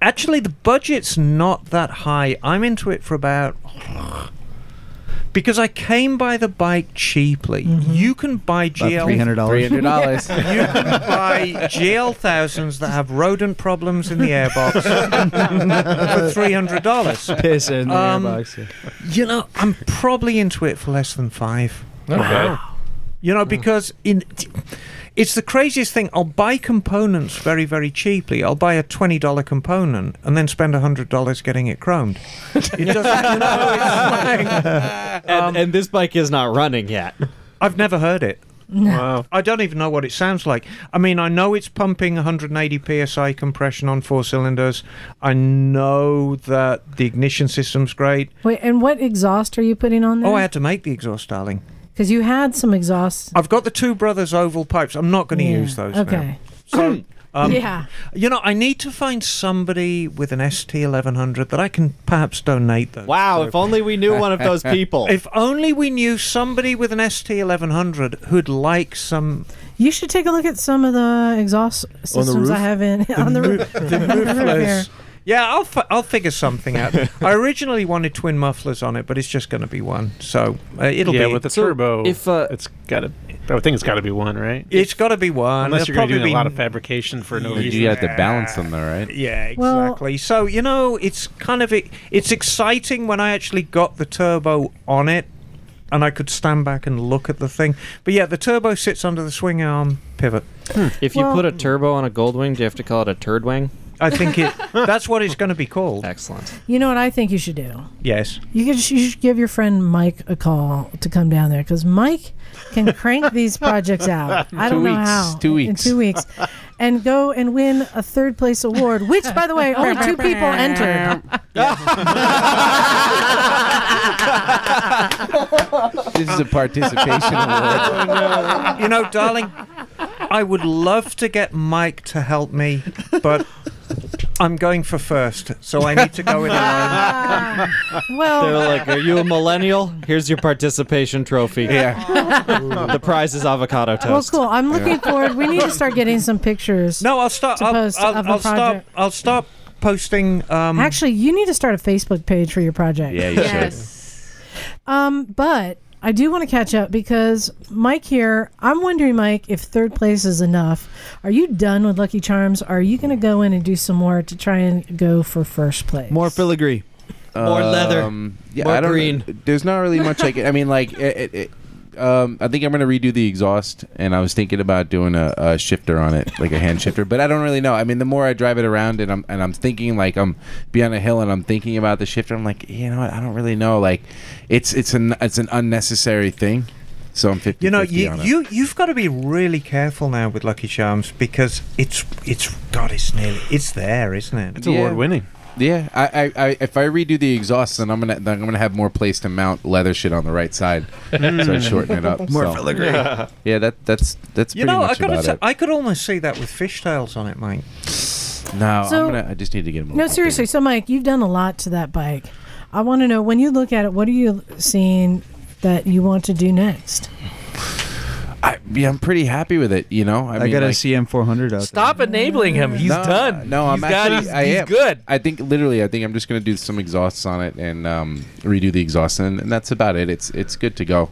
J: Actually, the budget's not that high. I'm into it for about. Because I came by the bike cheaply. You can buy
B: About
J: GL.
B: $300. $300.
J: you can buy GL thousands that have rodent problems in the airbox for $300.
B: Piss in the
J: Um,
B: airbox.
J: You know, I'm probably into it for less than five.
D: Okay.
J: You
E: Hmm.
J: know, because in it's the craziest thing. I'll buy components very, very cheaply. I'll buy a twenty dollar component and then spend hundred dollars getting it chromed. It doesn't, you know, it's like,
E: and, and this bike is not running yet.
J: I've never heard it. Wow. I don't even know what it sounds like. I mean, I know it's pumping 180 psi compression on four cylinders. I know that the ignition system's great.
C: Wait, and what exhaust are you putting on there?
J: Oh, I had to make the exhaust, darling.
C: Because you had some exhaust.
J: I've got the two brothers oval pipes. I'm not going to use those. now.
C: Okay.
J: So, um,
C: Yeah.
J: You know, I need to find somebody with an ST1100 that I can perhaps donate those.
E: Wow, if only we knew one of those people.
J: If only we knew somebody with an ST1100 who'd like some.
C: You should take a look at some of the exhaust systems
J: roof?
C: I have in on the roof.
J: The
C: on the roof here.
J: mufflers. Yeah, I'll, fi- I'll figure something out. I originally wanted twin mufflers on it, but it's just going to be one. So uh, it'll
M: yeah,
J: be
M: with the turbo.
E: If uh,
M: it's got to, I think it's got to be one, right?
J: It's got to be one.
M: Unless
J: There'll
M: you're going
J: probably
M: to do a
J: be
M: lot of fabrication for E no reason.
H: You have to balance them though, right?
J: Yeah,
M: Well-
J: exactly. so you know, it's kind of it, it's exciting when I actually got the turbo on it, and I could stand back and look at the thing. But yeah, the turbo sits under the swing arm pivot.
E: If you
J: Well-
E: put a turbo on a gold wing, do you have to call it a turd wing?
J: I think it. that's what it's going to be called.
E: Excellent.
C: You know what I think you should do?
J: Yes.
C: You could you should give your friend Mike a call to come down there because Mike can crank these projects out. I don't
H: Two
C: know
H: weeks,
C: how.
H: two
C: In
H: weeks.
C: two weeks, and go and win a third place award, which, by the way, only two people entered.
H: This is a participation award.
J: you know, darling, I would love to get Mike to help me, but I'm going for first, so I need to go in alone.
C: Ah. Oh.
E: They're like, "Are you a millennial? Here's your participation trophy.
J: Yeah.
E: the prize is avocado
C: Well,
E: toast.
C: cool. I'm looking forward. We need to start getting some pictures.
J: No, I'll start.
C: To
J: I'll,
C: post
J: I'll,
C: of the
J: I'll stop.
C: project.
J: I'll stop posting. Um,
C: Actually, you need to start a Facebook page for your project. Um, but I do want to catch up because Mike here. I'm wondering, Mike, if third place is enough. Are you done with Lucky Charms? Are you going to go in and do some more to try and go for first place?
B: More filigree.
H: More Um, leather. More green. There's not really much I can. I mean, like, it, it, it, um, I think I'm gonna redo the exhaust, and I was thinking about doing a, a shifter on it, like a hand shifter. But I don't really know. I mean, the more I drive it around, and I'm and I'm thinking like I'm beyond a hill, and I'm thinking about the shifter. I'm like, you know what? I don't really know. Like, it's it's an it's an unnecessary thing. So I'm 50.
J: you know,
H: 50
J: you,
H: on it.
J: you you've got to be really careful now with Lucky Charms because it's it's God, it's nearly it's there, isn't it?
H: Yeah. Yeah, I, I, I, if I redo the exhaust, then I'm gonna, then I'm gonna have more place to mount leather shit on the right side,
J: Mm.
H: so I shorten it up.
J: More
H: so.
J: filigree.
H: Yeah. that, that's that's
J: You
H: pretty
J: know, I
H: much
J: could
H: about
J: I
H: it.
J: could almost see that with fishtails on it, Mike.
H: No,
C: So-
H: Oh, I'm gonna, I just need to get them.
C: No, seriously. So, Mike, you've done a lot to that bike. I want to know when you look at it, what are you seeing that you want to do next?
H: I, yeah, I'm pretty happy with it. You know, I,
B: I
H: mean,
B: got a
H: like-
B: CM400 out
D: Stop enabling him. He's
H: No,
D: done.
H: No, I'm
D: He's got-
H: actually.
D: he's-
H: I
D: he's
H: am good. I think literally, I think I'm just gonna do some exhausts on it and um, redo the exhaust, and, and that's about it. It's it's good to go.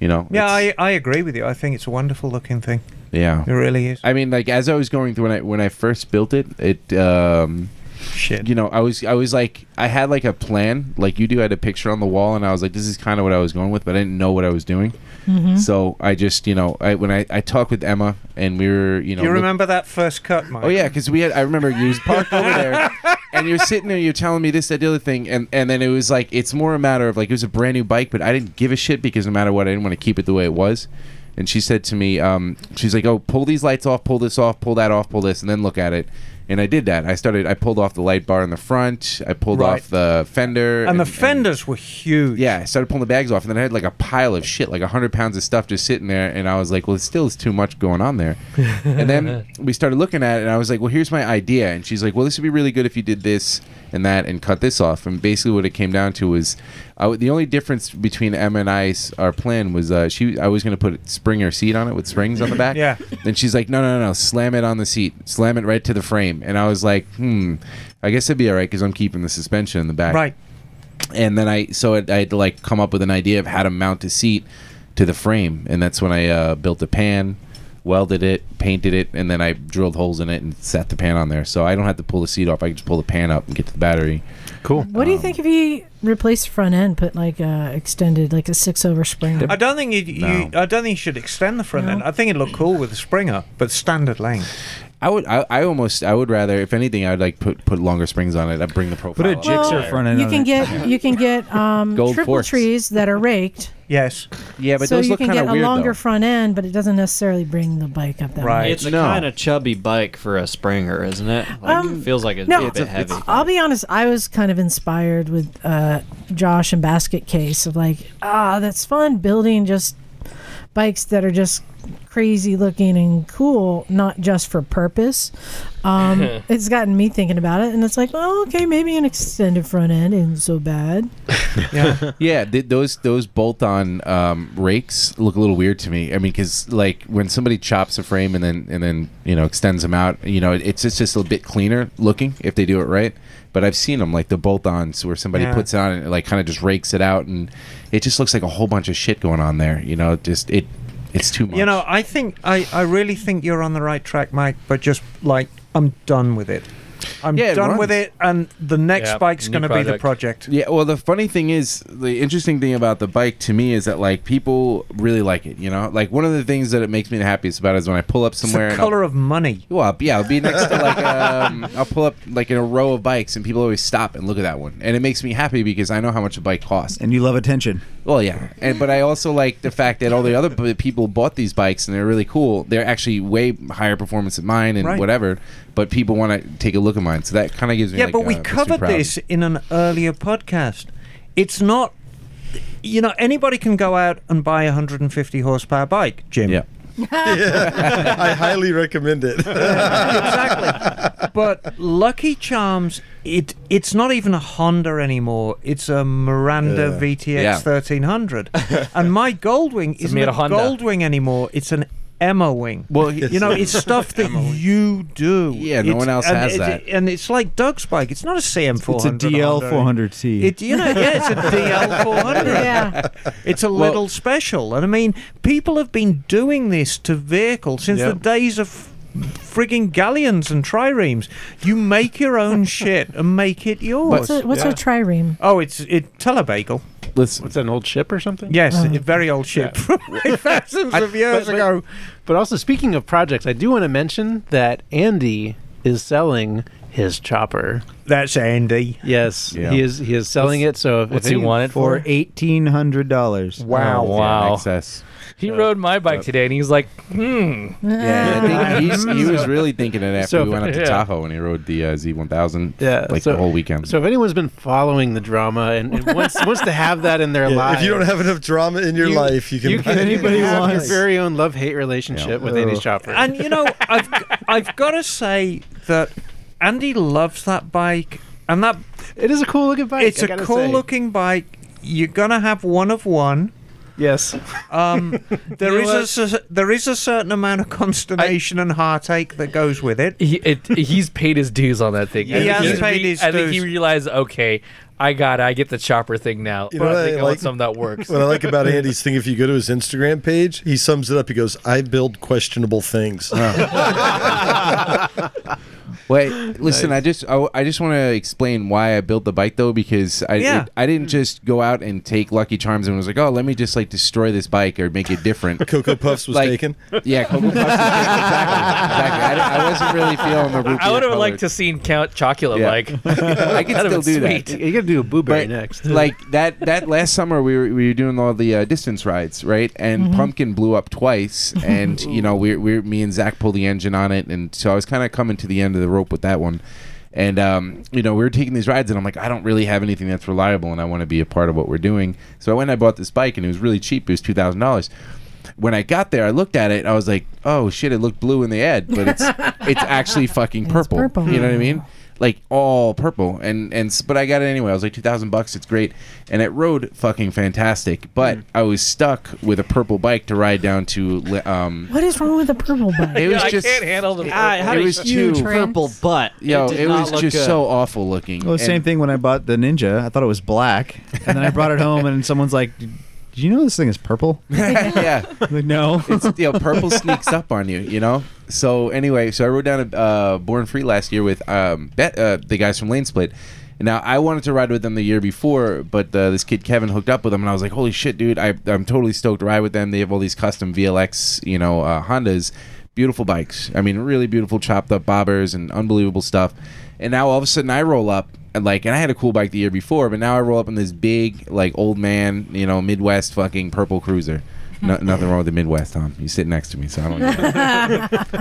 H: You know.
J: Yeah, I, I agree with you. I think it's a wonderful looking thing.
H: Yeah,
J: it really is.
H: I mean, like as I was going through when I when I first built it, it um,
J: shit.
H: You know, I was I was like I had like a plan, like you do. I had a picture on the wall, and I was like, this is kind of what I was going with, but I didn't know what I was doing.
J: Mhm.
H: So I just you know I when I I talked with Emma and we were you know
J: you
H: look-
J: remember that first cut, Mike?
H: Oh yeah, because we had. I remember you was parked over there, and you're sitting there, you're telling me this, that, the other thing, and and then it was like it's more a matter of like it was a brand new bike, but I didn't give a shit because no matter what, I didn't want to keep it the way it was. And she said to me, um, she's like, "Oh, pull these lights off, pull this off, pull that off, pull this, and then look at it." And I did that. I started. I pulled off the light bar in the front. I pulled
J: Right.
H: off the fender.
J: And the fenders were huge.
H: Yeah, I started pulling the bags off, and then I had like a pile of shit, like hundred pounds of stuff just sitting there. And I was like, "Well, it still is too much going on there." and then we started looking at it, and I was like, "Well, here's my idea." And she's like, "Well, this would be really good if you did this and that, and cut this off." And basically, what it came down to was, I w the only difference between Emma and I's our plan was uh, she I was going to put Springer seat on it with springs on the back.
J: Yeah.
H: And she's like, "No, no, no, no, slam it on the seat, slam it right to the frame." And I was like, "Hmm, I guess it'd be all right because I'm keeping the suspension in the back."
J: Right.
H: and then I so I, I had to like come up with an idea of how to mount a seat to the frame, and that's when I uh, built a pan, welded it, painted it, and then I drilled holes in it and sat the pan on there. So I don't have to pull the seat off; I can just pull the pan up and get to the battery. Um,
M: Cool.
C: What do you think if you replace the front end, put like uh, extended, like a six over spring?
J: I don't think you, you
C: No.
J: I don't think you should extend the front
C: No.
J: end. I think it'd look cool with a springer, but standard length.
H: I would. I, I almost. I would rather. If anything, I would like put put longer springs on it. I'd bring the profile.
B: a jigsaw Well, front
C: You can get you can get um,
H: Gold
C: triple
H: forks.
C: trees that are raked.
J: Yes.
H: Yeah,
C: so you can get a longer front end, but it doesn't necessarily bring the bike up that high.
E: It's a kind of chubby bike for a Springer, isn't it? Like,
C: Um,
E: feels like it's
C: no,
E: a bit heavy.
C: I'll be honest. I was kind of inspired with uh, Josh and Basket Case of like, ah, that's fun building just bikes that are just crazy looking and cool, not just for purpose. Um, it's gotten me thinking about it, and it's like, oh, okay, maybe an extended front end isn't so bad.
H: yeah, yeah. Th- those those bolt-on um, rakes look a little weird to me. I mean, because like when somebody chops a frame and then and then you know extends them out, you know, it's it's just a bit cleaner looking if they do it right. But I've seen them like the bolt-ons where somebody
J: Yeah.
H: puts it on and it, like kind of just rakes it out, and it just looks like a whole bunch of shit going on there. You know, just it it's too much.
J: You know, I think I, I really think you're on the right track, Mike. But just like I'm done with it. I'm
H: Yeah, it
J: done with
H: runs.
J: it, and the next
H: Yeah,
J: bike's
H: new
J: going to be the project.
H: Yeah. Well, the funny thing is, the interesting thing about the bike to me is that like people really like it. You know, like one of the things that it makes me the happiest about is when I pull up somewhere.
J: it's the
H: and I'll-
J: color of money.
H: Well, yeah, I'll be next to like um, I'll pull up like in a row of bikes, and people always stop and look at that one, and it makes me happy because I know how much a bike costs.
B: And you love attention.
H: Well, yeah, and but I also like the fact that all the other b- people bought these bikes and they're really cool. They're actually way higher performance than mine and
J: Right.
H: whatever, but people want to take a look at mine, so that kind of gives me
J: yeah,
H: like,
J: but we
H: uh, makes me
J: covered
H: proud.
J: this in an earlier podcast. It's not, you know, anybody can go out and buy a 150 horsepower bike, Jim. Yeah.
F: yeah, I highly recommend it.
J: But Lucky Charms, it it's not even a Honda anymore. It's a Miranda
D: Yeah.
J: VTX
D: Yeah.
J: 1300. and my Goldwing
D: It's
J: isn't
D: made
J: a
D: of Honda.
J: Goldwing anymore. It's an Emma wing.
H: Well,
J: you know, it's stuff that you do.
H: Yeah, no
J: It's-
H: one else
J: and
H: has
J: it-
H: that.
J: And it's like Doug's bike. It's not a CM400.
B: It's a DL400T.
J: It, you know, yeah, it's a DL400.
B: Yeah.
J: It's a
B: Well-
J: little special. And I mean, people have been doing this to vehicles since the
B: Yep.
J: days of frigging galleons and triremes. You make your own shit and make it yours.
C: What's a what's a trireme?
J: Oh, it's it telebagel.
H: Listen,
M: what's an old ship or something?
J: Yes, a very old ship. Thousands of years
M: but,
J: ago.
M: But also, speaking of projects, I do want to mention that Andy is selling his chopper.
J: That's Andy.
M: Yes,
B: Yeah.
M: he is. He is selling it. Oh, So if
B: What's
M: any-
B: he want it for? Eighteen hundred dollars.
D: Wow. wow. He
B: So-
D: rode my bike today and he's like, hmm.
H: Yeah, I think he's, he was really thinking it after
M: So-
H: we went up to
M: Yeah.
H: Tahoe and he rode the uh, Z1000.
M: Yeah,
H: like
M: so-
H: the whole weekend.
M: So if anyone's been following the drama and, and wants wants to have that in their
F: Yeah,
M: life,
F: if you don't have enough drama in your life, you can. buy it.
M: have your very own love hate relationship with Andy Chopper.
J: And you know, I've I've got to say that Andy loves that bike, and that
M: it is a cool looking bike.
J: It's
M: I
J: a
M: gotta
J: cool
M: say.
J: looking bike. You're gonna have one of one.
M: Yes.
J: Um, there
D: You
J: is
D: know
J: a cer- there is a certain amount of consternation and heartache that goes with it.
D: He, it he's paid his dues on that thing. I
J: Yeah,
D: think
J: he's paid
D: re-
J: his
D: I think he
J: dues.
D: realized, okay, I got it. I get the chopper thing now.
F: You
D: but
F: know what
D: I
F: I
D: think I want
F: like?
D: something that works.
F: What I like about Andy's thing, if you go to his Instagram page, he sums it up. He goes, "I build questionable things."
B: Uh-huh.
H: Wait, listen. I just I, I just want to explain why I built the bike though because I
F: Yeah.
H: it- I didn't just go out and take Lucky Charms and was like, oh, let me just like destroy this bike or make it different.
F: Cocoa Puffs was
H: Like,
F: taken.
H: Yeah, Cocoa Puffs. Was taken. Exactly. exactly. I, I wasn't really feeling the. root
D: I
H: beer
D: would have
H: color.
D: liked to seen Count Chocula
H: Yeah.
D: like.
H: I can still do that.
M: You gotta do a blueberry
H: But,
M: next.
H: like that that last summer we were we were doing all the uh, distance rides, right? And
M: Mhm.
H: pumpkin blew up twice, and you know we we me and Zach pulled the engine on it, and so I was kind of coming to the end of the rope with that one. And um, you know we were taking these rides, and I'm like, I don't really have anything that's reliable, and I want to be a part of what we're doing. So I went and I bought this bike, and it was really cheap. It was two thousand dollars. When I got there, I looked at it. and I was like, "Oh shit! It looked blue in the ad, but it's it's actually fucking purple."
C: purple.
H: You know what I mean? like all purple and and s- but I got it anyway. I was like 2000 bucks, it's great. And it rode fucking fantastic, but I was stuck with a purple bike to ride down to li- um
C: What is wrong with a purple bike?
H: It was just
D: handle the.
E: I had
H: It
E: a
H: was
E: huge
H: too-
E: purple butt.
H: Yo,
E: did
H: it
E: not
H: was
E: look
H: just
E: good.
H: so awful looking.
B: Well,
H: And-
B: Oh, same thing when I bought the Ninja. I thought it was black, and then I brought it home, and someone's like, "Do you know this thing is purple?"
H: yeah.
B: no.
H: it's, you know, purple sneaks up on you, you know? So, anyway, so I rode down to uh, Born Free last year with um, Bet, uh, the guys from Lane Split. Now I wanted to ride with them the year before, but uh, this kid Kevin hooked up with them, and I was like, "Holy shit, dude! I, I'm totally stoked to ride with them. They have all these custom VLX, you know, uh, Hondas, beautiful bikes. I mean, really beautiful chopped up bobbers and unbelievable stuff. And now all of a sudden I roll up and like, and I had a cool bike the year before, but now I roll up in this big like old man, you know, Midwest fucking purple cruiser. No, nothing wrong with the Midwest, Tom. You sit next to me, so I don't. know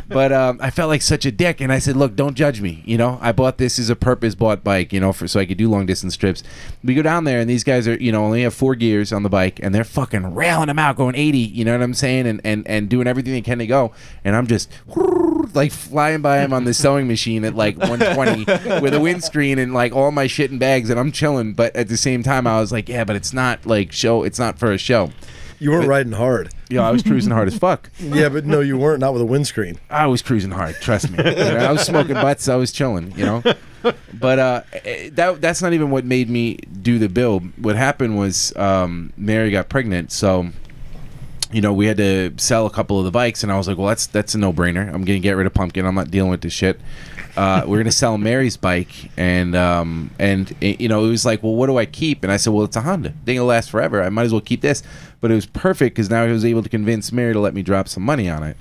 H: but um, I felt like such a dick, and I said, "Look, don't judge me. You know, I bought this as a purpose-bought bike. You know, for so I could do long distance trips." We go down there, and these guys are, you know, only have four gears on the bike, and they're fucking railing them out, going 80. You know what I'm saying? And and and doing everything they can to go, and I'm just like flying by him on the sewing machine at like 120 with a windscreen and like all my shit in bags, and I'm chilling. But at the same time, I was like, "Yeah, but it's not like show. It's not for a show."
F: You weren't riding hard.
H: Yeah, I was cruising hard as fuck.
F: Yeah, but no, you weren't. Not with a windscreen.
H: I was cruising hard. Trust me. You know, I was smoking butts. I was chilling. You know, but uh, eh, that that's not even what made me do the build. What happened was um, Mary got pregnant, so you know we had to sell a couple of the bikes, and I was like, well, that's that's a no brainer. I'm gonna get rid of Pumpkin. I'm not dealing with this shit. Uh, we're gonna sell Mary's bike, and um, and eh, you know it was like, well, what do I keep? And I said, well, it's a Honda. They're gonna last forever. I might as well keep this. But it was perfect because now I was able to convince Mary to let me drop some money on it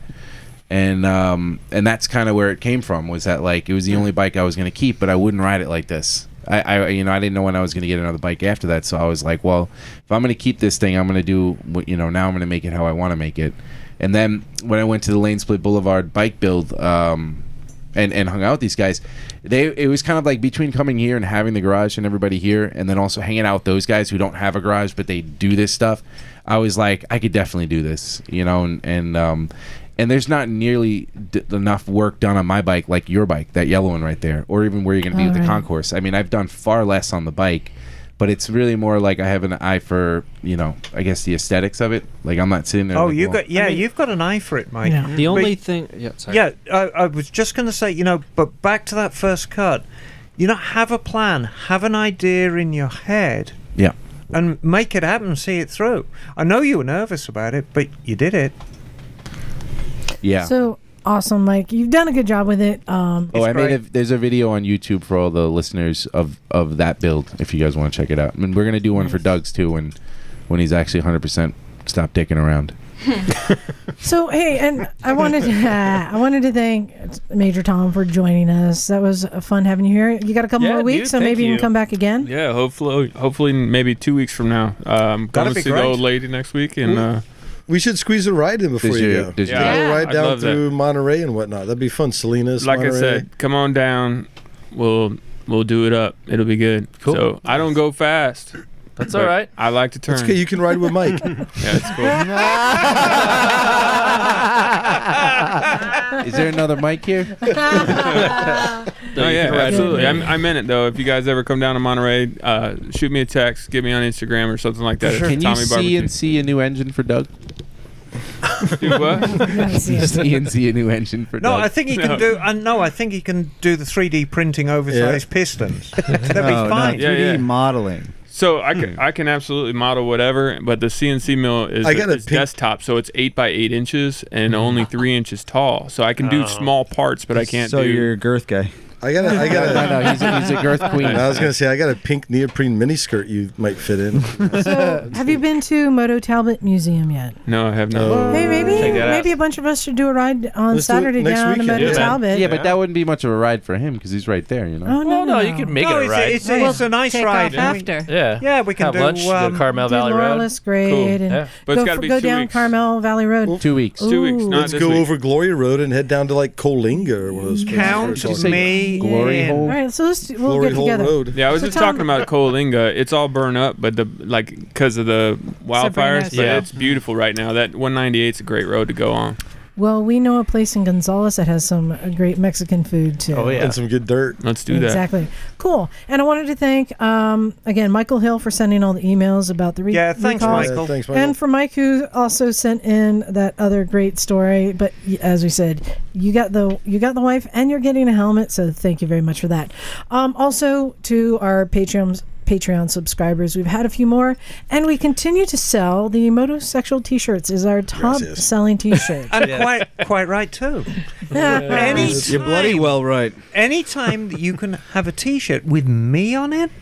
H: and um, and that's kind of where it came from was that like it was the only bike I was gonna keep, but I wouldn't ride it like this. I, I you know I didn't know when I was gonna get another bike after that, so I was like, well, if I'm gonna keep this thing, I'm gonna do what you know now I'm gonna make it how I want to make it. And then when I went to the Lane Split Boulevard bike build, um, and and hung out with these guys, they it was kind of like between coming here and having the garage and everybody here, and then also hanging out with those guys who don't have a garage but they do this stuff. I was like, I could definitely do this, you know, and and um, and there's not nearly d- enough work done on my bike like your bike that yellow one right there or even where you're going to be
N: Oh,
H: with the
N: right.
H: concourse i mean i've done far less on the bike but it's really more like i have an eye for you know i guess the aesthetics of it like i'm not sitting there
J: Oh,
H: like,
J: you
H: well-
J: got yeah, you've got an eye for it, Mike.
H: Yeah. The
J: But-
E: only thing- yeah, sorry.
J: yeah. I, I was just going to say, you know, but back to that first cut. You know, have a plan, have an idea in your head,
H: yeah
J: and make it happen. See it through. I know you were nervous about it, but you did it.
H: yeah
C: So awesome, Mike. You've done a good job with it. Um,
H: Oh, I made a, there's a video on YouTube for all the listeners of, of that build if you guys want to check it out. and we're gonna do one for Doug's too when when he's actually 100% stop dicking around.
C: So hey, and I wanted to, I wanted to thank Major Tom for joining us. That was uh, fun having you here. You got a couple
L: Yeah,
C: more weeks,
L: dude,
C: so
L: thank
C: maybe you
L: you.
C: can come back again.
L: Yeah, hopefully, hopefully, maybe two weeks from now. Um, going
F: be
L: to see
F: great.
L: the old lady next week, and
F: Mm.
L: uh,
F: We should squeeze a ride in before
L: Did
F: you,
L: you-
F: go.
L: did you-
F: Take a
L: Yeah.
F: ride
L: I'd
F: down
L: love that.
F: through Monterey and whatnot. That'd be fun. Salinas,
L: like I
F: Monterey.
L: said, come on down. We'll we'll do it up. It'll be good. Cool. So I don't go fast.
D: That's
L: but
D: all right.
L: I like to turn.
F: It's okay. You can ride with Mike.
L: yeah, it's cool.
H: Is there another mic here?
L: No,
H: you
L: Oh, yeah,
H: can ride
L: absolutely.
H: with
L: I'm,
H: me.
L: I meant it though. If you guys ever come down to Monterey, uh, shoot me a text, get me on Instagram or something like that. It's
H: Can you
L: Tommy
H: see
L: Barbecue.
H: and see a new engine for Doug?
L: Do what?
H: see and see a new engine for
J: No,
H: Doug.
J: I think he can do. Uh, no, I think he can do the 3D printing oversized pistons. They'll be fine.
B: modeling.
L: So I can I can absolutely model whatever, but the CNC mill is,
J: I got a
L: is
J: pic-
L: desktop, so it's eight by eight inches and only three inches tall. So I can do
B: Oh.
L: small parts, but I can't
B: So
L: do.
B: you're a girth guy.
F: I got. I got.
H: No, no, he's a- he's a girth queen.
F: I was gonna say I got a pink neoprene miniskirt you might fit in.
C: So have you been to Moto Talbot Museum yet?
L: no, I have no.
C: Hey, maybe maybe a bunch of us should Oh. do a ride on
H: Oh. Let's do it
C: Saturday
H: next
C: down to
H: weekend.
C: Moto Talbot.
H: Yeah, but that wouldn't be much of a ride for him because he's right there, you know.
C: Oh, no, no,
D: you can make it a
J: it's,
D: ride.
J: A, it's, a, it's a nice
K: take
J: ride.
K: off
J: and we-
K: after.
D: Yeah.
J: Yeah, we can
D: Have
J: do,
D: lunch,
J: um,
D: the Carmel
J: do
D: Valley Road.
C: Lawless Grade and
D: Yeah.
L: But it's
C: go,
L: gotta be
C: go
L: two
C: down
L: weeks.
C: Carmel Valley Road.
H: Two weeks.
F: Two
L: weeks, not
F: Let's
L: this
F: go
L: week.
F: over Glory Road and head down to like Colinga or one of those. places.
J: Count
F: Did you say
J: me
F: Glory
C: All
F: hole.
C: right, so let's do, we'll
F: Glory
C: get
F: Hole
C: together.
F: Road.
L: Yeah, I was
C: So
L: just
C: Tom-
L: talking about Coalinga. It's all burnt up, but the like because of the wildfires,
D: Sabrina's.
L: but
D: Yeah.
L: it's beautiful right now. That 198 is a great road to go on.
C: Well, we know a place in Gonzales that has some uh, great Mexican food
L: Oh,
C: too.
F: and some good dirt.
L: Let's do that.
C: exactly. Cool. And I wanted to thank um, again Michael Hill for sending all the emails about the re-
J: Yeah, thanks,
C: recalls.
J: Michael. Yeah, thanks, Michael.
C: And for Mike who also sent in that other great story. But y- as we said, you got the you got the wife and you're getting a helmet, so thank you very much for that. Um, also to our Patreons. Patreon subscribers. We've had a few more, and we continue to sell the Motosexual T-shirts. Is our top selling T-shirt.
J: And quite quite right too. Any
E: You're bloody well right.
J: Anytime that you can have a T-shirt with me on it,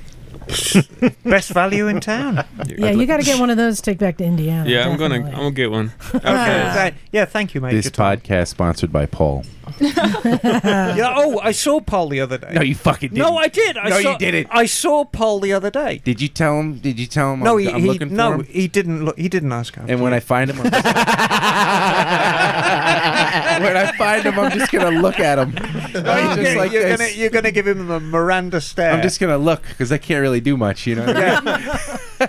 J: best value in town.
C: yeah, you got to get one of those to take back to Indiana.
L: Yeah, I'm gonna I'm gonna get one.
J: Okay. yeah, thank you, mate.
H: This podcast sponsored by Paul.
J: yeah, oh, I saw Paul the other day.
H: No, you fucking
J: No,
H: didn't.
J: I did. I
H: No,
J: saw,
H: you didn't.
J: I saw Paul the other day.
H: Did you tell him? Did you tell him?
J: no,
H: I'm,
J: he,
H: I'm
J: he-
H: looking
J: no,
H: for him.
J: he didn't look. He didn't ask.
H: And when I find him, I'm when I find him, I'm just gonna look at him.
J: Oh,
H: just
J: okay,
H: like
J: you're
H: this.
J: gonna you're gonna give him the Miranda stare.
H: I'm just gonna look because I can't really do much, you know.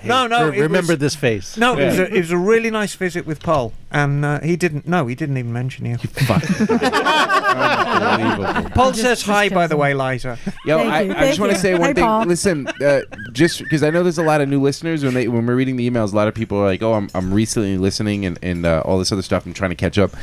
J: no, no. it was-
M: remember this face.
J: No, it, was
H: Yeah.
J: a, it was a really nice visit with Paul, and uh, he didn't. No, he didn't even mention you. you Paul says hi, by the way, Liza.
H: Yo, I, I just want to say one thing. Listen, uh, just because I know there's a lot of new listeners when they when we're reading the emails, a lot of people are like, "Oh, I'm, I'm recently listening and and uh, all this other stuff. I'm trying to catch up."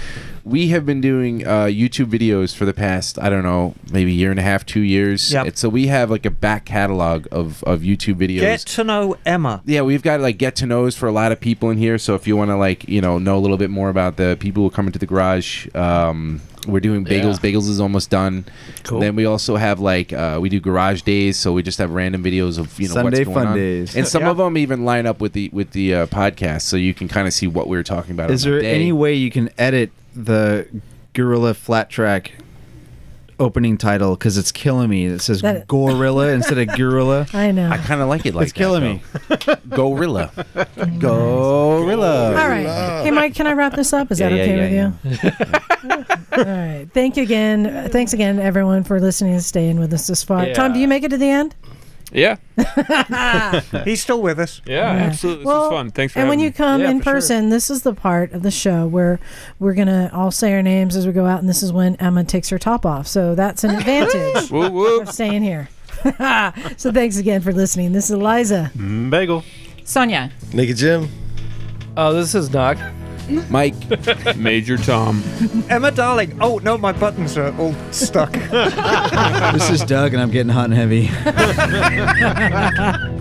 H: We have been doing uh, YouTube videos for the past I don't know maybe year and a half, two years. Yeah. So we have like a back catalog of of YouTube videos.
J: Get to know Emma.
H: Yeah, we've got like get to knows for a lot of people in here. So if you want to like you know know a little bit more about the people who come into the garage, um, we're doing bagels. Bagels is almost done. Cool. Then we also have like uh, we do garage days, so we just have random videos of you know what's
B: Sunday
H: going
B: fun
H: on.
B: days.
H: and some
B: Yeah.
H: of them even line up with the with the uh, podcast, so you can kind of see what we were talking about.
B: Is
H: on the
B: there
H: day.
B: any way you can edit the Gorilla Flat Track opening title because it's killing me? It says
C: That-
B: Gorilla instead of Gorilla.
C: I know.
H: I kind of like it like
B: it's killing me.
H: Gorilla.
B: Gorilla.
C: All right. Hey, Mike, can I wrap this up? Is
H: Yeah,
C: that
H: yeah,
C: okay
H: yeah,
C: with you? All right. Thank you again. Uh, Thanks again, everyone, for listening and staying with us this far. Tom, do you make it to the end?
L: Yeah.
J: He's still with us.
L: Yeah,
C: Yeah.
L: absolutely. This
C: Well,
L: was fun. Thanks for
C: and when
L: having
C: you
L: me.
C: come
L: Yeah,
C: in
L: for sure.
C: person, this is the part of the show where we're gonna all say our names as we go out, and this is when Emma takes her top off. So that's an advantage
N: Whoop, whoop.
C: of staying here. so thanks again for listening. This is Eliza.
N: Bagel.
K: Sonia.
F: Naked Jim.
D: Oh, this is Knock.
H: Mike.
L: Major Tom.
J: Emma, darling. Oh no, my buttons are all stuck.
B: this is Doug, and I'm getting hot and heavy.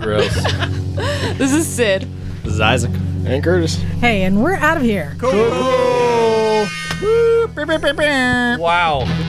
D: Gross.
G: This is Sid.
D: This is Isaac.
I: And Curtis.
C: Hey, and we're out of here.
J: Cool.
G: Wow.